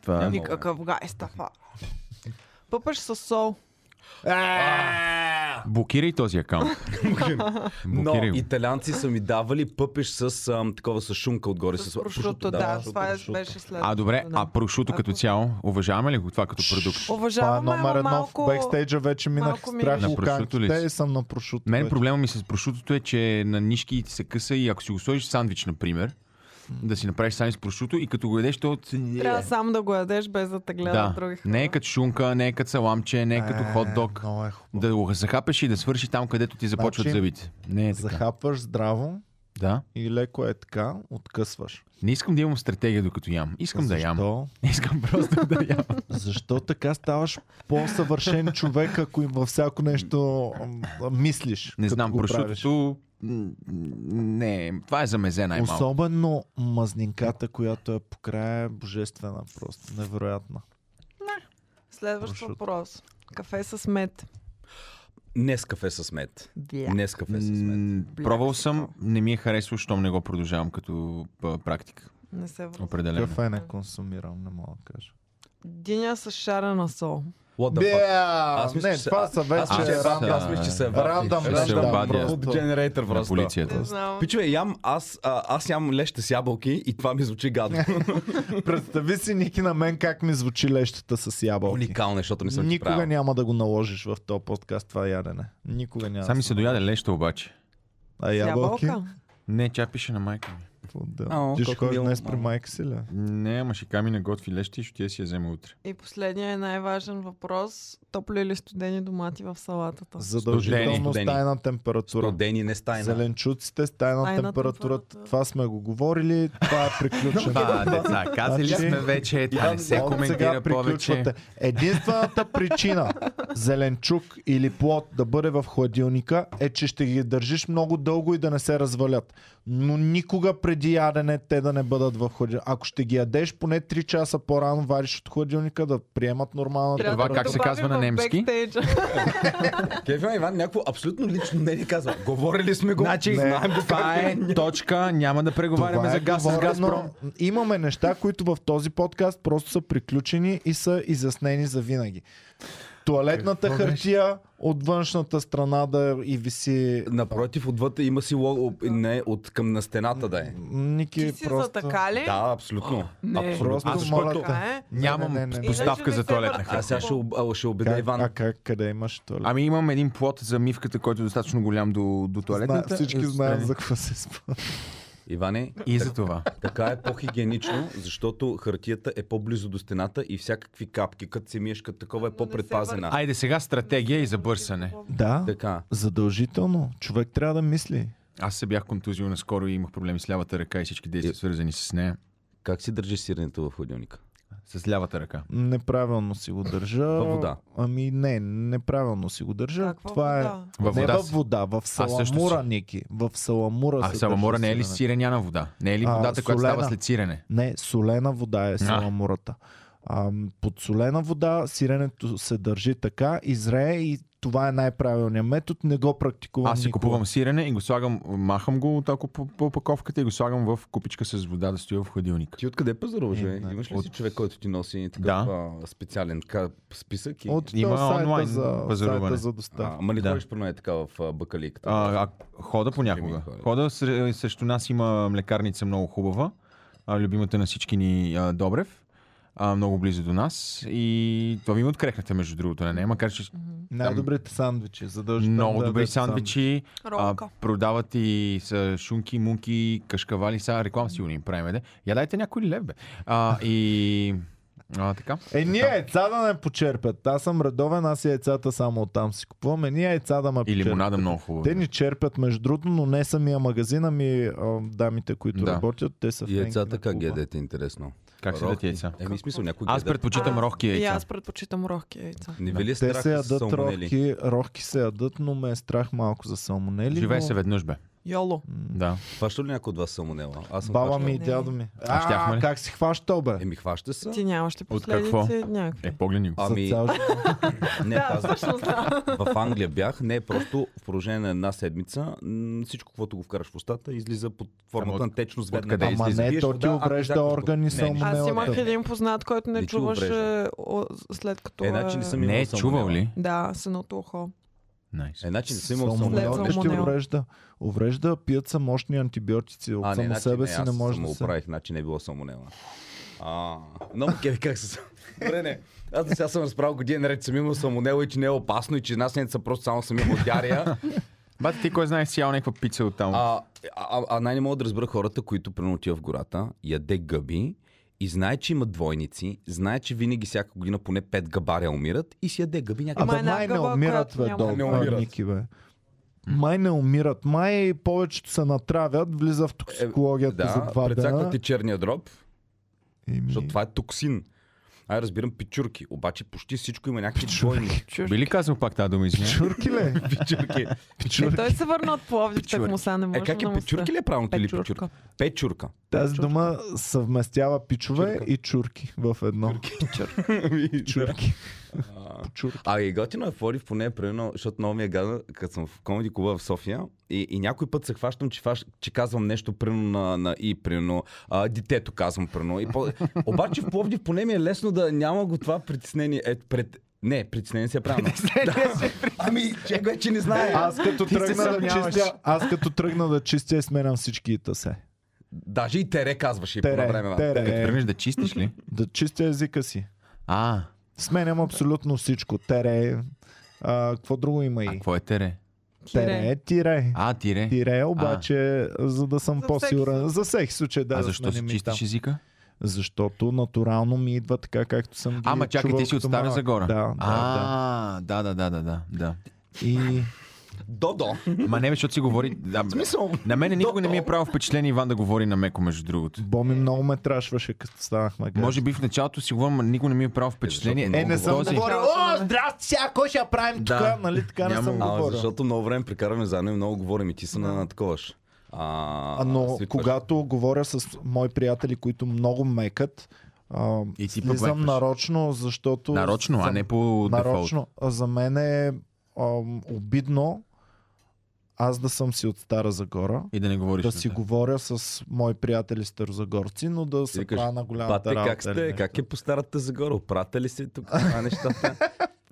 Това е...
Няма.
Никакъв гайстафа. Пъпаш със сол.
Блокирай този акаунт.
Но
Блокирай го.
италианци са ми давали пъпеш с ам, такова с шунка отгоре.
С
прошуто,
прошуто, да. Това е-
прошуто.
беше след.
А, добре,
Да.
а прошуто като цяло, уважаваме ли го това като продукт?
Това е
Уважаваме,
номер
ама
едно.
малко...
В бекстейджа вече минах,
малко ми-
спрях
На прошуто ли
луканките
си?
и съм на прошуто.
Мен
вече.
проблема ми с прошутото е, че на нишки се къса и ако си го сложиш в сандвич, например, да си направиш сандвич с прошуто и като го ядеш, то... от-
Трябва сам да го ядеш, без да те гледат
е? Да,
други хора.
не е като шунка, не е като саламче, не е като
Е,
хот-дог.
Много е хубаво.
Да го захапеш и да свърши там, където ти започват
Значи,
зъбите. Не е така.
Захапваш здраво
Да.
и леко е така, откъсваш.
Не искам да имам стратегия докато ям. Искам да ям.
Защо?
Искам просто да ям.
Защо така ставаш по-съвършен човек, ако и във всяко нещо м, м, мислиш?
Не
като
знам,
го правиш?
прошутото... м, м, Не, това е за мезе най-малко.
Особено мазнинката, която е по края, е божествена просто, невероятна.
Следващ
Прошуто.
въпрос. Кафе с мед.
Не с кафе с мед. Не с кафе с мед.
М, Пробвал съм, не ми е харесало, щом не го продължавам като а, практика.
Не се връзва.
Е,
Определено.
Кафе е, не консумирам, не мога да кажа.
Диня с шарена сол.
What the
Бе,
fuck?
аз
Аз мисля,
не,
че се-
това са
Аз мисля, че е
вече
се-
рандъм.
аз
рандам.
мисля, че се
Рандам,
Ще се
рандам,
обадя.
просто.
Дженерейтър
На
просто.
полицията.
Не знам.
Пичове, ям, аз, а, аз ям леща с ябълки и това ми звучи гадно.
Представи си, Ники, на мен как ми звучи лещата с ябълки.
Уникално, е, защото не съм ти
Никога
правил.
няма да го наложиш в този подкаст това ядене. Никога няма.
Сами се дояде леща обаче.
А
С
ябълки?
ябълка?
Не, тя пише на майка ми.
Какво да?
Ао,
Ти ще
колко
ходиш
мило,
днес при
мамо.
майка си ли?
Не, ама ще ками на готви лещи и ще отида си я взема утре.
И последният е най-важен въпрос. Топли ли студени домати в салатата?
Задължително с
Студени.
тайна температура.
Родени не стайна.
Зеленчуците с тайна
Тайна
температура.
температура.
Това сме го говорили. Това е приключено.
Това, деца, казали
Значи-
сме вече, това не се
От сега
коментира повече.
приключвате. Единствената причина зеленчук или плод да бъде в хладилника е, че ще ги държиш много дълго и да не се развалят. Но никога преди ядене те да не бъдат в хладилника. Ако ще ги ядеш, поне 3 часа по-рано вариш от хладилника да приемат нормална
това
температура.
как се казва на немски?
Кефа Иван някакво абсолютно лично мнение казва. Говорили сме го.
Значи,
знаем го.
Това е точка, няма да преговаряме
Това
за
е
газ с
говорено.
Газпром.
Имаме неща, които в този подкаст просто са приключени и са изяснени за винаги. Туалетната хартия от външната страна да и виси.
Напротив, отвътре има си лого, не, от към на стената да е.
Ники
Ти си
просто...
за така ли?
Да, абсолютно.
Не.
Просто
Аз
моля те.
Така е.
Нямам
Не, не, не, не.
поставка
Иначе
за
не се
туалетна
върта.
хартия.
Аз сега ще, об- а, ще
Как,
убеда
Иван...
Иван.
А как, къде имаш туалет?
Ами имам един плод за мивката, който е достатъчно голям до, до
Зна,
туалетната.
всички знаят за какво се спа.
Иване,
И за това.
така е по-хигиенично, защото хартията е по-близо до стената и всякакви капки, като се миеш, като
Но
такова е
не се
по-предпазена.
Айде сега стратегия е и за бърсане.
Да,
Така.
задължително. Човек трябва да мисли.
Аз се бях контузил наскоро и имах проблеми с лявата ръка и всички действия свързани с нея.
Как си държиш сиренето в хладилника?
С лявата ръка.
Неправилно си го държа.
Във вода.
Ами не, неправилно си го държа.
Каква
Това е
вода?
Във
не
вода
във
си.
вода, в
също си.
саламура, Ники. В саламура
А
се
самомора
държа
не е ли
сирене.
сиреняна вода? Не е ли
А,
водата, която става
солена.
след сирене?
Не, солена вода е саламурата. А, под солена вода сиренето се държи така, изрее и това е най-правилният метод. Не го практикувам
Аз си
никога.
купувам сирене и го слагам, махам го от по, по опаковката и го слагам в купичка с вода да стои в хладилника.
Ти откъде пазаруваш?
Е,
бе?
да.
Имаш ли си човек, който ти носи такъв
Да.
а, специален така, списък? И...
От
Има
Има сайта
онлайн
за,
пазаруване.
сайта за доставка.
А, ама ли
Да.
ходиш при нея така в а, бакалийката?
А, а хода понякога.
Стриминг хода.
Хода ср- срещу нас има млекарница много хубава. А, любимата на всички ни а, Добрев. А, много близо до нас. И това ви ми открехнахте, между другото, на нея. Макар, че
Най-добрите сандвичи. Задължително
много
да
добри
ядете
сандвичи. А,
Ролка.
продават и са шунки, мунки, кашкавали. Са реклам сигурно им правим, де. Я дайте някой лев, бе. А, и... А, така.
Е, ние яйца да не почерпят. Аз съм редовен, аз яйцата само оттам си купувам. Е, ние яйца да ме
И
почерпят.
лимонада много хубава.
Те ни черпят, между другото, но не е самия магазин, ами а, дамите, които
Да.
работят, те са в
И яйцата
Енкина
как
клуба.
гедете, интересно.
Как се
Рохки.
дадат яйца?
Еми, в смисъл, някой
Аз
геде.
предпочитам
А,
рохки
И
яйца.
аз предпочитам рохки яйца.
Не ви ли е
Те
страх
се
за
ядат
салмонели?
рохки, рохки се ядат, но ме е страх малко за салмонели.
Живее
но...
се веднъж, бе.
Йоло.
Да.
Хваща ли някой от вас салмонела? Аз съм
Баба
хващал.
ми и
Не.
дядо ми.
А, щяхме
А,
ли?
как си хващал, бе?
Еми, хваща се.
Ти нямаш ли
От какво?
последици някакви?
Е, погледни го.
За
Ами,
цял живот.
не,
Да,
аз
всъщност да.
в Англия бях. Не, просто в продължение на една седмица м, всичко, което го вкараш в устата, излиза под формата
Само
на течно звездна.
откъде
Ама
излиза?
не,
Биеш
то ти
вода, ако
уврежда
изяхаш
органи
го. Не, не.
салмонелата.
Аз имах един познат, който не
Не ти
чуваше
уврежда.
о, след като
Е, значи не съм имал
Не е
салмонела.
чувал ли?
Да, се натухо.
Найс.
Е, значи не съм имал
Салмонел
салмонела.
не ще
Салмонел.
уврежда. Уврежда, пият са мощни антибиотици. От
А, не,
само
значи
себе
не,
си
аз
не може
съм
да
го
се...
оправих, значи не е било салмонела. А, но кеви как се... Добре, не. Аз до сега съм разправил години наред, че съм имал салмонела и че не е опасно и че нас не са просто само съм имал диария.
Бате, ти кой знаеш си ял някаква пица от там?
А, а, а най-не мога да разбера хората, които примерно отива в гората, яде гъби и знае, че има двойници, знае, че винаги всяка година поне 5 габаря умират и си яде гъби някакви.
Ама
Абе,
една
май не
гъба,
умират, бе,
която няма.
Не
долу,
умират.
Ники, бе. Май не умират. Май повечето се натравят, влиза в токсикологията за
Да,
два
прецаква
дена.
Е, ти черния дроб,
Еми,
защото това е токсин. Ай, разбирам пичурки, обаче почти всичко има някакви двойни
Чуш.
Би ли казал пак тази дума, извиня?
Чурки ли?
пичурки.
Е, той се върна от Пловдив, так
Пичурки.
му са не може
Е, как
да
е
му се-
пичурки ли е правилното или пичурка?
Печурка.
Печурка.
Тази дума съвместява пичове
Чурка.
и чурки в едно. Чурки. Чурки.
А и готино е Форив, поне примерно, защото много ми е гадно, като съм в комеди клуба в София и, и някой път се хващам, че, фаш, че казвам нещо примерно на, на и, примерно, а, детето казвам примерно. И по... Обаче в Пловдив поне ми е лесно да няма го това притеснение. Е, пред... Не, притеснение се правя. да. Ами, човек вече не знае.
Аз като тръгна да
съмняваш.
чистя, аз като тръгна да чистя и сменям всички итасе.
Даже и тере казваше по време.
Тере,
на-
тере.
Тръгнеш да чистиш ли?
Да чистя езика си.
А,
Сменям абсолютно всичко. Тере. А, какво друго има
а
и?
какво е тере?
Тере, тире.
А, тире.
Тире, обаче, за да съм
За всеки
по-сигурен. За всеки случай, да.
а
да
защо
сме не
си
ми там.
чистиш езика?
Защото натурално ми идва така, както съм ги
Ама чакай,
е чувал
ти си от
като
Стара
малък.
Загора.
Да, да, да.
а, да, да, да, да, да, да.
И
Додо.
Ма не, бе, защото си говори. Да, бе. на мене никога не ми е правил впечатление Иван да говори на меко, между другото.
Боми много ме трашваше, като станахме. гър.
Може би в началото си говорим, но никога не ми е правил впечатление.
Е, не съм
този...
говорил. О, здрасти, сега кой ще я правим
Да.
тук? Нали така не
Няма-
съм
А,
говорил.
защото много време прекарваме заедно и много говорим и ти са на таковаш. А,
А, но
свикваш.
когато говоря с мои приятели, които много мекат, а,
И ти пък
слизам
мекваш.
нарочно, защото...
Нарочно, а
съм-
не по дефолт.
нарочно. А за мен е ам, обидно аз да съм си от Стара Загора,
И да не говориш.
да
на
си
те.
говоря с мои приятели старозагорци, но да се
кажеш,
правя на голямата
Пате,
работа. нали,
как
или
сте?
нещо.
Как е по старата Загора? Опрата ли се тук? Това нещата.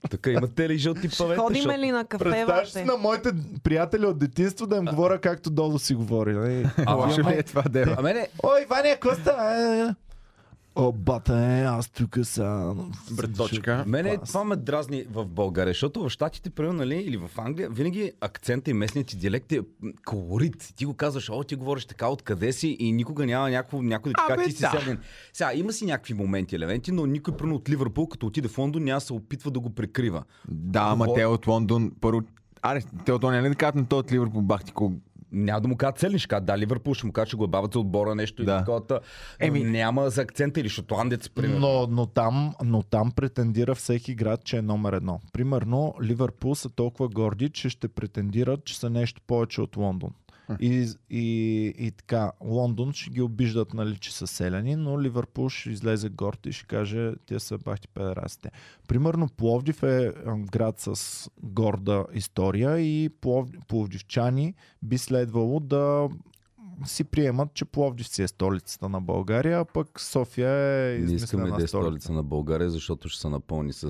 Тук имате ли жълти павета?
Ходиме
Защото-
ли на кафе
Представяш си
въобще?
на моите приятели от детинство да им говоря както Додо си говори. нали?
Лошо ли е това, Дева?
А мене,
Ой, Ваня, Коста! е, е. О, бата, е, аз тук съм.
Браточка.
мене това ме дразни в България, защото в Штатите, примерно, нали, или в Англия, винаги акцента и местният ти диалект е м, колорит. Ти го казваш, о, ти говориш така, откъде си и никога няма някакво, някой да ти каже, ти си северен. Сега, има си някакви моменти, елементи, но никой, примерно, от Ливърпул, като отиде в Лондон, няма да се опитва да го прикрива.
Да, ама те от Лондон. Първо. Аре, те от Лондон, не да кажат на този от Ливърпул бахти колко
Няма да му кажа цели неща. Да, Ливърпул ще му кажа, че го е бабата отбора нещо да.
Да.
и такова. та.
Еми-
Но няма за акцента или шотландец, примерно.
Но, но, там, но там претендира всеки град, че е номер едно. Примерно, Ливърпул са толкова горди, че ще претендират, че са нещо повече от Лондон. И, и, и така, Лондон ще ги обиждат, нали, че са селяни, но Ливърпул ще излезе горд и ще каже, тия са бахти педерастите. Примерно Пловдив е ам, град с горда история и плов, пловдивчани би следвало да си приемат, че Пловдив си е столицата на България, а пък София е
Не искаме
измислена
да е
столица.
столица на България, защото ще са напълни с... А...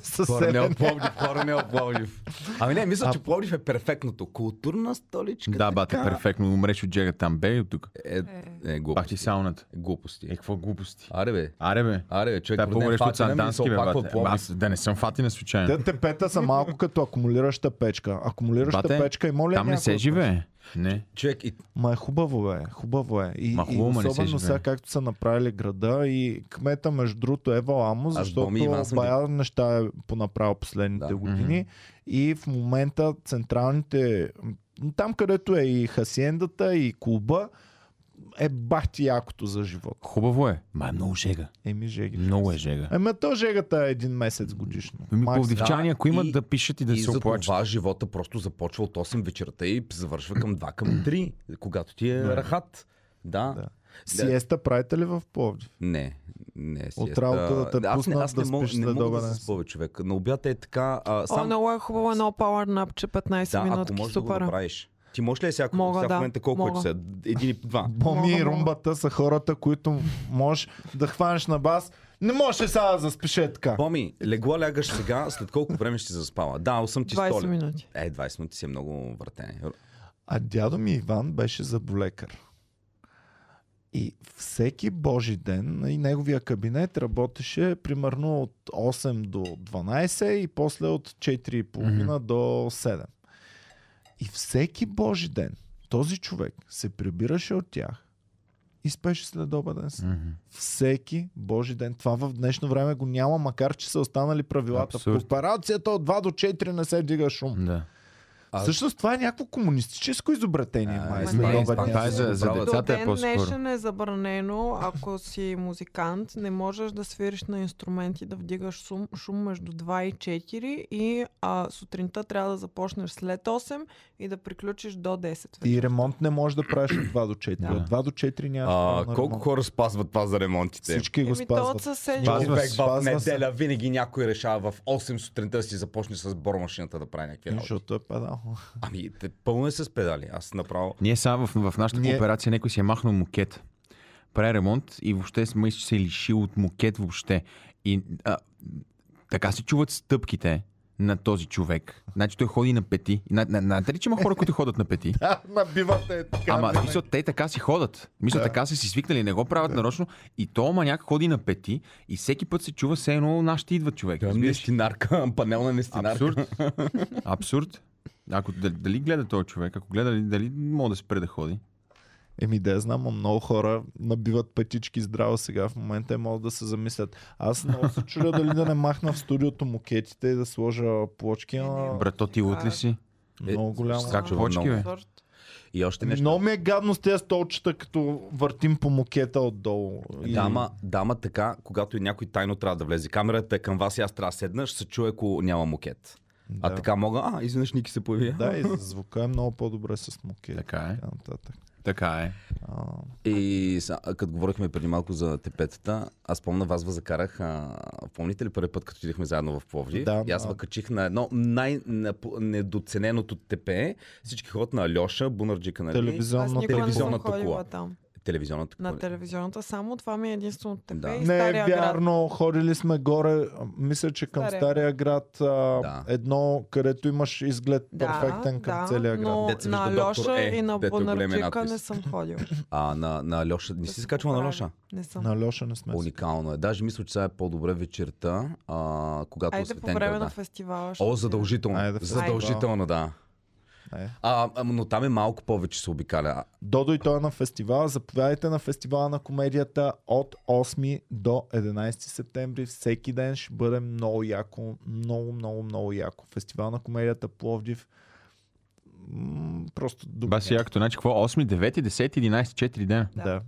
Със
Корнел
селен.
е Пловдив, Корнел Пловдив. Ами не, мисля, че Пловдив е перфектното. Културна столичка.
Да, бате,
така.
перфектно. Умреш от джега там, бе, и от тук.
Е, е,
Бах ти
глупости.
сауната.
Глупости.
Е, какво глупости?
Аре бе.
Аре, бе.
Аре, бе, човек,
Та е
роден
по-горещо от
Фатина, ми ами се
Сандански, бе,
опаква от
бате.
Пловдив.
Аз да не съм фатина случайно.
Те тепета са малко като акумулираща печка. Акумулираща
Бате,
печка и моля
Там не
е
се живее. Не.
Човек, и
Ма е хубаво бе, хубаво е. И,
Ма хубаво,
и
ма не се
особено
живее.
сега както са направили града и кмета между другото Ева Амо, защото
Боми Иван съм ги-
бая неща е понаправил последните
Да.
да. години. И в момента централните, м, там където е и хасиендата и клуба, е бахти якото за живот.
Хубаво е. Ма е много жега.
Еми жеги.
Много е жега.
Еми то жегата е един месец годишно.
Ми
Макс,
Ами, пловдивчани, ако имат
и-
да пишат и да
и
се
за
оплачат.
това живота просто започва от 8 вечерта и завършва към 2, към 3, когато ти е рахат. Да.
Да. Сиеста правите ли в Пловдив?
Не, не. Си
От работа да те
аз не,
пуснат
аз не
да
мога,
спиш
не
след
мога да
обеда.
се спъва човек. На обяд е така... А,
О,
сам...
много е хубаво едно power nap, че 15
да, ако
минутки,
можеш да го
супер. е.
направиш. Ти можеш ли е всяко,
Мога,
всяко
да.
момента колко
Мога.
е часа? Един и два.
Боми
Мога,
и
мога.
румбата са хората, които можеш да хванеш на бас. Не можеш ли сега да заспиш е така.
Боми, легла лягаш сега, след колко време ще си заспала? Да, 8 ти
20
столи.
минути.
Е, 20 минути си е много въртене.
А дядо ми Иван беше заболекар. И всеки божи ден и неговия кабинет работеше примерно от 8 до 12 и после от 4.30 mm-hmm. до 7. И всеки божи ден този човек се прибираше от тях и спеше след обеден си.
Мгм.
Всеки божи ден. Това в днешно време го няма, макар че са останали правилата.
Абсурд.
В корпорацията от 2 до 4 не се дига шум.
Да.
А-
Всъщност това е някакво комунистическо изобретение.
А,
май,
е,
след
е,
обед
това е
някакво.
за- за
До
Децата е
ден
по-скоро.
днешен е забранено, ако си музикант, не можеш да свириш на инструменти, да вдигаш шум, шум между 2 и 4 и а, сутринта трябва да започнеш след 8 и да приключиш до 10 вечер.
И ремонт не можеш да правиш от 2 до 4. От 2 до 4 нямаш
А,
право на
колко
ремонт.
хора спазват това за ремонтите?
Всички го
Еми, то от
спазват.
съседи.
Спазва
Човек
се,
в
спазва се.
неделя винаги някой решава в 8 сутринта да си започне с бормашината да прави някакви работи.
Защото е падал.
Ами, те- пълно е с педали. Аз направо...
Ние сега в, в нашата
Ние-
кооперация някой си е махнал мукет. Прави ремонт и въобще се мисля, че се е лишил от мукет въобще. И а, така се чуват стъпките на този човек. Значи той ходи на пети. На, на, на, на, че има хора, които ходят на пети.
Набивате е така.
Ама,
винаги.
мисля, те така си ходят. Мисля,
Да.
така са си свикнали, не го правят нарочно. И то маняк ходи на пети и всеки път се чува
е
все едно нашите идват човек. Разбираш?
Нестинарка, панелна нестинарка.
Абсурд. Абсурд.
Ако д- дали гледа този човек, ако гледа, дали, дали мога да спре да ходи?
Еми да, я знам, но много хора набиват пътички здраво сега в момента и могат да се замислят. Аз много се чудя дали да не махна в студиото мукетите и да сложа плочки,
Е,
на
не.
Брато, ти лут ли си?
Е,
много голямо.
скачва
Почки,
много.
бе.
Сорт.
И още нещо.
Много ми е гадно с тези столчета, като въртим по мукета отдолу.
Е,
И-
Дама, дама така, когато и някой тайно трябва да влезе. Камерата е към вас и аз трябва да седна, ще се чуя, ако няма мукет.
да.
А така мога, а, изведнъж Ники се появи.
Да, и звука е много по-добре с мукет.
Така е.
Така нататък.
Така е.
А,
И са- а, като говорихме преди малко за тепетата, аз помня вас ви закарах, а, помните ли първи път, като отидехме заедно в Пловдив?
Да,
и аз
да.
ви качих на едно най-недоцененото тепе. Всички ходят на Алеша, Бунарджика, нали?
Ами, Аз
телевизионната
никога не съм
телевизионната
ходила
кола.
там.
Телевизионната
На
кола.
телевизионната само това ми е единственото тепе
Да.
и
Не е
стария град.
вярно, ходили сме горе, а, мисля, че към
Стария.
Стария град, а,
Да,
едно, където имаш изглед перфектен към
да,
целия град.
но
Дето се
на
вижда доктор
Лоша
Е,
и на
дето е големия
Бонарджика не
надпис.
съм ходил.
А, на, на Алеша. Не си се качвала на Алеша?
Не съм.
На Леша не сме. си.
Уникално е. Даже мисля, че сега е по-добре вечерта, а, когато
Айде по
осветен
време
града.
на фестивала. ще
О,
отидем.
задължително.
Айде,
задължително, да.
Е.
А, а, но там е малко повече се обикаля.
Додо и той е на фестивала. Заповядайте на фестивала на комедията от 8 до 11 септември. Всеки ден ще бъде много яко. Много, много, много яко. Фестивал на комедията Пловдив. М, Просто добре.
Баси якото, значи какво? 8, 9, 10, 11, 4 дена.
Да.
Да.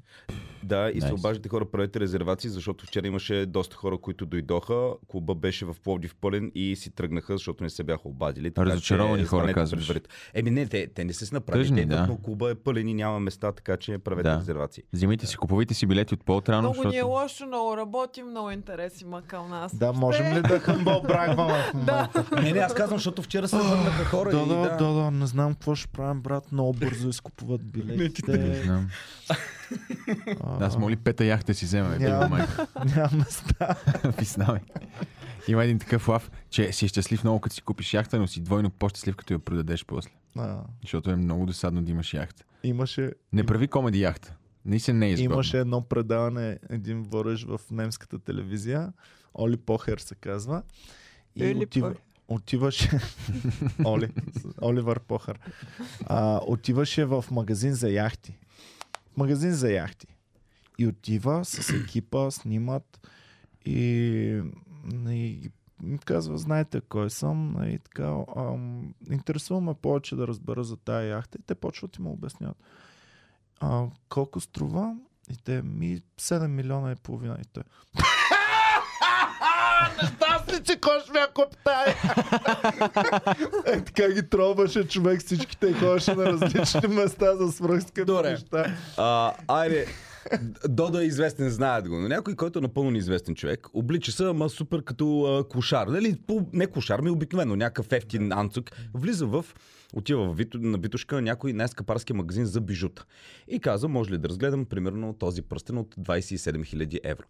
Да, и
Nice.
се обаждате хора, правете резервации, защото вчера имаше доста хора, които дойдоха. Клуба беше в Пловдив пълен и си тръгнаха, защото не се бяха обадили. Така че
Разочаровани хора,
станете
казваш.
предварително. Еми не, те, те не са се направили,
Тъжни,
те идват,
да.
но клуба е пълен и няма места, така че правете
Да.
резервации.
Взимайте си, купувайте си билети от по-отрано,
Много ни е
защото...
лошо, много работим, много интерес има към нас.
Да, можем ли да хъмбъл брагваме в момента?
Не, не, аз казвам, защото вчера се върнаха хора
Да,
и
да, да, да, не знам какво ще правим, брат. Много бързо изкупуват
Не
билетите.
знам.
А,
Да, Аз моли пета яхта си взема.
Няма.
Yeah. майка.
Няма места.
Писнавай. Има един такъв лав, че си е щастлив много като си купиш яхта, но си двойно по-щастлив като я продадеш после.
А,
Защото е много досадно да имаш яхта.
Имаше
Не прави комеди яхта. Наистина не е изгодно.
Имаше едно предаване, един водещ в немската телевизия, Оли Похер се казва. И
Или
отива,
пък-
отиваше... Оли, Оливър Похер. А, отиваше в магазин за яхти. В магазин за яхти. И отива с екипа, снимат и, нали, и им казва, знаете кой съм и така, ам, интересува ме повече да разбера за тая яхта и те почват и му обясняват. А, колко струва? И те ми 7 милиона и половина и той. Нещастни, че кой ще ми я купи тая яхта? Е, така ги тробаше човек всичките и ходеше на различни места за свръхскъпи
Добре.
неща.
А, айде, Додо е известен, знаят го, но някой, който е напълно неизвестен човек, облича се, ама супер като а, кошар. Нали, по, не кошар, ми обикновено, някакъв ефтин анцук. Влиза в, отива в Вито, на Витушка, някой най-скъпарски магазин за бижута. И казва, може ли да разгледам примерно този пръстен от 27 000 евро.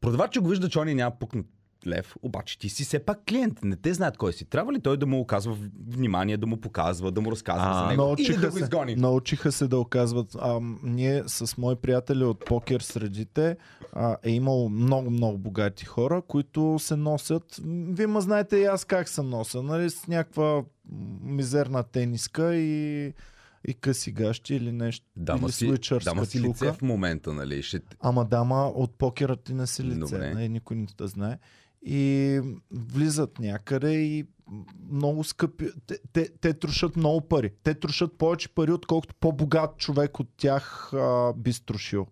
Продавачът го вижда, че он и няма пукнат лев, обаче ти си все пак клиент. Не те знаят кой си. Трябва ли той да му оказва внимание, да му показва, да му разказва
А,
за него или
Научиха,
да го изгони?
се, научиха се да оказват. А, ние с мои приятели от покер средите а, е имало много, много богати хора, които се носят. М, Вие ма знаете и аз как се нося, нали? С някаква м, мизерна тениска и, и къси гащи или нещо.
Да,
или
ма си,
свичърска
да, ма си лице
чука.
в момента, нали? Ще...
Ама дама, от покера ти не си лице.
Добре.
Не, никой не те знае. И влизат някъде и много скъпи. Те, те, те трошат много пари. Те трошат повече пари, отколкото по-богат човек от тях а, би струшил.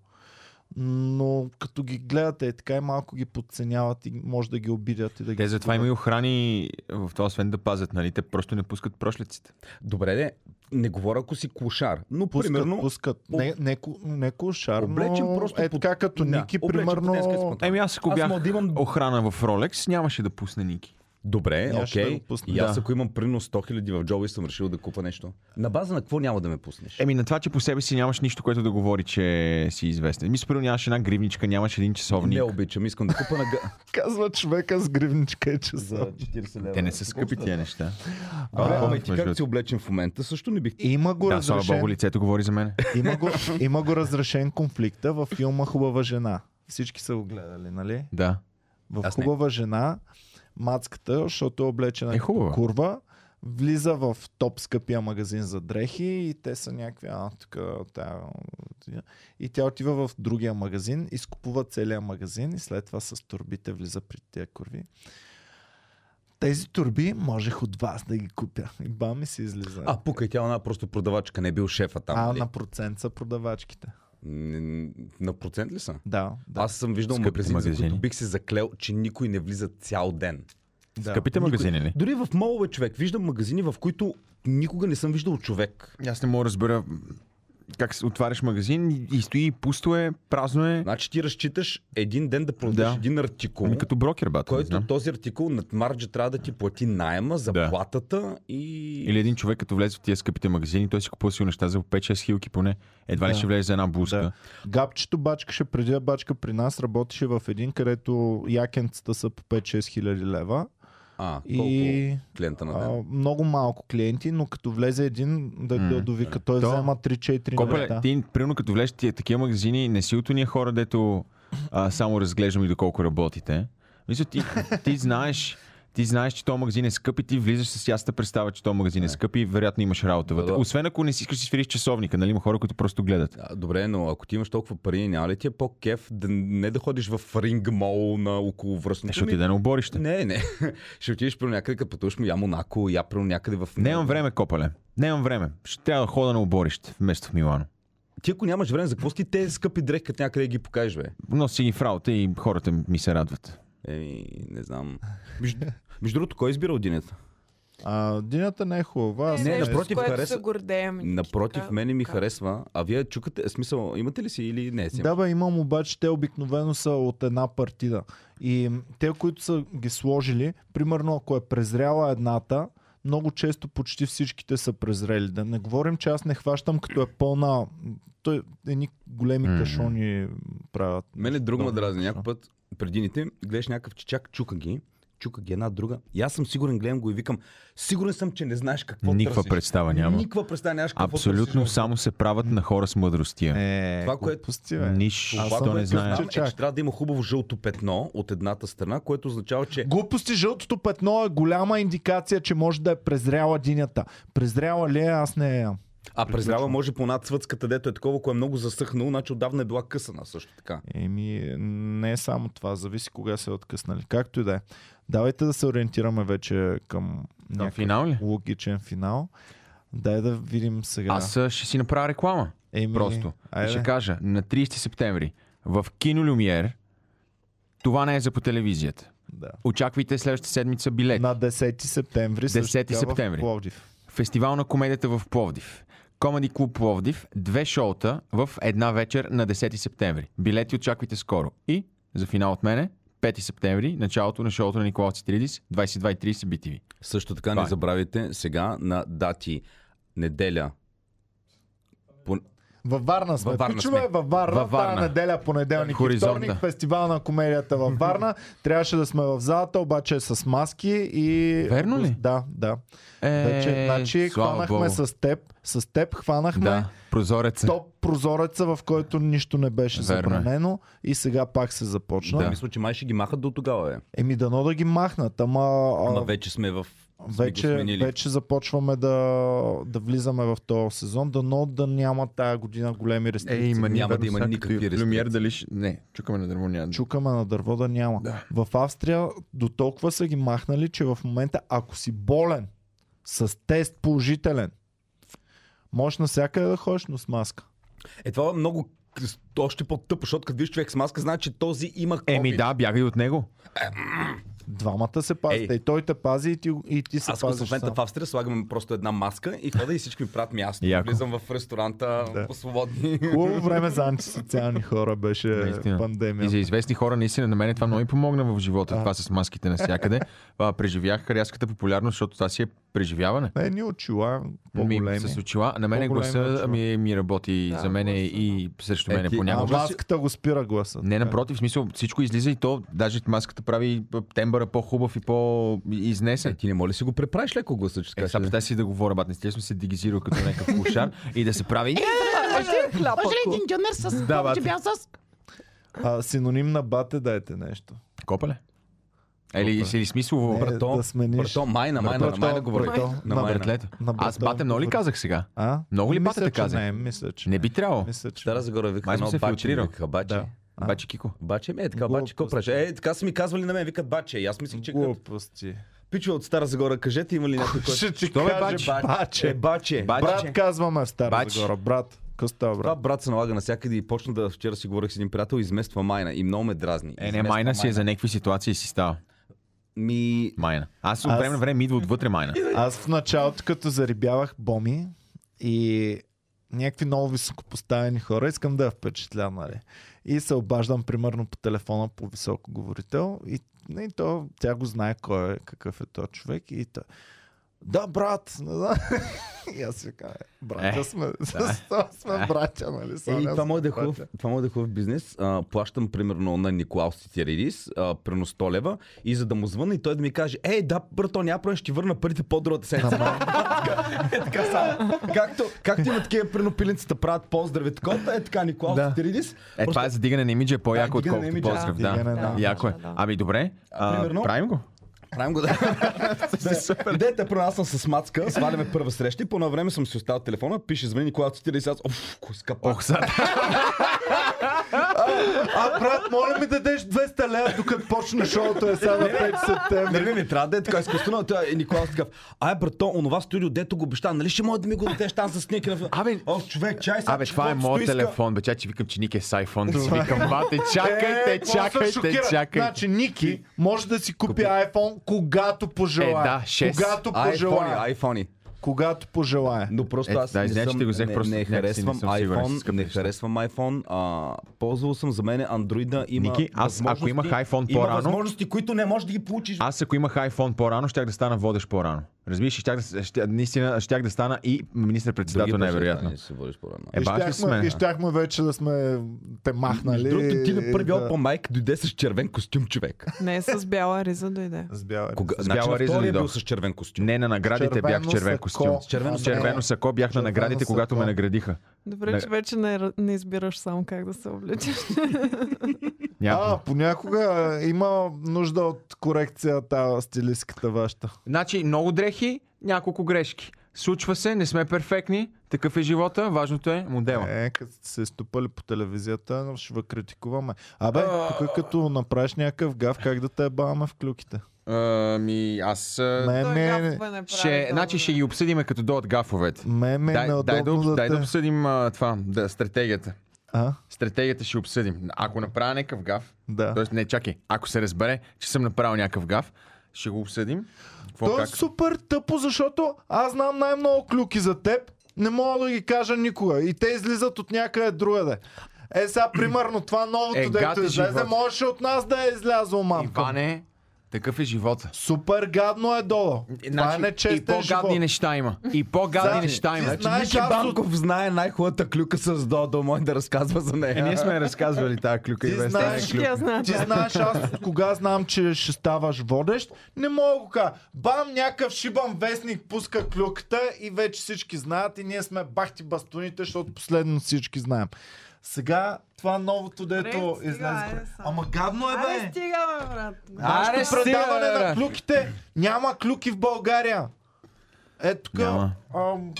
Но като ги гледате, така и малко ги подценяват и може да ги обидят и да ги.
Те затова има и охрани в това, освен да пазят, нали? Те просто не пускат прошлиците.
Добре, де, не говоря ако си клошар, но
пускат,
примерно...
пускат. Не, не, ку- не кошар, но
Облечен просто
е
под-
така като
Да,
Ники,
облечен под
примерно...
детска изпълнителна.
Еми аз ако
Аз
бях
мога да имам...
охрана в Rolex, нямаше да пусне Ники.
Добре,
Аз ще
окей.
го пусна.
И аз
Да.
ако имам примерно 100 хиляди в джоба и съм решил да купа нещо, на база на какво няма да ме пуснеш?
Е,
Еми на това, че по себе си нямаш нищо, което да говори, че си известен. Мисля, първо нямаш една гривничка, нямаш един часовник.
не обичам, искам да купа на... гъ-
Казва човека с гривничка и че
за 40 лева.
Те не са скъпи тия неща.
Добре,
А,
ама и ти
между
как си облечен в момента, също не бих...
Има го
Да, слава
разрешен
богу, лицето говори за мен.
Има го, има го разрешен конфликта в филма Хубава жена. Всички са го гледали, нали?
Да.
В
Аз не.
Хубава жена, мацката, защото е облечена
Е, хубава.
като курва, влиза в топ скъпия магазин за дрехи и те са някакви, а, тук, тая, тия. и тя отива в другия магазин, изкупува целия магазин и след това с турбите влиза при тия курви. Тези турби можех от вас да ги купя. И бам ми се излиза.
А, пукай, тя она просто продавачка, не е бил шефа там.
а
нали?
на процент са продавачките.
Н- На процент ли са?
Да, да.
Аз съм виждал
Скъпите
магазини, за които
магазини.
бих се заклел, че никой не влиза цял ден.
да.
Скъпите магазини
Нали?
ли?
Дори в молове човек виждам магазини, в които никога не съм виждал човек.
Аз не мога да разбера м, как се отваряш магазин и- и стои пусто е, празно е.
Значи ти разчиташ един ден да продадеш
Да.
един артикул,
Ами като брокер, бат. не
който
знам.
този артикул над марджа трябва да ти плати найема, заплатата и...
Или един човек, като влезе в тия скъпите магазини, той си купува си неща за по 5-6 хилки поне. Едва ли
Да.
ще влезе за една блузка.
Да. Гапчето бачкаше преди да бачка при нас, работеше в един, където якенцата са по 5-6 хиляди лева.
А,
И-
колко клиента на ден?
А, много малко клиенти, но като влезе един да,
М.
да довика, той
То-
взема 3-4
Копале,
неща.
ти, примерно, като влезеш в тия такива магазини, не си от уния хора, дето а, само разглеждам и доколко работите. Мисля, ти, ти знаеш, ти знаеш, че този магазин е скъп и ти влизаш с ясната представа, че този магазин е скъп и вероятно имаш работа вътре.
да.
Освен ако не си искаш да си свириш часовника, нали има хора, които просто гледат.
А, Добре, но ако ти имаш толкова пари, няма ли ти е по-кеф да не да ходиш в ринг мол на около връзното?
Ще отиде на оборище.
Ами, Не, не. Ще отидеш при някъде, като пътуваш му я Монако, я при някъде в...
Нямам време, копале. Нямам време. Ще трябва да хода на оборище вместо в Милано.
Ти ако нямаш време, за какво си ти те скъпи дрехи, като някъде ги покажеш, бе?
Носи ги в работа и хората ми се радват.
Еми, не знам. Между, между другото, кой е избира Одинята?
А, динята не е хубава. аз
Не,
съм-
нещо,
напротив,
с което
хареса-
се гордеем. Ники,
Напротив,
така,
мене ми
така.
харесва. А вие чукате, е, смисъл, имате ли си или не си?
Да, бе, имам обаче, те обикновено са от една партида. И те, които са ги сложили, примерно ако е презряла едната, много често почти всичките са презрели. Да не говорим, че аз не хващам като е пълна... Той едни големи
М.
кашони правят.
Мене друг ме
Много
дразни.
кашо.
Някой път предините гледаш някакъв чичак, чука ги, чука ги една друга. И аз съм сигурен, гледам го и викам, сигурен съм, че не знаеш какво
Никаква
търсиш.
представа няма.
Никаква представа нямаш какво
Абсолютно
търсиш.
само се правят на хора с мъдростия.
Е,
Това, което-
глупости, бе.
Нищо
Аз съм
не
такъв
знае.
Знам, е, че
Чак.
трябва да има хубаво жълто петно от едната страна, което означава, че
Глупости, жълтото петно е голяма индикация, че може да е презряла динята. Презряла ли е, аз не я.
а презрява може по над цвъцката, дето е такова, кое е много засъхнало, значи отдавна е била късана също така.
Еми, не е само това, зависи кога се е откъснали. Както и да е. Давайте да се ориентираме вече към
Към
някакъв
финал ли?
логичен финал. Дай да видим сега.
Аз а, ще си направя реклама.
Еми,
Просто.
Е, айде.
Ще кажа, на 30 септември в Кино Люмиер това не е за по телевизията.
Да.
Очаквайте следващата седмица билет.
На 10 септември. също
10
така в
е, септември.
Пловдив.
Фестивал на комедията в Пловдив. Комеди клуб Пловдив. Две шоута в една вечер на 10 септември. Билети очаквайте скоро. И за финал от мене, 5 септември, началото на шоуто на Никола Цитридис, 22.30 BTV.
Също така
Това
не
е.
забравяйте сега на дати неделя. Пон-
Във Варна сме.
Във Варна
Пичове,
сме.
във Варна.
Във Варна.
Тая неделя, понеделник и
Хоризонта.
вторник. Фестивал на комедията във Варна. Трябваше да сме в залата, обаче е с маски и...
Верно ли?
Да, да.
Е,
Вече, значи,
слава
хванахме
Богу.
с теб. С теб хванахме.
Да, прозореца.
топ прозореца, в който нищо не беше
Верно е.
забранено и сега пак се започна.
Да.
Да.
Мисля, че май ще ги махат до тогава, е.
Еми дано да ги махнат, ама, а,
Ама вече сме в... сме го
вече,
сменили.
вече започваме да, да влизаме в този сезон, дано да няма тая година големи рестрикции.
Ей, ма,
няма да има никакви
Люмиер
рестрикции.
дали ще... Не, чукаме на дърво няма. да-
Чукаме на дърво да няма.
Да.
В Австрия до толкова са ги махнали, че в момента ако си болен с тест положителен, можеш навсякъде да ходиш, но с маска.
Е, това е много с- още по-тъпо, защото като виж човек с маска, значи че този има COVID.
Еми да, бягай от него.
Двамата се пазят.
Ей.
И той те пази и ти, и ти се
Аз като съм
пазиш
в момента
сам.
в Австрия, слагам просто една маска и хода и всички ми правят място.
Яко.
Влизам в ресторанта,
Да.
свободни.
Хубаво време за антисоциални хора беше
Наистина.
пандемия.
И за известни хора, наистина, на мен това много ми помогна в живота. Това с маските навсякъде. А, преживях рязката популярност, защото това си е преживяване.
Не, ни очила
Ми,
по-големи.
с очила. На мен
По-големи
гласа
очила.
ми, е, ми работи
Да,
за мен
гласа,
и срещу
Е,
мене
ти-
А
понякога.
маската го спира гласа.
Не, напротив, в смисъл, всичко излиза и то, даже маската прави тембъра по-хубав и
Е,
по-изнесен.
ти не може ли си го преправиш леко гласа, че
Е, сега
така ще-
представи си да говоря, бат, не съм се дигизирал като някакъв кушар и да се прави...
Ай, ти е хлапако.
Джонер с
Да, бат.
бял с
А, синоним на бате дайте нещо.
Копале? Или, или смислово.
Не,
Брато,
да смениш.
Брато, майна, майна, на
Брато,
майна говори.
брато,
На
е на
майна.
Братлета.
На брата
Аз батем, много ли
говори.
казах сега?
А?
Много ли
Мисля,
батата
че
казах?
Не, мисля, че
Не би трябвало.
Мисля, че
Стара Загора вика,
Май съм
но
се
баче ми
филтрирал.
вика, баче.
Да. А?
Бачи Кико.
Баче ми е така, баче, какво
Глупости.
правиш? Е, така са ми казвали на мен, викат баче. И аз мислих, че като
Глупости.
пича от Стара Загора, кажете има ли някой, който...
Ще ти
Що бе,
кажа
баче?
баче.
Е, баче.
Баче.
Брат казваме в Стара
Бач.
Загора. Брат. Какво става,
Това
брат?
брат се налага навсякъде и почна да вчера си говорих с един приятел, измества майна и много ме дразни.
Е, не,
Измества
майна си е за някакви ситуации и си става.
Ми,
Майна. Аз от
Аз-
време на време ми идва отвътре майна. Е,
Аз в началото, като зарибявах боми и някакви много високопоставени хора, искам да я впечатля, нали? И се обаждам, примерно, по телефона по високоговорител и, и то, тя го знае кой е, какъв е този човек и та, да, брат, не знам. И аз си кажа, братя
Е,
сме, да. сме братя, нали?
Е, и
Соня,
това
сме
може да е
братя.
хубав, това може да е хубав бизнес. А, плащам примерно на Николаус Титеридис, прено 100 лева, и за да му звънна и той да ми каже, ей, да, брато, няма проблем, ще ти върна парите по-другата седмица. е така само. Както, както има такива пренопиленцата правят поздрави, такова, е така Николаус
Да.
Титеридис.
Е, това е за дигане на имиджа е по-яко,
Да, дигане на
отколкото
имиджа,
поздрав.
да,
Да,
дигане на
яко е.
имиджа, да.
Ами добре, а,
примерно-
правим го.
Правим го да. да. Идеята про аз съм с мацка, сваляме първа среща и по едно време съм си оставил телефона, пише звъни Николаус Титеридис, аз, оф, скъпа.
Ох, са.
А, брат, моля ми да дадеш 200 лева, докато почне шоуто е сега на 5
Не,
септември.
не, не, трябва да е така изкуствено. но Той е Николас такъв. Ай, брато, онова студио, дето го обеща, нали ще може да ми го дадеш там с снимки на...
Абе,
О, човек, чай сега.
Абе, това е
каквото
моят
иска.
телефон, бе, чай, че викам, че Ник е с iPhone, да си викам, бате,
Е,
чакайте, чакайте, чакайте.
Значи Ники може да си купи iPhone, когато пожелае.
Е, да, шест.
Когато пожелае.
Айфони, айфони.
Когато пожелае.
Но просто
Е,
аз
да,
не,
извинявай,
съм,
че ти го взех,
не,
просто
не
някак си не
харесвам
съм сигурен, че си
iPhone,
скъпи
не
неща.
харесвам iPhone. А, ползвал съм за мен Android. Има
Ники, аз ако
възможности-
имах iPhone
има
по-рано-
възможности, които не можеш да ги получиш.
Аз ако имах iPhone по-рано, щях да стана водещ по-рано. Разбираш, ли, щях да, с- щя- наистина, щях да стана и министър-председател, невероятно.
Не се водиш по-рано.
Е,
и,
баш ли
щяхме, и
сме?
щяхме вече да сме те махнали.
Между другото, ти на първи
и
от по майк дойде с червен костюм, човек.
Не, с бяла риза дойде.
С бяла риза.
Кога,
С
значи,
бяла
на
риза
втория
дойдох.
бил с червен костюм.
Не, Е, на наградите
Червено
бях в червен
сако.
костюм.
С
червено
С червено сако бях на
Червено
наградите, когато ме
сако.
наградиха.
Добре,
Не.
че вече не, не избираш сам как да се обличаш.
А,
Няма.
понякога има нужда от корекция тази стилистката вашата.
Значи, много дрехи, няколко грешки. Случва се, не сме перфектни, такъв е живота, важното е модела.
Е, като сте се стопали по телевизията, ще ви критикуваме. Абе, тук като направиш някакъв гав, как да те баваме в клюките?
Ами, аз... а,
Мен
Той
ми е-
гафове не прави,
Ще,
да,
значи
да.
ще ги обсъдиме като дойдат гафовете.
Ме ме е
Дай, дай, да,
неудобно
об-
да,
дай
те...
да обсъдим а, това, да, стратегията.
А?
Стратегията ще обсъдим. Ако направя някакъв гаф,
Да.
т.е. не, чакай, ако се разбере, че съм направил някакъв гаф, ще го обсъдим. Какво,
То е
как?
супер тъпо, защото аз знам най-много клюки за теб. Не мога да ги кажа никога. И те излизат от някъде другаде. Е, сега, примерно, това новото,
Е, гад
дето
е
излезе,
живот.
можеше от нас да е излязло, мамка.
Иване, такъв е живота.
Супер гадно е долу. Това е
значи, и
нечестен
по-гадни
живот.
неща има. И по-гадни
Значи,
неща
ти
има.
знаеш,
Ники
аз от-
Банков знае най-хубавата клюка с Додо, може да разказва за нея.
Е, ние сме разказвали тази клюка
Ти
и без
знаеш-
тази
Всички
клюка.
я знаят.
Ти знаеш аз от кога знам, че ще ставаш водещ. Не мога да го кажа. Бам, някакъв шибан вестник пуска клюката и вече всички знаят и ние сме бахти бастуните, защото последно всички знаем. Сега това новото, дето
Добре, стига,
излезе.
айде
бе.
сега.
Ама гадно е,
Абе,
бе!
стигаме, брат.
Аре,
Нашето предаване на
стига, бе.
клюките. Няма клюки в България. Е, тук
Няма.
ам,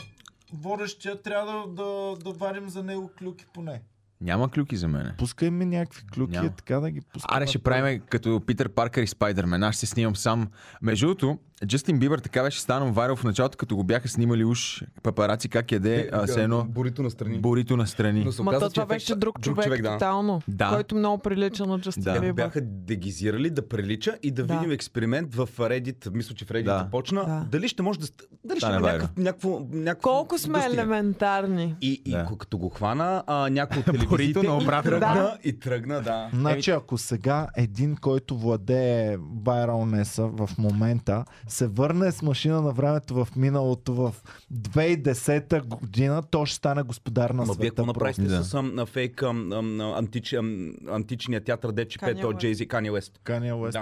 водещия трябва да, да, да варим за него клюки поне.
Няма клюки за мене.
Пускай ми някакви клюки,
Няма.
е така да ги пускам.
Аре, ще правим като Питър Паркър и Спайдермен. Аз ще снимам сам. Между другото, Джастин Бибър така беше станал вайрал в началото, като го бяха снимали уж папараци как
Е,
яде а, с едно
Борито настрани.
бурито настрани.
Но се
Ма
оказа,
то това
че е ефект-
беше е друг човек,
да.
тотално,
Да.
който много прилича на Джастин
Да.
да. Бибър.
Бяха дегизирали да прилича и да,
Да.
видим експеримент в Reddit. Мисля, че в Reddit
Да.
започна.
Да.
Дали ще може да... ст- Дали ще
Стане
има
вайрал.
някакъв- някакво... някакво
Колко сме
достигане.
елементарни.
И, и
Да.
да. като го хвана, а, някой от телевизиите
Борито на
и
обратно.
тръгна, и тръгна, да.
Значи,
Е,
ако сега един, който владее вайралнеса в момента, се върне с машина на времето в миналото в 2010 година, то ще стане господар на
Ама вие
света.
какво
просто.
направихте
Да.
с ам, на фейк ам, ам, на антич, ам, античния театър Дечи
Kanye
Пето от
West.
Jay-Z Kanye West?
Kanye West.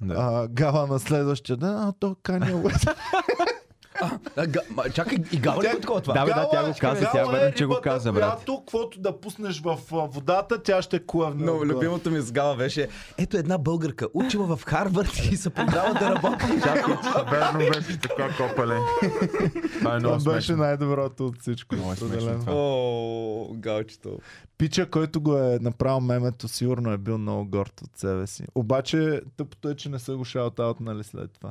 Да.
А, гава на следващия ден, а то Кания Уест.
А, га- ма, чакай, и гава ли го е такова това?
Да, бе, да, тя го каза, тя верно, че го каза, брат.
Когато, е каквото да пуснеш в а, водата, тя ще клавне.
Но
отгоре.
любимото ми с Гала беше Ето една българка, учила в Харвард и се продава да работи.
Верно беше така копале. Това е
Това
много
беше
смешно.
най-доброто от всичко.
Много е смешно
определено.
това.
О, галчето.
Пича, който го е направил мемето, сигурно е бил много горд от себе си. Обаче, тъпото е, че не са го шаутаутнали след това.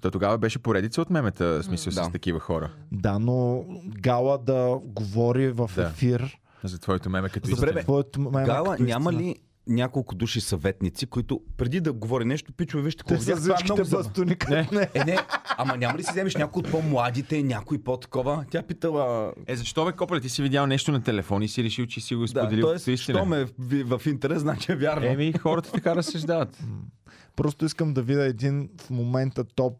То тогава беше поредица от мемета, в смисъл с
Да.
такива хора.
Да, но Гала да говори в
Да.
ефир.
За твоето меме като
за
истина.
твоето меме
Гала,
като
няма
истина.
ли няколко души съветници, които преди да говори нещо, пичове, вижте какво
Те са
видях, това е много
всичките
забавно.
бастуни не. не.
Е, не, ама няма ли си вземеш някой от по-младите, някой по-такова? Тя питала...
Е, защо бе, копале, ти си видял нещо на телефон и си решил, че си го
Да,
споделил
т.е.
като истина?
що ме ви- в интерес, значи е вярно.
Еми, хората така разсъждават.
Просто искам да видя един в момента топ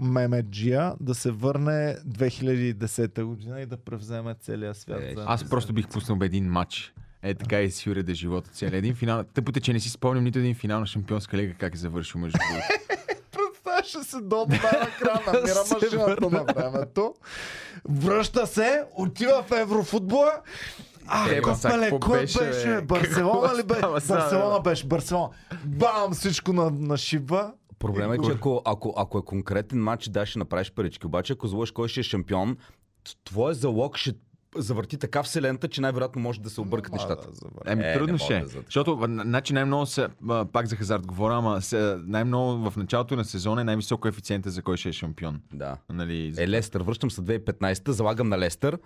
мемеджия да се върне 2010 година и да превземе целия свят.
Е,
за-
Аз просто бих пуснал бе един матч. Е, така и си уреда живота цели. Един финал. Тъпото е, че не си спомням нито един финал на шампионска лига как е завършил между другото.
Ще се добва на крана, мира машината на времето. Връща се, отива в Еврофутбола. А,
Е,
е,
Басак,
копеле,
какво
кой
беше,
беше?
бе?
беше?
Какво
Барселона ли беше?
става сега, бе?
Барселона беше, Барселона. Бам, всичко на, на шиба.
Проблема е, че ако, ако, ако е конкретен матч, да, ще направиш парички. Обаче, ако злъж кой ще е шампион, т- твоя залог ще завърти така вселената, че най-вероятно може да се объркат нещата.
Еми,
Е,
е,
не
трудно
мога
ще. е.
да за-
Защото, а, значи, най-много се, а, пак за хазарт говоря, ама се, най-много в началото на сезона е най-високо коефициента за кой ще е шампион.
Да.
Нали?
Е, Лестър, връщам се 2015, залагам на Лестър.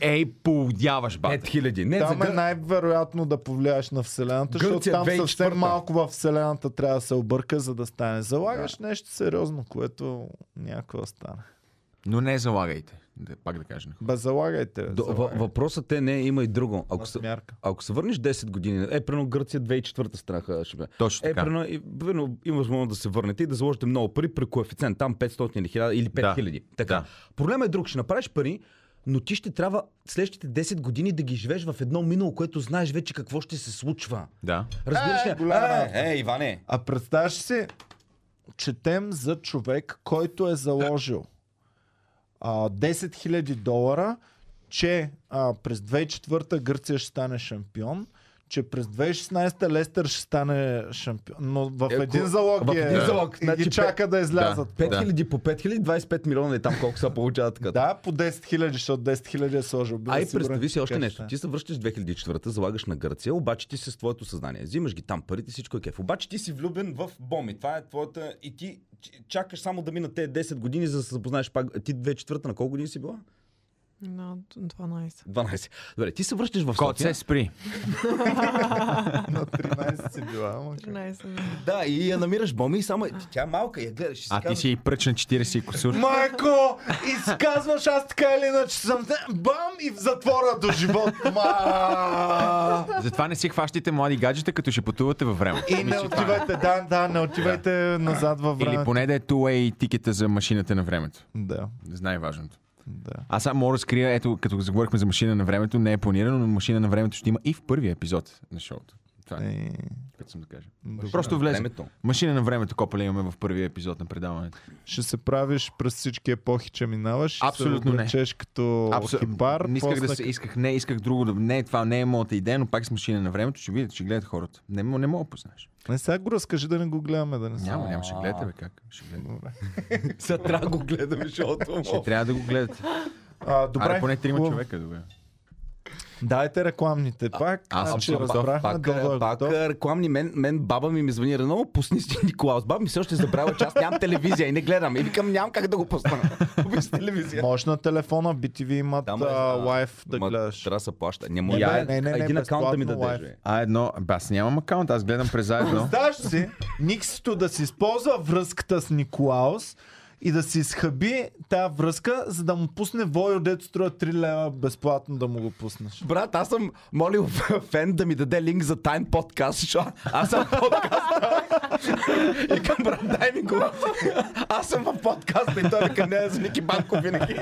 Ей, поудяваш, бате.
5000. Не, за
Там е
гър...
най-вероятно да повлияеш на Вселената, защото
Гърция,
там
2004.
съвсем малко във Вселената трябва да се обърка, за да стане. Залагаш нещо сериозно, което някакво стане.
Но не залагайте. Да, пак да кажа. на хората.
Бе, залагайте. бе,
До- в-
залагайте.
Въпросът е, не, има и друго. Ако се,
Мярка.
ако се върнеш 10 години, е, прено Гърция 2004 страха ще бе.
Точно
Е,
така.
прено, и, прено, има възможност да се върнете и да заложите много пари при коефициент. Там 500 или 1000 или 5000. Така.
Да.
Проблема е друг. Ще направиш пари, но ти ще трябва следващите 10 години да ги живееш в едно минало, което знаеш вече какво ще се случва.
Да.
Разбираш ли?
Е, голяма работа.
е, Иване.
А представяш си, четем за човек, който е заложил а, 10 000 долара, че а, през 2004 Гърция ще стане шампион, че през 2016 Лестър ще стане шампион. Но в
Ако-
един залог
в
е,
един залог,
и
значи
ги
пет-
чака да излязат. Да.
5000 по 5000, 25 милиона е там колко се получава така.
Да, по 10 000, защото 10 000 е сложил. Бил
Ай,
сигурен,
представи си
че
още
така
нещо.
ще
Ти се връщаш 2004-та, залагаш на Гърция, обаче ти си с твоето съзнание. Взимаш ги там парите, всичко е кеф. Обаче ти си влюбен в Боми. Това е твоята... И ти ч- чакаш само да минат те 10 години, за да се запознаеш пак. Ти 2004-та на колко години си била?
На 12.
12. Добре, ти се връщаш в
Кот се
София.
спри.
На 13 си била. ама как.
13. да.
Да, и я намираш Боми и само... Тя е малка, и я гледаш. и си
А ти
казваш,
си и пръч на 40 и косур.
Майко, изказваш аз така или иначе съм. Бам и в затвора до живот. Ма!
Затова не си хващайте млади гаджета, като ще пътувате във време. е
И не отивайте, да, да, не отивайте назад във
Или
времето.
поне да е two-way тикета за машината на времето.
Да,
Знай важното.
да.
Аз само мога да скрия, ето, като заговорихме за машина на времето, не е планирано, но машина на времето ще има и в първия епизод на шоуто. Това е,
Е,
което съм да кажа.
добре.
Просто влезе.
Времето.
Машина на времето, копале имаме в първия епизод на предаването.
Ще се правиш през всички епохи, че минаваш. ще се
Абсолютно не.
облечеш като хипар.
Не исках да
после
се, исках, не, исках друго. Да, не, това не е моята идея, но пак с машина на времето ще видят, ще гледат хората. Не, м- не мога да познаеш.
Не сега го разкажи да не го гледаме, да не се.
Няма, няма, ще гледате, бе, как? Ще гледате.
Сега трябва да го гледаме, защото... му-
Ще трябва да го гледате.
А, добре,
Аре, поне трима
хубаво.
човека добре.
Дайте рекламните пак.
аз съм
значи,
готов.
разбрахме,
Пак,
Додо е
пак
готов.
рекламни. Мен, мен баба ми ми звъни рано, пусни си Николаус. Баба ми все още е забравила, че аз нямам телевизия и не гледам. И викам, нямам как да го пусна. Обичам телевизия.
Може на телефона, BTV имат
Да, ма,
а,
да.
лайф да
Ма,
гледаш.
Трябва да се плаща. Не може.
Я-
да- е.
не, не, не,
един акаунт да ми
безплатно
дадеш.
лайф.
бе.
А, едно, бе, аз нямам акаунт, аз гледам през заедно.
Представяш си, Никсито да си използва връзката с Николаус и да си изхъби тая връзка, за да му пусне Войо, дето струва 3 лева безплатно да му го пуснеш.
Брат, аз съм молил фен да ми даде линк за тайн подкаст, защото аз съм в подкаста. и към брат, дай ми го. Аз съм в подкаста и той вика, не, за Ники Банко винаги.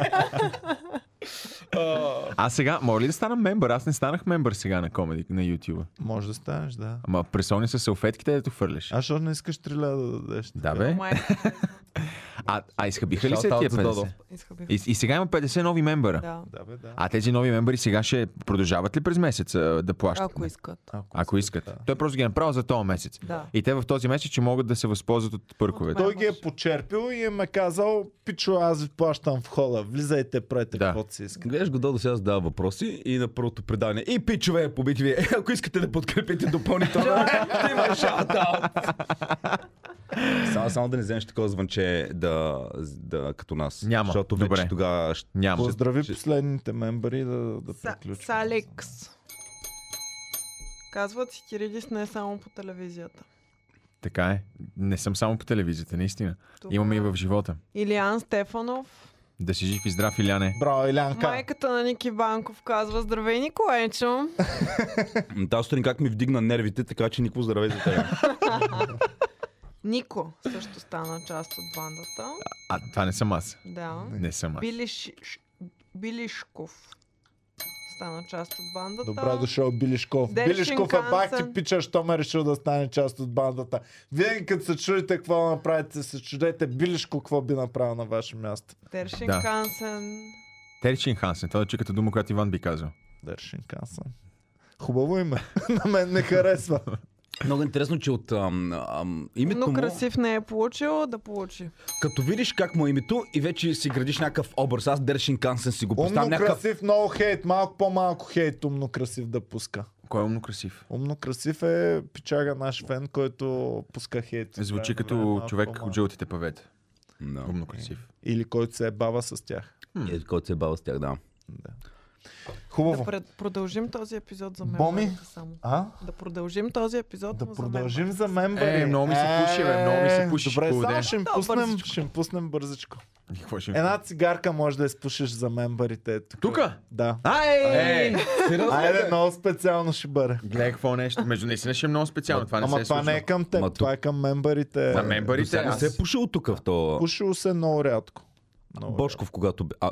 А сега, мога ли да стана мембър? Аз не станах мембър сега на комеди на YouTube.
Може да станеш, да.
Ама пресони с салфетките, дето хвърляш.
А защо не искаш 3 лева да дадеш?
Да, бе.
Май.
А, а изхабиха ли се
Shout out
тия
за Додо.
50?
Изхъбих.
И, и сега има 50 нови мембъра.
Да,
Да, бе, да.
А тези нови мембъри сега ще продължават ли през месеца да плащат?
ако искат.
Ако искат. Той просто ги е направил за този месец.
Да.
И те в този месец ще могат да се възползват от пърковете.
Той ги е почерпил и им е казал, пичо, аз ви плащам в хола. Влизайте, правете
Да.
каквото си искате.
Гледаш го Додо сега задава въпроси и на първото предаване. И пичове, побити ви. Е, ако искате да подкрепите допълнително, ще има шаут Само, само да не вземеш такова звънче да, да, като нас.
Няма.
Защото
Добре.
вече тогава ще...
Няма.
Поздрави последните мембари да, да
Са-
приключим.
Салекс. Казват си Кирилис не само по телевизията.
Така е. Не съм само по телевизията, наистина.
Това
Имаме и
е.
в живота.
Илиан Стефанов.
Да си жив и здрав, Иляне.
Браво, Илянка.
Майката на Ники Банков казва Здравей, Николайчо.
М, Тази сутрин как ми вдигна нервите, така че никого здраве за теб.
Нико също стана част от бандата.
А, това не съм аз.
Да.
Не съм аз.
Билиш... Ш- Билишков стана част от бандата.
Добре дошъл Билишков.
Дершин
Билишков е бах ти
Кансен.
пича, що ме решил да стане част от бандата. Вие като се чудите какво да направите, се чудете Билишко какво би направил на ваше място.
Тершин
Да.
Кансен.
Терчин Хансен. Това е като дума, която Иван би казал.
Дершин Кансен. Хубаво име. на мен не харесва.
Много интересно, че от ам, ам, името
Но
му,
красив не е получил, да получи.
като видиш как му е името и вече си градиш някакъв образ. Аз Дершин Кансен си го
Умно
поставям някакъв...
красив, много хейт. Малко по-малко хейт, умно красив да пуска.
Кой е умно красив?
Умно красив е пичага наш фен, който пуска хейт.
Е, Звучи
Време на време,
като
е малко
човек
по-малко.
от жълтите павета.
No.
Умно красив.
Или който се е бава с тях.
Е, който се е бавил с тях, да.
Хубаво.
Да пред, продължим този епизод за мен.
Боми?
Само.
А?
Да продължим този епизод.
Да
но за
продължим за мен,
Е, много ми се пуши, бе, много ми се пуши
Добре,
хубаво
само
ден.
ще им,
Да,
пуснем,
бързичко.
ще им пуснем бързичко.
И Какво ще...
Една цигарка може да изпушиш за мембарите. Ето.
Тука!
Да. Е!
Ай!
Айде, много специално ще бъде.
Гледай какво нещо. Между наистина ще е много специално. Това не
Ама
се е
това не е
случило.
към теб,
Ма
това е към мембарите.
За
До
мембарите.
сега не
аз-
се е пушил тук в то.
Пушило се много рядко. Много
Бошков, когато... бе- А,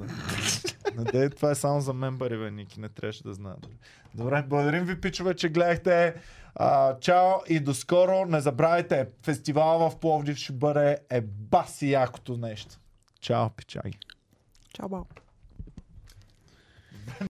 рядко. Надей, това е само за мембари, бе, Ники, не трябваше да знаят. Добре, благодарим ви, пичове, че гледахте. А, чао и до скоро. Не забравяйте, фестивала в Пловдив ще бъде ебаси якото нещо. Чао, пичаги.
Чао, бао.